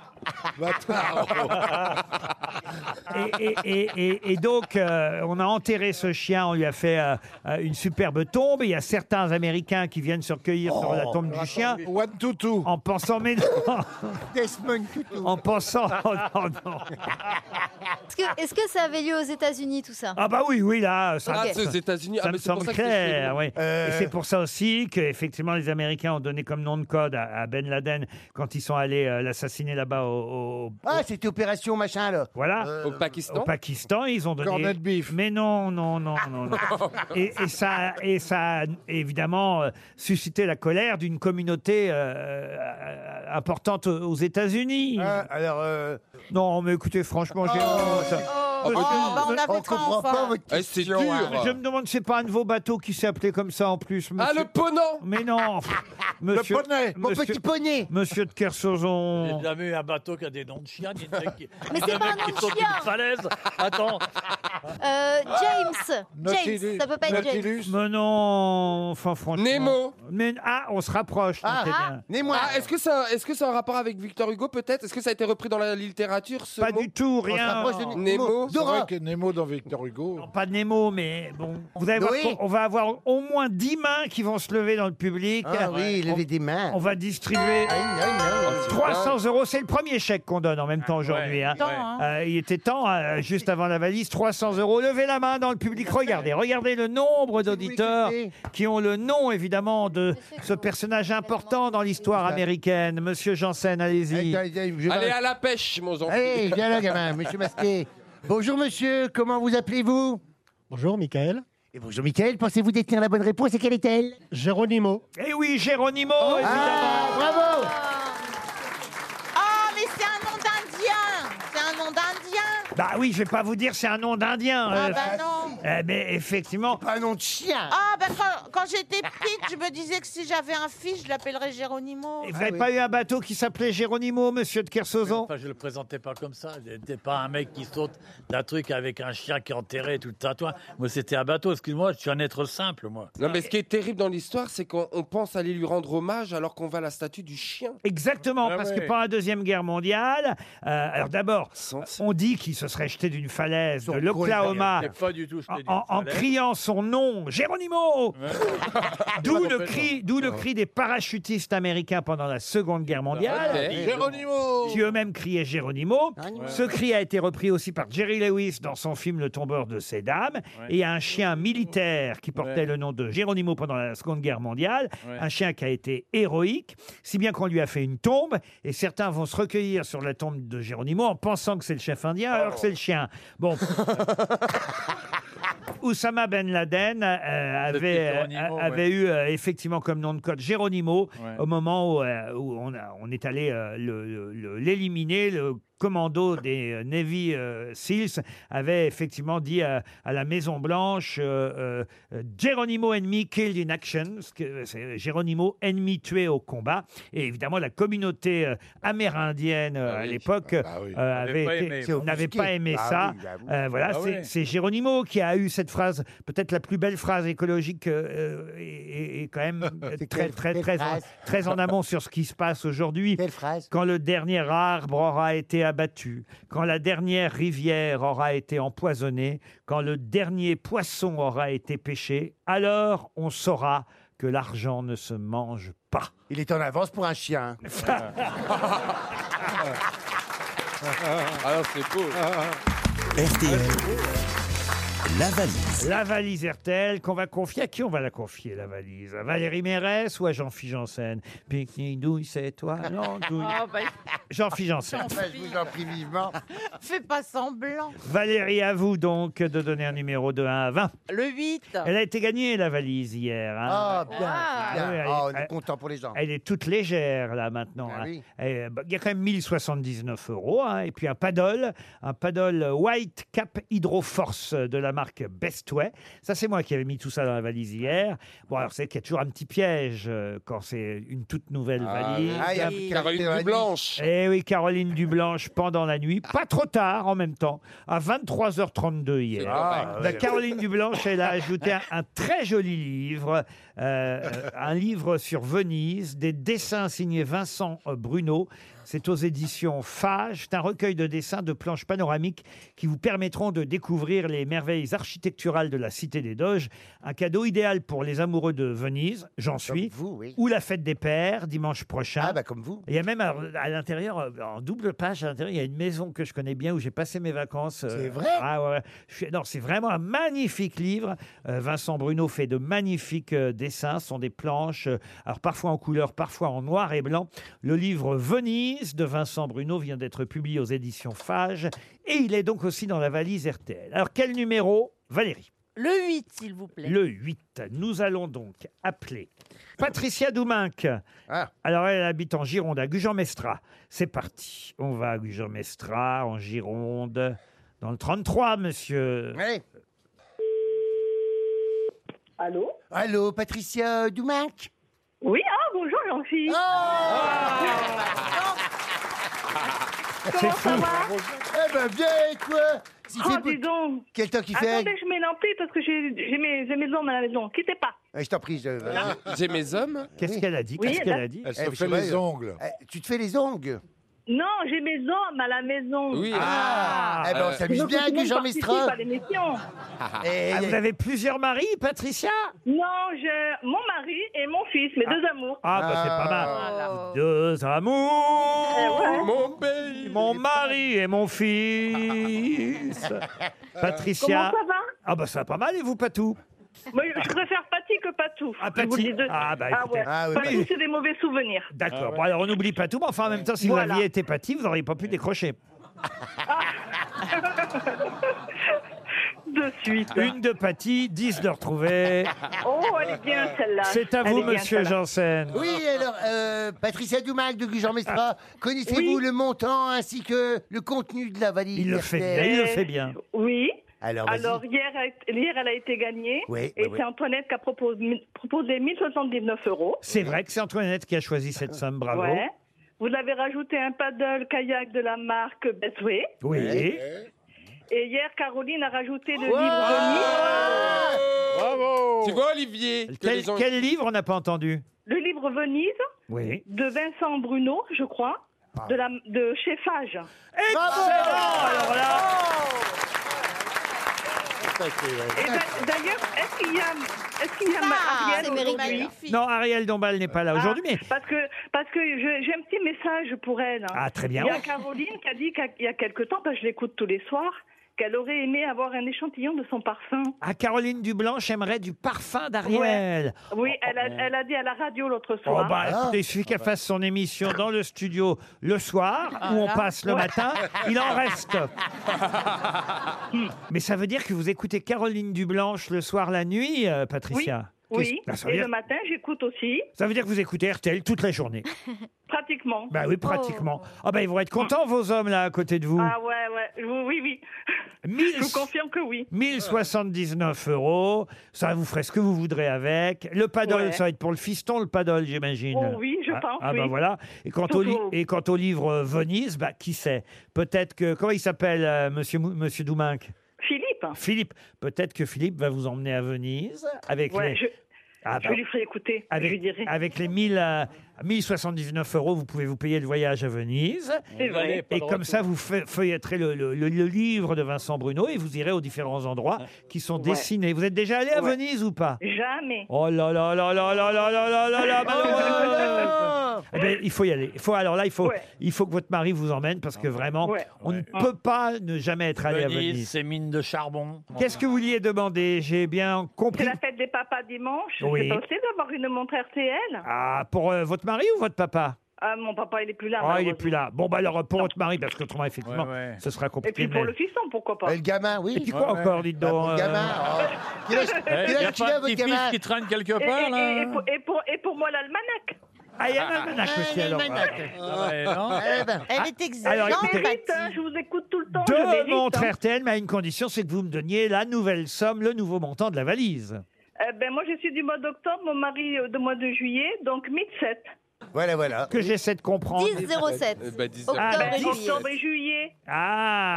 et, et- et- et- et donc, euh, on a enterré ce chien, on lui a fait euh, euh, une superbe tombe. Il y a certains Américains qui viennent se recueillir sur la tombe du chien
One Tutu.
en pensant, mais non,
Desmond Tutu.
en pensant, oh, non, non.
Est-ce que, est-ce que ça avait lieu aux États-Unis tout ça
ah bah oui, oui, là, ça,
Ah, c'est aux États-Unis.
Ça
ah,
me
mais c'est pour
semble
ça que c'est chez
clair,
nous.
oui. Et
Euh.
c'est pour ça aussi qu'effectivement, les Américains ont donné comme nom de code à, à Ben Laden quand ils sont allés euh, l'assassiner là-bas au, au-
Ah, c'était opération machin Euh, là.
voilà,
Au Pakistan.
au Pakistan. Ils ont donné.
Cornet de beef.
Mais non, non, non, non, non. et, et ça, et ça a évidemment euh, suscité la colère d'une communauté euh, euh, importante aux aux États-Unis.
Hein, alors, euh,
Non, mais écoutez, franchement, j'ai honte.
Ah, Oh, bah, on
on
avait pas
comprend
enfin.
pas votre
Eh, c'est
question.
dur.
hein.
Je me demande, c'est pas un de vos bateaux qui s'est appelé comme ça en plus,
Ah,
monsieur.
le ponant
Mais non, monsieur.
poney,
Mon
monsieur-
petit poney.
Monsieur de
Il y a
Kersauzon.
jamais eu un bateau qui a des noms de chiens. ni de mecs qui-
Mais
ni
c'est
de
pas un
mecs qui
nom de
sautent
chien.
d'une falaise. Attends,
Euh, James.
Ah, Nautilus.
James. Ça peut pas être James.
Nautilus.
Mais non, enfin franchement.
Nemo.
Mais ah, on se rapproche. donc,
Ah.
c'est bien.
Némois.
Ah, est-ce que ça, est-ce que c'est un rapport avec Victor Hugo peut-être Est-ce que ça a été repris dans la littérature ce
Pas
mot
du tout,
On se
rien.
rapproche de
Non,
Nemo.
C'est vrai
Dora.
que Nemo dans Victor Hugo.
Pas de Nemo, mais bon. Vous allez voir
Noé.
qu'on- on va avoir au moins 10 mains qui vont se lever dans le public.
Ah oui,
on,
lever des mains.
on va distribuer
Ah, oui, oui, oui.
300 euros. C'est le premier chèque qu'on donne en même temps aujourd'hui. hein.
Attends, hein.
Euh, il était temps, euh, juste avant la valise, 300 euros. Levez la main dans le public. Regardez, regardez le nombre d'auditeurs qui ont le nom, évidemment, de ce personnage important dans l'histoire américaine. Monsieur Janssen, allez-y.
Allez, allez, je-
Allez à la pêche, mon enfant.
Allez, viens Eh, là, gamin, monsieur Masqué. Bonjour, monsieur, comment vous appelez-vous
Bonjour Michael.
Et bonjour, Michael, pensez-vous détenir la bonne réponse et quelle est-elle
Géronimo.
Eh oui, Géronimo, évidemment.
Ah, bravo
Ah, mais c'est un nom d'Indien. C'est un nom d'Indien.
Bah oui, je vais pas vous dire, c'est un nom d'Indien.
Ah
euh,
bah non.
Eh, mais effectivement.
Pas un nom de chien.
Ah, ben quand, quand j'étais petite, je me disais que si j'avais un fils, je l'appellerais
Ah
Géronimo.
Vous
Ah
n'avez pas eu un bateau qui s'appelait Géronimo, monsieur de Kersauzon
Enfin, je le présentais pas comme ça. C'était pas un mec qui saute d'un truc avec un chien qui est enterré tout le tatouage. Moi, c'était un bateau. Excuse-moi, je suis un être simple, moi.
Non, mais ce qui est terrible dans l'histoire, c'est qu'on on pense aller lui rendre hommage alors qu'on va à la statue du chien.
Exactement,
Ah
parce
ouais.
que pendant la Deuxième Guerre mondiale, euh, alors d'abord, on dit qu'il se serait jeté d'une falaise de l'Oklahoma
C'est pas du tout. je
en,
t'ai dit.
en- en criant son nom, Géronimo D'où le, cri, d'où le cri des parachutistes américains pendant la Seconde Guerre mondiale.
Ok. Geronimo
Qui eux-mêmes criaient Géronimo.
Geronimo.
Ce cri a été repris aussi par Jerry Lewis dans son film Le tombeur de ces dames. Et il y a un chien militaire qui portait
Ouais.
le nom de Géronimo pendant la Seconde Guerre mondiale.
Ouais.
Un chien qui a été héroïque, si bien qu'on lui a fait une tombe. Et certains vont se recueillir sur la tombe de Géronimo en pensant que c'est le chef indien, alors
Oh.
que c'est le chien. Bon. Oussama Ben Laden euh, avait, euh,
Geronimo, ouais.
avait eu euh, effectivement comme nom de code Géronimo
Ouais.
au moment où, euh, où on, a- on est allé euh, le- le- le- l'éliminer. Le, commando des euh, Navy euh, SEALs avait effectivement dit à, à la Maison Blanche euh, euh, Geronimo enemy killed in action, ce que- euh, c'est Geronimo ennemi tué au combat. Et évidemment, la communauté euh,
Ah
amérindienne euh, à l'époque euh, avait
bah N'avait pas
été-
aimé.
c'est- n'avait
Offusqué.
pas aimé
Ah
ça.
oui, bah oui.
Euh, voilà,
Ah
c'est
oui.
c'est Géronimo qui a eu cette phrase, peut-être la plus belle phrase écologique euh, euh, et, et- et quand même euh, très
quelle-
très
quelle
très en,
phrase
très en amont sur ce qui se passe aujourd'hui. Quand le dernier arbre aura été abattu, quand la dernière rivière aura été empoisonnée, quand le dernier poisson aura été pêché, alors on saura que l'argent ne se mange pas.
Il est en avance pour un chien.
Alors Ah, c'est beau.
Ah,
Ah,
RTL, la valise.
La valise RTL qu'on va confier. À qui on va la confier, la valise À Valérie Mérès ou à Jean-Philippe Janssen Pique-nique douille, c'est toi,
Ah
l'andouille.
Oh, ben,
Jean-Philippe Janssen.
Ben, je vous en prie vivement.
fais pas semblant.
Valérie, à vous donc de donner un numéro de 1 à 20.
Le 8.
Elle a été gagnée, la valise, hier. hein.
Ah, bien.
Ah,
bien.
oui, elle
Ah,
est-
on est
elle-
content pour les gens.
Elle est toute légère, là, maintenant.
Ah
hein.
oui.
Et, bah, Il y a quand même 1079 euros. hein. Et puis un paddle, un paddle White Cap Hydroforce de la marque Bestway. Ça, c'est moi qui avais mis tout ça dans la valise hier. Bon, alors, c'est qu'il y a toujours un petit piège euh, quand c'est une toute nouvelle
Ah,
valise.
oui. Ah, il y a Caroline Caroline Dublanche.
Eh oui, Caroline Dublanche, pendant la nuit. Pas trop tard, en même temps. À 23h32 hier.
Ah,
La
ouais.
Caroline Dublanche, elle a ajouté un, un très joli livre, euh, un livre sur Venise, des dessins signés Vincent euh, Bruno. C'est aux éditions Fage. C'est un recueil de dessins de planches panoramiques qui vous permettront de découvrir les merveilles architecturales de la Cité des Doges. Un cadeau idéal pour les amoureux de Venise, j'en suis. Ou la fête des pères, dimanche prochain. Ah,
bah, comme vous.
Il y a même à, à l'intérieur, euh, en double page, à l'intérieur, il y a une maison que je connais bien où j'ai passé mes vacances. C'est
vrai
ah ouais, ouais. Je suis- Non, c'est vraiment un magnifique livre. Euh, Vincent Bruno fait de magnifiques euh, dessins. Ce sont des planches, euh, alors parfois en couleur, parfois en noir et blanc. Le livre Venise de Vincent Bruno vient d'être publié aux éditions Fage. Et il est donc aussi dans la valise RTL. Alors quel numéro, Valérie
Le 8, s'il vous plaît.
le 8. Nous allons donc appeler Patricia Douminck. Alors, elle habite en Gironde, à Gujan-Mestras. C'est parti. On va à Gujan-Mestras, en Gironde, dans le 33, monsieur.
Allô Allô, Patricia Doumac
Oui, ah bonjour Ah. Jean-Philippe.
Comment ça va Eh ben bien, et quoi Si
Ah, dis donc.
Quel temps qu'il fait
Attendez, je mets l'ampli parce que j'ai j'ai mes, j'ai mes hommes à la maison. Quittez pas.
Eh, Je t'en prie, je...
J'ai mes hommes.
Qu'est-ce qu'elle a dit
Oui, Qu'est-ce qu'elle elle a- a
dit
Elle se
Eh, je
fait
sais pas,
les
euh,
ongles.
eh, Tu te fais les ongles
Non, j'ai mes hommes à la maison.
Oui.
Ah, eh ben, on
Euh,
s'amuse
donc,
bien
tout
avec
le monde
Jean
participe
Mestras.
à l'émission.
Eh,
Ah, vous avez plusieurs maris, Patricia
Non, j'ai mon mari et mon fils, mes deux amours.
Ah, bah, c'est pas mal. Deux amours.
Mon pays.
Mon mari et mon fils. Patricia.
Comment ça va
Ah, bah, ça va pas mal. Et vous, Patou
Moi, je préfère Paty que Patou.
Ah,
Je vous
Paty.
le dis de-
Ah, bah, écoutez.
ouais.
Ah, oui,
Patou,
mais-
c'est des mauvais souvenirs.
D'accord. Bon, alors on n'oublie pas tout, mais enfin, en même temps, si vous
Ah Voilà.
aviez été pâti, vous n'auriez pas pu décrocher.
de suite.
Une de pâti, 10 de retrouver.
Oh, elle est bien celle-là.
C'est à
Elle
vous,
est bien,
monsieur
celle-là.
Janssen.
Oui, alors, euh, Patricia Doumac de
Ah.
Gujan-Mestras, connaissez-vous
Oui.
le montant ainsi que le contenu de la valise
Il le fait
RTL?
bien. Il le fait bien.
Oui.
Alors, vas-y.
Alors hier, elle- hier, elle a été gagnée.
Oui,
et
oui,
c'est
oui.
Antoinette qui a proposé, proposé 1079 euros.
C'est vrai que c'est Antoinette qui a choisi cette somme, bravo.
Ouais. Vous avez rajouté un paddle kayak de la marque Betway.
Oui.
Et hier, Caroline a rajouté le
Ouais.
livre de Nietzsche.
Bravo Oh. Tu vois, Olivier que
Quel,
les gens-
quel livre on n'a pas entendu
Le livre Venise
Oui.
de Vincent Bruno, je crois,
Ah.
de, la, de chez Fage.
Excellent
Eh
Et
ben,
d'a- D'ailleurs, est-ce qu'il y a, est-ce qu'il y a Ariel aujourd'hui
Non, Ariel Dombal n'est
Ah,
pas là aujourd'hui, mais
Parce que, parce que je- j'ai un petit message pour elle.
Ah, très bien.
Il y a Caroline qui a dit qu'il y a- il y a quelque temps, parce que je l'écoute tous les soirs, qu'elle aurait aimé avoir un échantillon de son parfum.
à Caroline Dublanche aimerait du parfum d'Ariel.
Oui, elle a, elle a dit à la radio l'autre
Oh
Ah.
soir.
bah, écoutez, il suffit qu'elle fasse son émission dans le studio le soir,
Ah
où on
là.
passe le
Ouais.
matin, il en reste. Mais ça veut dire que vous écoutez Caroline Dublanche le soir, la nuit, euh, Patricia Qu'est-ce-
Oui,
Bah, ça, veut
et
dire...
le matin, j'écoute aussi,
ça veut dire que vous écoutez RTL toute la journée.
pratiquement.
Bah oui, pratiquement. Ah bah ils vont être contents, vos hommes, là, à côté de vous.
Oh. Ah ouais, ouais, oui, oui, oui. Je vous confirme que oui.
1079 euros, ça vous ferez ce que vous voudrez avec. Le paddle,
Ouais.
ça va être pour le fiston, le paddle, j'imagine.
Oh oui, je
ah,
pense,
Ah bah
oui.
voilà. Et quant, au li-
Toujours.
et quant au livre euh, Venise, bah qui sait Peut-être que... Comment il s'appelle, euh, monsieur, Mou- monsieur Douminc
Philippe.
Philippe. Peut-être que Philippe va vous emmener à Venise avec
Ouais,
les...
je-
Ah
je
bah-
lui ferai écouter, je lui
avec,
dirai.
avec les 1000, euh, 1079 euros, vous pouvez vous payer le voyage à Venise.
C'est vrai.
Et comme ça, vous fe- feuilletterez le, le- le- le livre de Vincent Bruno et vous irez aux différents endroits qui sont dessinés. Vous êtes déjà allé à Venise ou pas
Jamais.
Oh là là là là là là là là là là malheureuse. Eh ben, il faut y aller. Il faut alors là, il faut, il faut que votre mari vous emmène parce que vraiment,
Ouais.
on ne peut pas ne jamais être allé à
Venise,
Venise.
ces mines de charbon.
Qu'est-ce que vous vouliez demander J'ai bien
C'est
compris.
la fête des papas dimanche.
Oui.
C'est pas possible d'avoir une montre RTL.
Ah, pour euh, votre mari ou votre papa
Ah, mon papa, il est plus là.
Ah, il est
malheureusement.
plus là. Bon, bah alors pour votre mari, parce qu'autrement, effectivement, ce sera
Et
compliqué.
puis pour
mais-
le fiston, pourquoi pas
Et le gamin, oui. Ah, Et puis quoi
Ouais,
encore,
ouais.
dites
Bah,
donc euh,
pour le gamin,
oh.
Quel âge- quel âge qu'il
il
a,
a pas un
votre
petit-fils
gamin
qui traîne quelque
Eh, Et-
part,
et-
là
et, et pour, et, pour, et pour moi, l'almanach.
Ah, il y a un almanach aussi, alors.
Ah,
Eh ben, elle est exigeante.
Ah, Alors,
J'en
écoutez-
mérite, hein, je vous écoute tout le temps. je
Deux
mérite,
montres
hein.
RTL, mais à une condition, c'est que vous me donniez la nouvelle somme, le nouveau montant de la valise.
Eh ben, moi, je suis du mois d'octobre, mon mari euh, du mois de juillet, donc 1007.
Voilà, voilà. Que j'essaie de comprendre.
10,07.
Eh
Ah,
bah,
bah,
ben,
10.
octobre et juillet.
Ah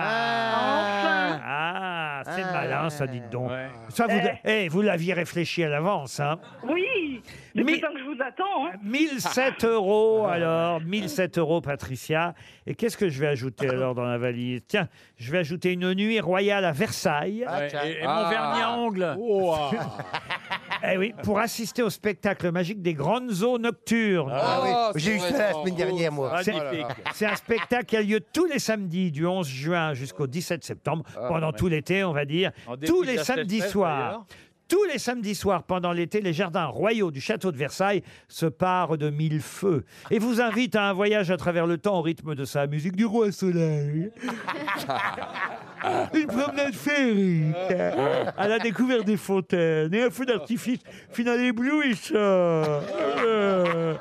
Ah, c'est malin, ça, dites donc. Ça, vous, eh, vous l'aviez réfléchi à l'avance, hein
Oui, depuis le temps que je vous attends. hein.
1007 euros alors, 1007 euros Patricia. Et qu'est-ce que je vais ajouter alors dans la valise Tiens, je vais ajouter une nuit royale à Versailles.
Ouais, et, et
Ah.
mon vernis à ongles.
Oh, ah.
Eh oui, pour assister au spectacle magique des grandes eaux nocturnes.
Ah oui, Oh, j'ai eu c'est ça la vraiment semaine dernière,
beau,
moi.
ça. C'est-
Magnifique.
C'est un spectacle qui a lieu tous les samedis, du 11 juin jusqu'au 17 septembre, pendant
ouais.
tout l'été, on va dire.
En dépit
Tous
de
les
la
samedis
sécheresse,
soirs.
d'ailleurs.
Tous les samedis soirs pendant l'été, les jardins royaux du château de Versailles se parent de mille feux et vous invitent à un voyage à travers le temps au rythme de sa musique du roi soleil. Une promenade féerique à la découverte des fontaines et un feu d'artifice final éblouissant. Euh,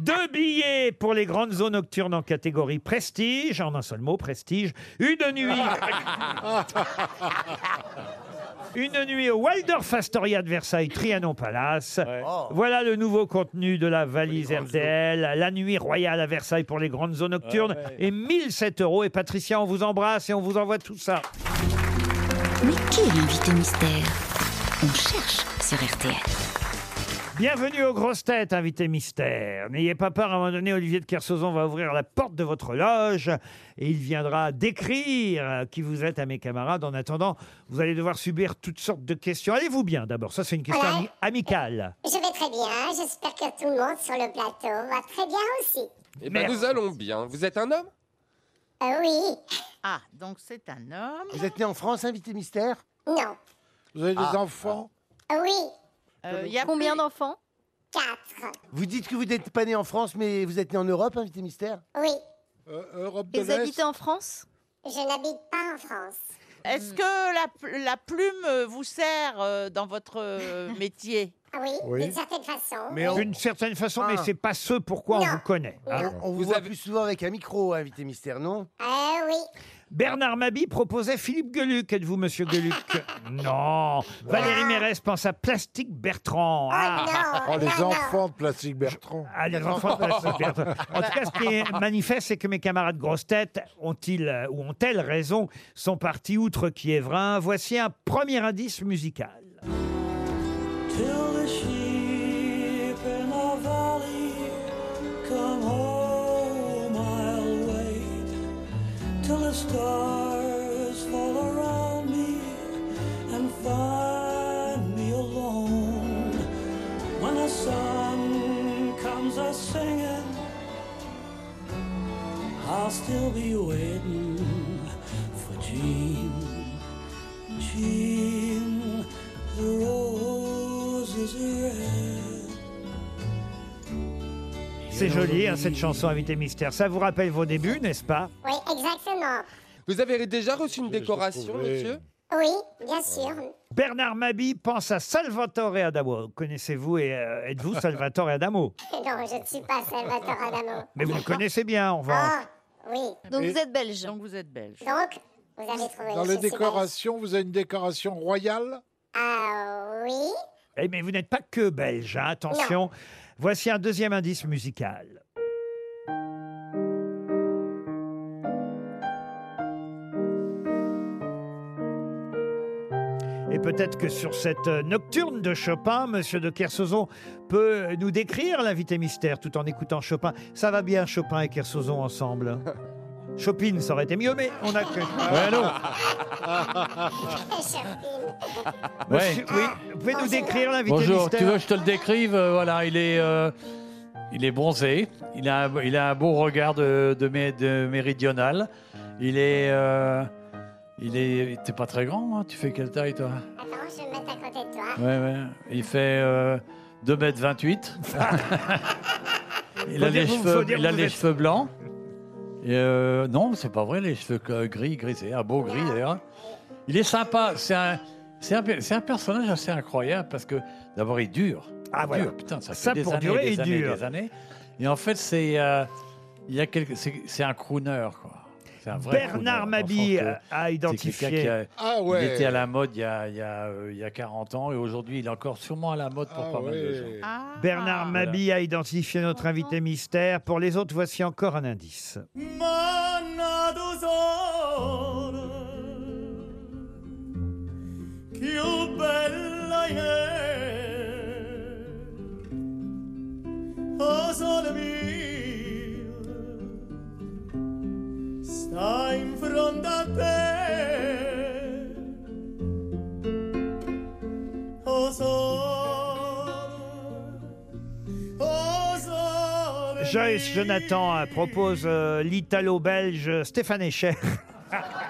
Deux billets pour les grandes zones nocturnes en catégorie prestige, en un seul mot, prestige. Une nuit. Une nuit au Waldorf Astoria de Versailles, Trianon Palace. Voilà le nouveau contenu de la valise RTL. La nuit royale à Versailles pour les grandes zones nocturnes.
Ouais, ouais.
Et 1007 euros. Et Patricia, on vous embrasse et on vous envoie tout ça.
Mais qui est l'invité mystère On cherche sur RTL.
Bienvenue aux grosses têtes, invité mystère. N'ayez pas peur, à un moment donné, Olivier de Kersauzon va ouvrir la porte de votre loge et il viendra décrire euh, qui vous êtes à mes camarades. En attendant, vous allez devoir subir toutes sortes de questions. Allez-vous bien d'abord Ça, c'est une question ami- amicale.
Je vais très bien, j'espère que tout le monde sur le plateau va très bien aussi.
Eh ben, nous allons bien. Vous êtes un homme
Euh, oui,
Ah, donc c'est un homme.
Vous êtes né en France, invité mystère
non,
Vous avez des
Ah.
enfants
Euh, oui,
Combien d'enfants
quatre,
Vous dites que vous n'êtes pas né en France, mais vous êtes né en Europe, invité mystère
oui.
Euh,
Europe
Et vous habitez en France
Je n'habite pas en France.
Est-ce que la, pl- la plume euh, vous sert euh, dans votre euh, métier
Ah oui,
Oui.
d'une certaine façon. oui.
D'une certaine façon, mais
Oh. Ah.
c'est pas ce pourquoi on
Non.
vous connaît. hein.
On, on vous, voit
Ah,
plus souvent avec un micro, invité mystère, non
Eh oui.
Bernard Mabi proposait Philippe Gueluc. Êtes-vous Monsieur Gueluc Non. Valérie Mérès pense à Plastique Bertrand. Ah.
Oh, les enfants de Plastique Bertrand.
Ah, les enfants de Plastique Bertrand. En tout cas, ce qui est manifeste, c'est que mes camarades grosses têtes ont-ils euh, ou ont-elles raison, sont partis outre Kievrin. Voici un premier indice musical.
Till the sheep in a valley come home, I'll wait till the stars fall around me and find me alone. When the sun comes a singing, I'll still be waiting for Jean. Jean, the rose is red.
C'est joli, hein, cette chanson Invité Mystère. Ça vous rappelle vos débuts, n'est-ce pas
Oui, exactement.
Vous avez déjà reçu une décoration,
trouvé.
monsieur
Oui, bien sûr.
Bernard Mabi pense à Salvatore Adamo. Connaissez-vous et euh, êtes-vous Salvatore Adamo
Non, je ne suis pas Salvatore Adamo. Ah,
Mais vous le connaissez bien, on va.
Oui.
Donc vous êtes belge.
Donc vous êtes belge.
Donc, vous avez trouvé.
Dans les
je sais pas.
décorations, vous avez une décoration royale
Ah oui.
Eh, mais vous n'êtes pas que belge, hein, attention. Voici un deuxième indice musical. Et peut-être que sur cette euh, nocturne de Chopin, Monsieur de Kersozon peut nous décrire l'invité mystère tout en écoutant Chopin. Ça va bien, Chopin et Kersozon ensemble. Chopin, ça aurait été mieux, mais on a que. Ouais, non. Monsieur- oui, vous pouvez
Ah,
nous décrire l'invité
Bonjour,
mystère
tu veux que je te le décrive Euh, Voilà, il est, euh, il est bronzé, il a, un- il a un beau regard de, de, mé- de méridional, il est... euh, il est... T'es pas très grand, hein tu fais quelle taille, toi
Attends, je vais me mettre à côté de toi.
Ouais, ouais. Il fait euh, 2m28. il
Faut
a les
dire- faut
cheveux,
dire
il a
vous
les
êtes-
cheveux blancs. Et euh, non, c'est pas vrai, les cheveux euh, gris, grisés, un beau gris d'ailleurs. Il est sympa, c'est un, c'est un, pe- c'est un personnage assez incroyable parce que d'abord il dure.
Ah
ouais.
voilà.
putain, ça,
Ça,
fait des
pour
années,
durer,
des
il
années,
dure.
des années. Et en fait, c'est euh, il y a quelque, c'est c'est un crooner quoi. C'est un vrai
Bernard
crooner, dans le sens
Mabille
que
a
c'est quelqu'un qui
identifié.
a-
Ah
Il
ouais.
était à la mode il y a, il y a, euh, il y a 40 ans et aujourd'hui il est encore sûrement à la mode
Ah
pour pas mal de gens.
Bernard Mabi a identifié notre invité mystère. Pour les autres, voici encore un indice.
Manados Più bella è Oh sole mio Sta in fronte a te Oh sole Oh sole
Joyce Jonathan euh, propose euh, l'italo-belge Stéphane Escher.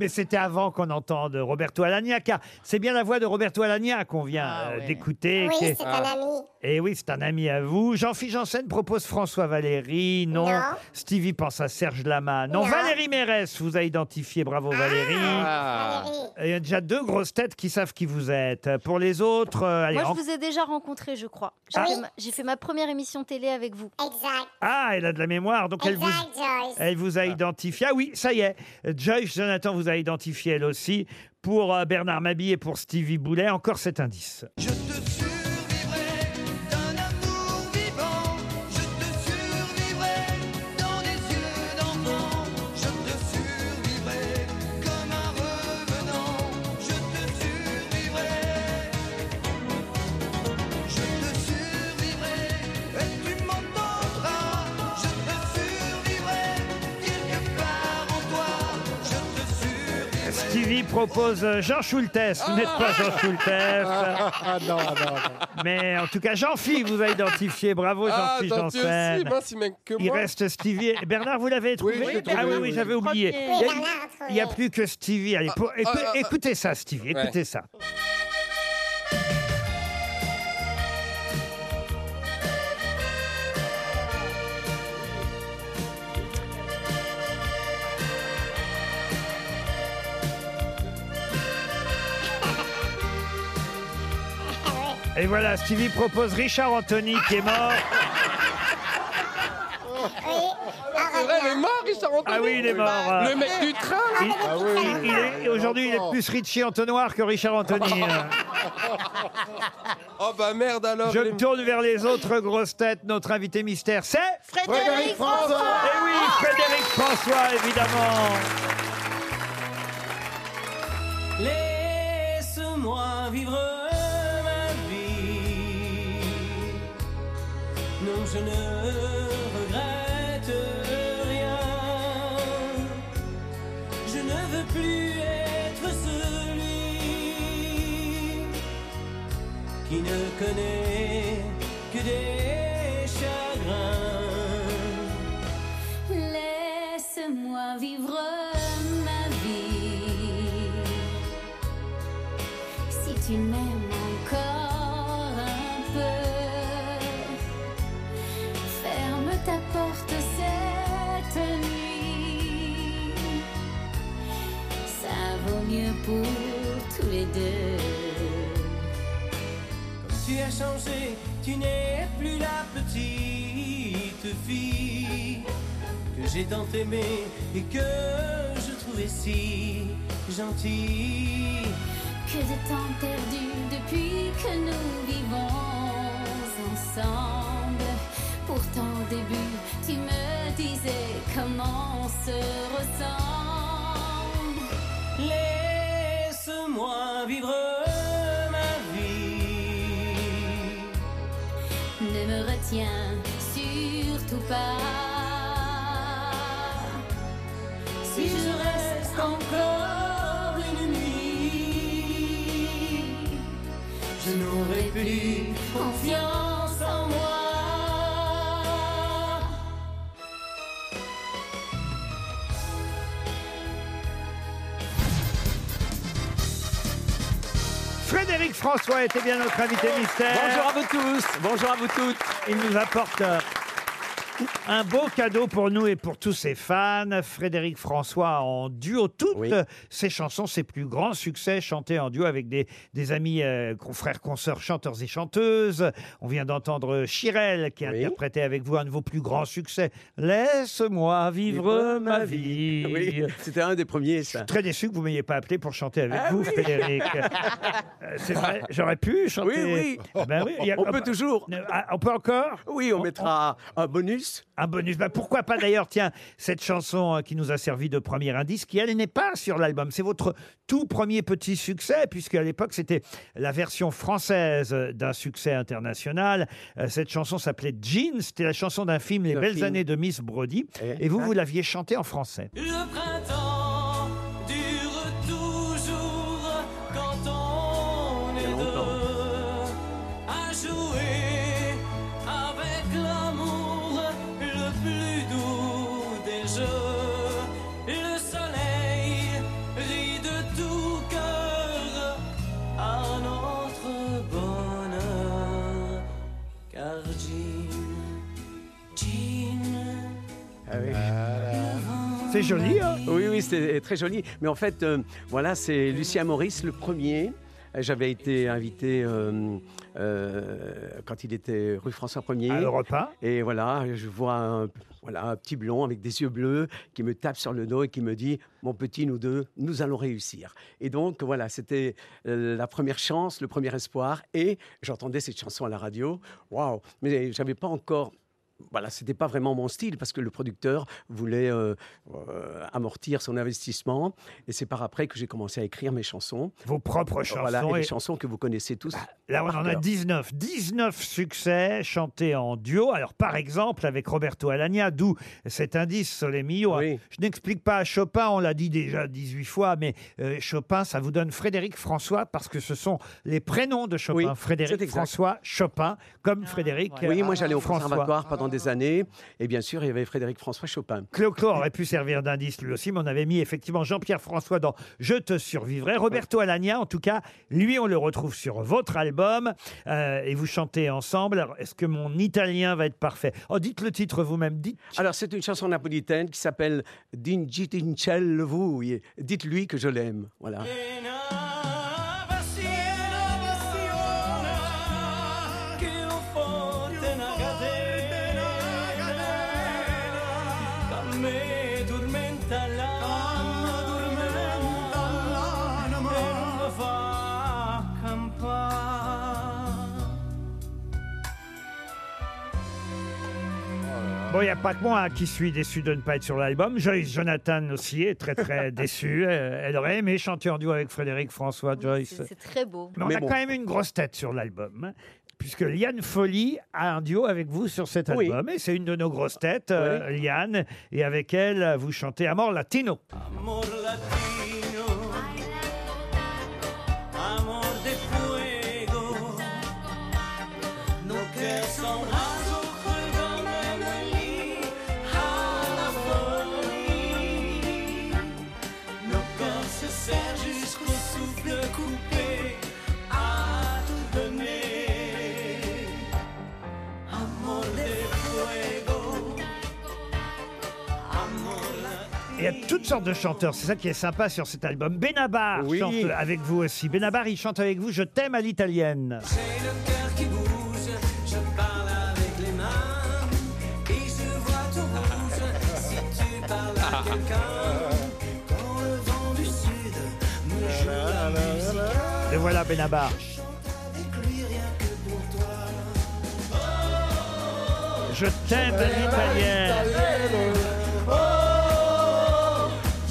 Mais c'était avant qu'on entende Roberto Alagna, car c'est bien la voix de Roberto Alagna qu'on vient
Ah,
euh, d'écouter.
Oui,
qui est-
c'est un ami.
Et oui, c'est un ami à vous. Jean-Philippe Janssen propose François Valéry. Non.
Non.
Stevie pense à Serge Lama. Non.
Non. Ah,
Valérie Mérès vous a identifié. Bravo, Valérie. Et Il y a déjà deux grosses têtes qui savent qui vous êtes. Pour les autres, euh, allez,
Moi, je
en-
vous ai déjà rencontré, je crois. J'ai
Ah.
fait, ma- j'ai fait ma première émission télé avec vous.
Exact.
ah, elle a de la mémoire, donc elle vous,
Exact, Joyce.
elle vous a identifié. Ah oui, ça y est, Joyce Jonathan vous a identifié elle aussi. Pour euh, Bernard Mabie et pour Stevie Boulet, encore cet indice.
D'un amour vivant, je te survivrai dans les yeux d'enfant. Je te survivrai comme un revenant. Je te survivrai. Je te survivrai et tu m'entendras. Je te survivrai quelque part en toi. Je te survivrai.
Stevie propose euh, Jean Schultes. Vous n'êtes pas Jean Schultes. Mais en tout cas, Jean-Phi vous a identifié. Bravo,
Ah,
Jean-Phi
tant pis
Oh, Janssen.
aussi, mince, il manque que
Il
moi.
reste Stevie. Et Bernard, vous l'avez trouvé
je l'ai
Ah
trouvé,
oui, oui,
oui.
j'avais oublié.
Premier.
Il y a-
Bernard a trouvé.
Il n'y a, plus que Stevie. Allez, pour-
ah,
écou-
ah, ah.
écoutez ça, Stevie, écoutez
Ouais.
ça.
Ah oui.
Et voilà, Stevie propose Richard Anthony qui est mort.
C'est vrai, Ah, il est mort, Richard Anthony
Ah oui, il est mort.
Le mec du train, Ah
Il-
là.
il- il est- Ah et Aujourd'hui, il est plus Richie Antonoir que Richard Anthony. hein.
Oh bah merde alors
Je me tourne vers les autres grosses têtes. Notre invité mystère, c'est
Frédéric Frédéric François. François. Oh,
Eh oui, Frédéric François, évidemment.
Laisse-moi vivre ma vie. Non, je ne regrette rien. Je ne veux plus être celui qui ne connaît que des chagrins.
Laisse-moi vivre ma vie. Si tu m'aimes encore un peu, ferme ta porte cette nuit. Ça vaut mieux pour tous les deux.
Tu as changé, tu n'es plus la petite fille que j'ai tant aimée et que je trouvais si gentille.
Que de temps perdu depuis que nous vivons ensemble. Pourtant au début, tu me disais comment on se ressemble.
Laisse-moi vivre ma vie.
Ne me retiens surtout pas. Si je reste encore une nuit,
Je n'aurai plus
confiance en moi.
Frédéric François était bien notre invité mystère.
Bonjour à
vous tous, bonjour à vous toutes. Il nous apporte euh, un beau cadeau pour nous et pour tous ses fans. Frédéric François en duo, toutes euh, ses chansons, ses plus grands succès chantés en duo avec des, des amis, euh, confrères, consoeurs, chanteurs et chanteuses. On vient d'entendre Chirel qui interprétait avec vous un de vos plus grands succès. Laisse-moi vivre ma vie.
Oui, c'était un des premiers, ça.
Très déçu que vous m'ayez pas appelé pour chanter avec
Ah
vous,
oui.
Frédéric. Euh, C'est vrai, j'aurais pu chanter.
Oui, oui.
Ah ben oui, il y a-
On peut toujours.
Ah, On peut encore
Oui, on mettra un bonus.
Un bonus. Bah, pourquoi pas d'ailleurs, tiens, cette chanson euh, qui nous a servi de premier indice, qui elle n'est pas sur l'album. C'est votre tout premier petit succès, puisque à l'époque c'était la version française euh, d'un succès international. Euh, Cette chanson s'appelait Jeans. C'était la chanson d'un film, Les
D'un
Belles
film.
Années de Miss Brody. Et vous, vous l'aviez chantée en français.
Le printemps dure toujours quand on est deux à jouer avec l'amour le plus doux des jeux. Le soleil rit de tout cœur à notre bonheur. Car Jean, Jean,
Ah C'est joli, hein
Ah Oui, oui, c'est euh, très joli. Mais en fait, euh, voilà, c'est Lucien Maurice, le premier. Euh, J'avais été invité euh, euh, quand il était rue François 1er.
À l'Europa.
Et voilà, je vois un, voilà, un petit blond avec des yeux bleus qui me tape sur le dos et qui me dit Mon petit, nous deux, nous allons réussir. Et donc, voilà, c'était euh, la première chance, le premier espoir. Et j'entendais cette chanson à la radio. Waouh Mais j'avais pas encore. Voilà, c'était pas vraiment mon style parce que le producteur voulait euh, euh, amortir son investissement. Et c'est par après que j'ai commencé à écrire mes chansons.
Vos propres chansons
Voilà, et
et- Bah,
les chansons que vous connaissez tous.
Là, on en a 19. 19 succès chantés en duo. Alors, par exemple, avec Roberto Alagna, d'où cet indice, Sole Mio. Je n'explique pas à Chopin, on l'a dit déjà 18 fois, mais euh, Chopin, ça vous donne Frédéric François, parce que ce sont les prénoms de Chopin.
Oui, c'est
Frédéric
exact.
François, Chopin, comme Frédéric
Oui,
euh,
moi j'allais au
François.
conservatoire pendant des années. Et bien sûr, il y avait Frédéric François Chopin.
Clo-Clo aurait pu servir d'indice lui aussi, mais on avait mis effectivement Jean-Pierre François dans Je te survivrai. Roberto Alagna, en tout cas, lui, on le retrouve sur votre album euh, et vous chantez ensemble. Alors, est-ce que mon italien va être parfait Oh, dites le titre vous-même. Dites.
Alors, c'est une chanson napolitaine qui s'appelle Dingi Tincel Vui. Dites-lui que je l'aime. Voilà.
passione, passione,
Bon, il n'y a pas que moi hein, qui suis déçu de ne pas être sur l'album. Joyce Jonathan aussi est très très déçue. Euh, Elle aurait aimé chanter en duo avec Frédéric François Joyce.
C'est très beau.
Mais on a quand même une grosse tête sur l'album. hein, Puisque Liane Folly a un duo avec vous sur cet
Oui.
album. Et c'est une de nos grosses têtes, euh, Liane. Et avec elle, vous chantez Amor Latino.
Amor latino, amor de fuego, nunca son las hojas de Amelie à la folie. Nos corps se serrent jusqu'au souffle coupé à tout donner. Amor de fuego, amor latino.
Il y a toutes sortes de chanteurs, c'est ça qui est sympa sur cet album. Benabar chante avec vous aussi. Benabar, il chante avec vous Je t'aime à l'italienne.
J'ai le cœur qui bouge, je parle avec les mains et je vois tout rouge. Si tu parles à quelqu'un, quand le vent du sud me joue la musique,
Le voilà, Benabar.
lui rien que pour toi.
Je t'aime à l'italienne.
Oh,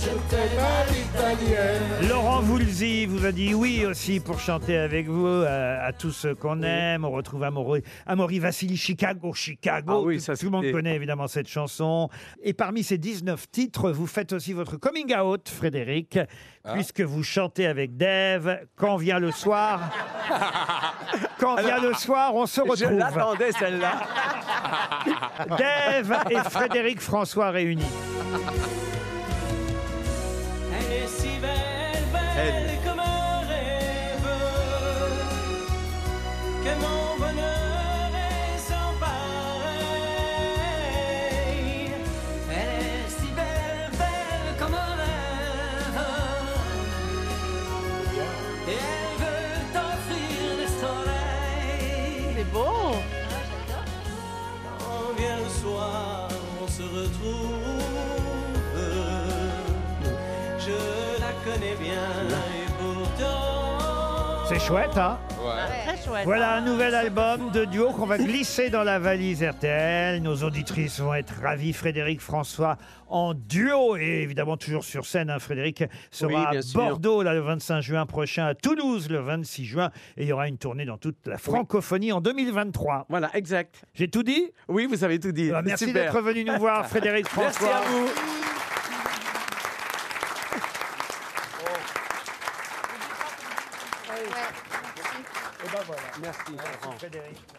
je t'aime à l'italienne.
Laurent Voulzy vous a dit oui aussi pour chanter avec vous euh, à tous ceux qu'on aime. On retrouve Amaury, Amaury Vassili, Chicago, Chicago.
Ah oui,
tout,
ça,
tout le monde
c'était-
connaît évidemment cette chanson. Et parmi ces 19 titres, vous faites aussi votre coming out, Frédéric,
Ah.
puisque vous chantez avec Dave. Quand vient le soir Quand vient le soir, on se retrouve.
Je l'attendais celle-là.
Dave et Frédéric François réunis.
Elle est si belle, belle comme un rêve Que mon bonheur est sans pareil Elle est si belle, belle comme un rêve Et elle veut t'offrir des soleils C'est beau Quand vient le soir, on se retrouve je la connais bien et pourtant.
C'est chouette, hein
Très chouette.
Voilà un nouvel album de duo qu'on va glisser dans la valise RTL. Nos auditrices vont être ravies. Frédéric François en duo et évidemment toujours sur scène. hein. Frédéric
Oui,
sera
bien
à
sûr.
Bordeaux là, le 25 juin prochain, à Toulouse le 26 juin et il y aura une tournée dans toute la francophonie en 2023.
Voilà, exact.
J'ai tout dit
Oui, vous avez tout dit.
Ah, merci
Super.
d'être venu nous voir, Frédéric François.
Merci à vous.
Et ben voilà. Merci, Frédéric.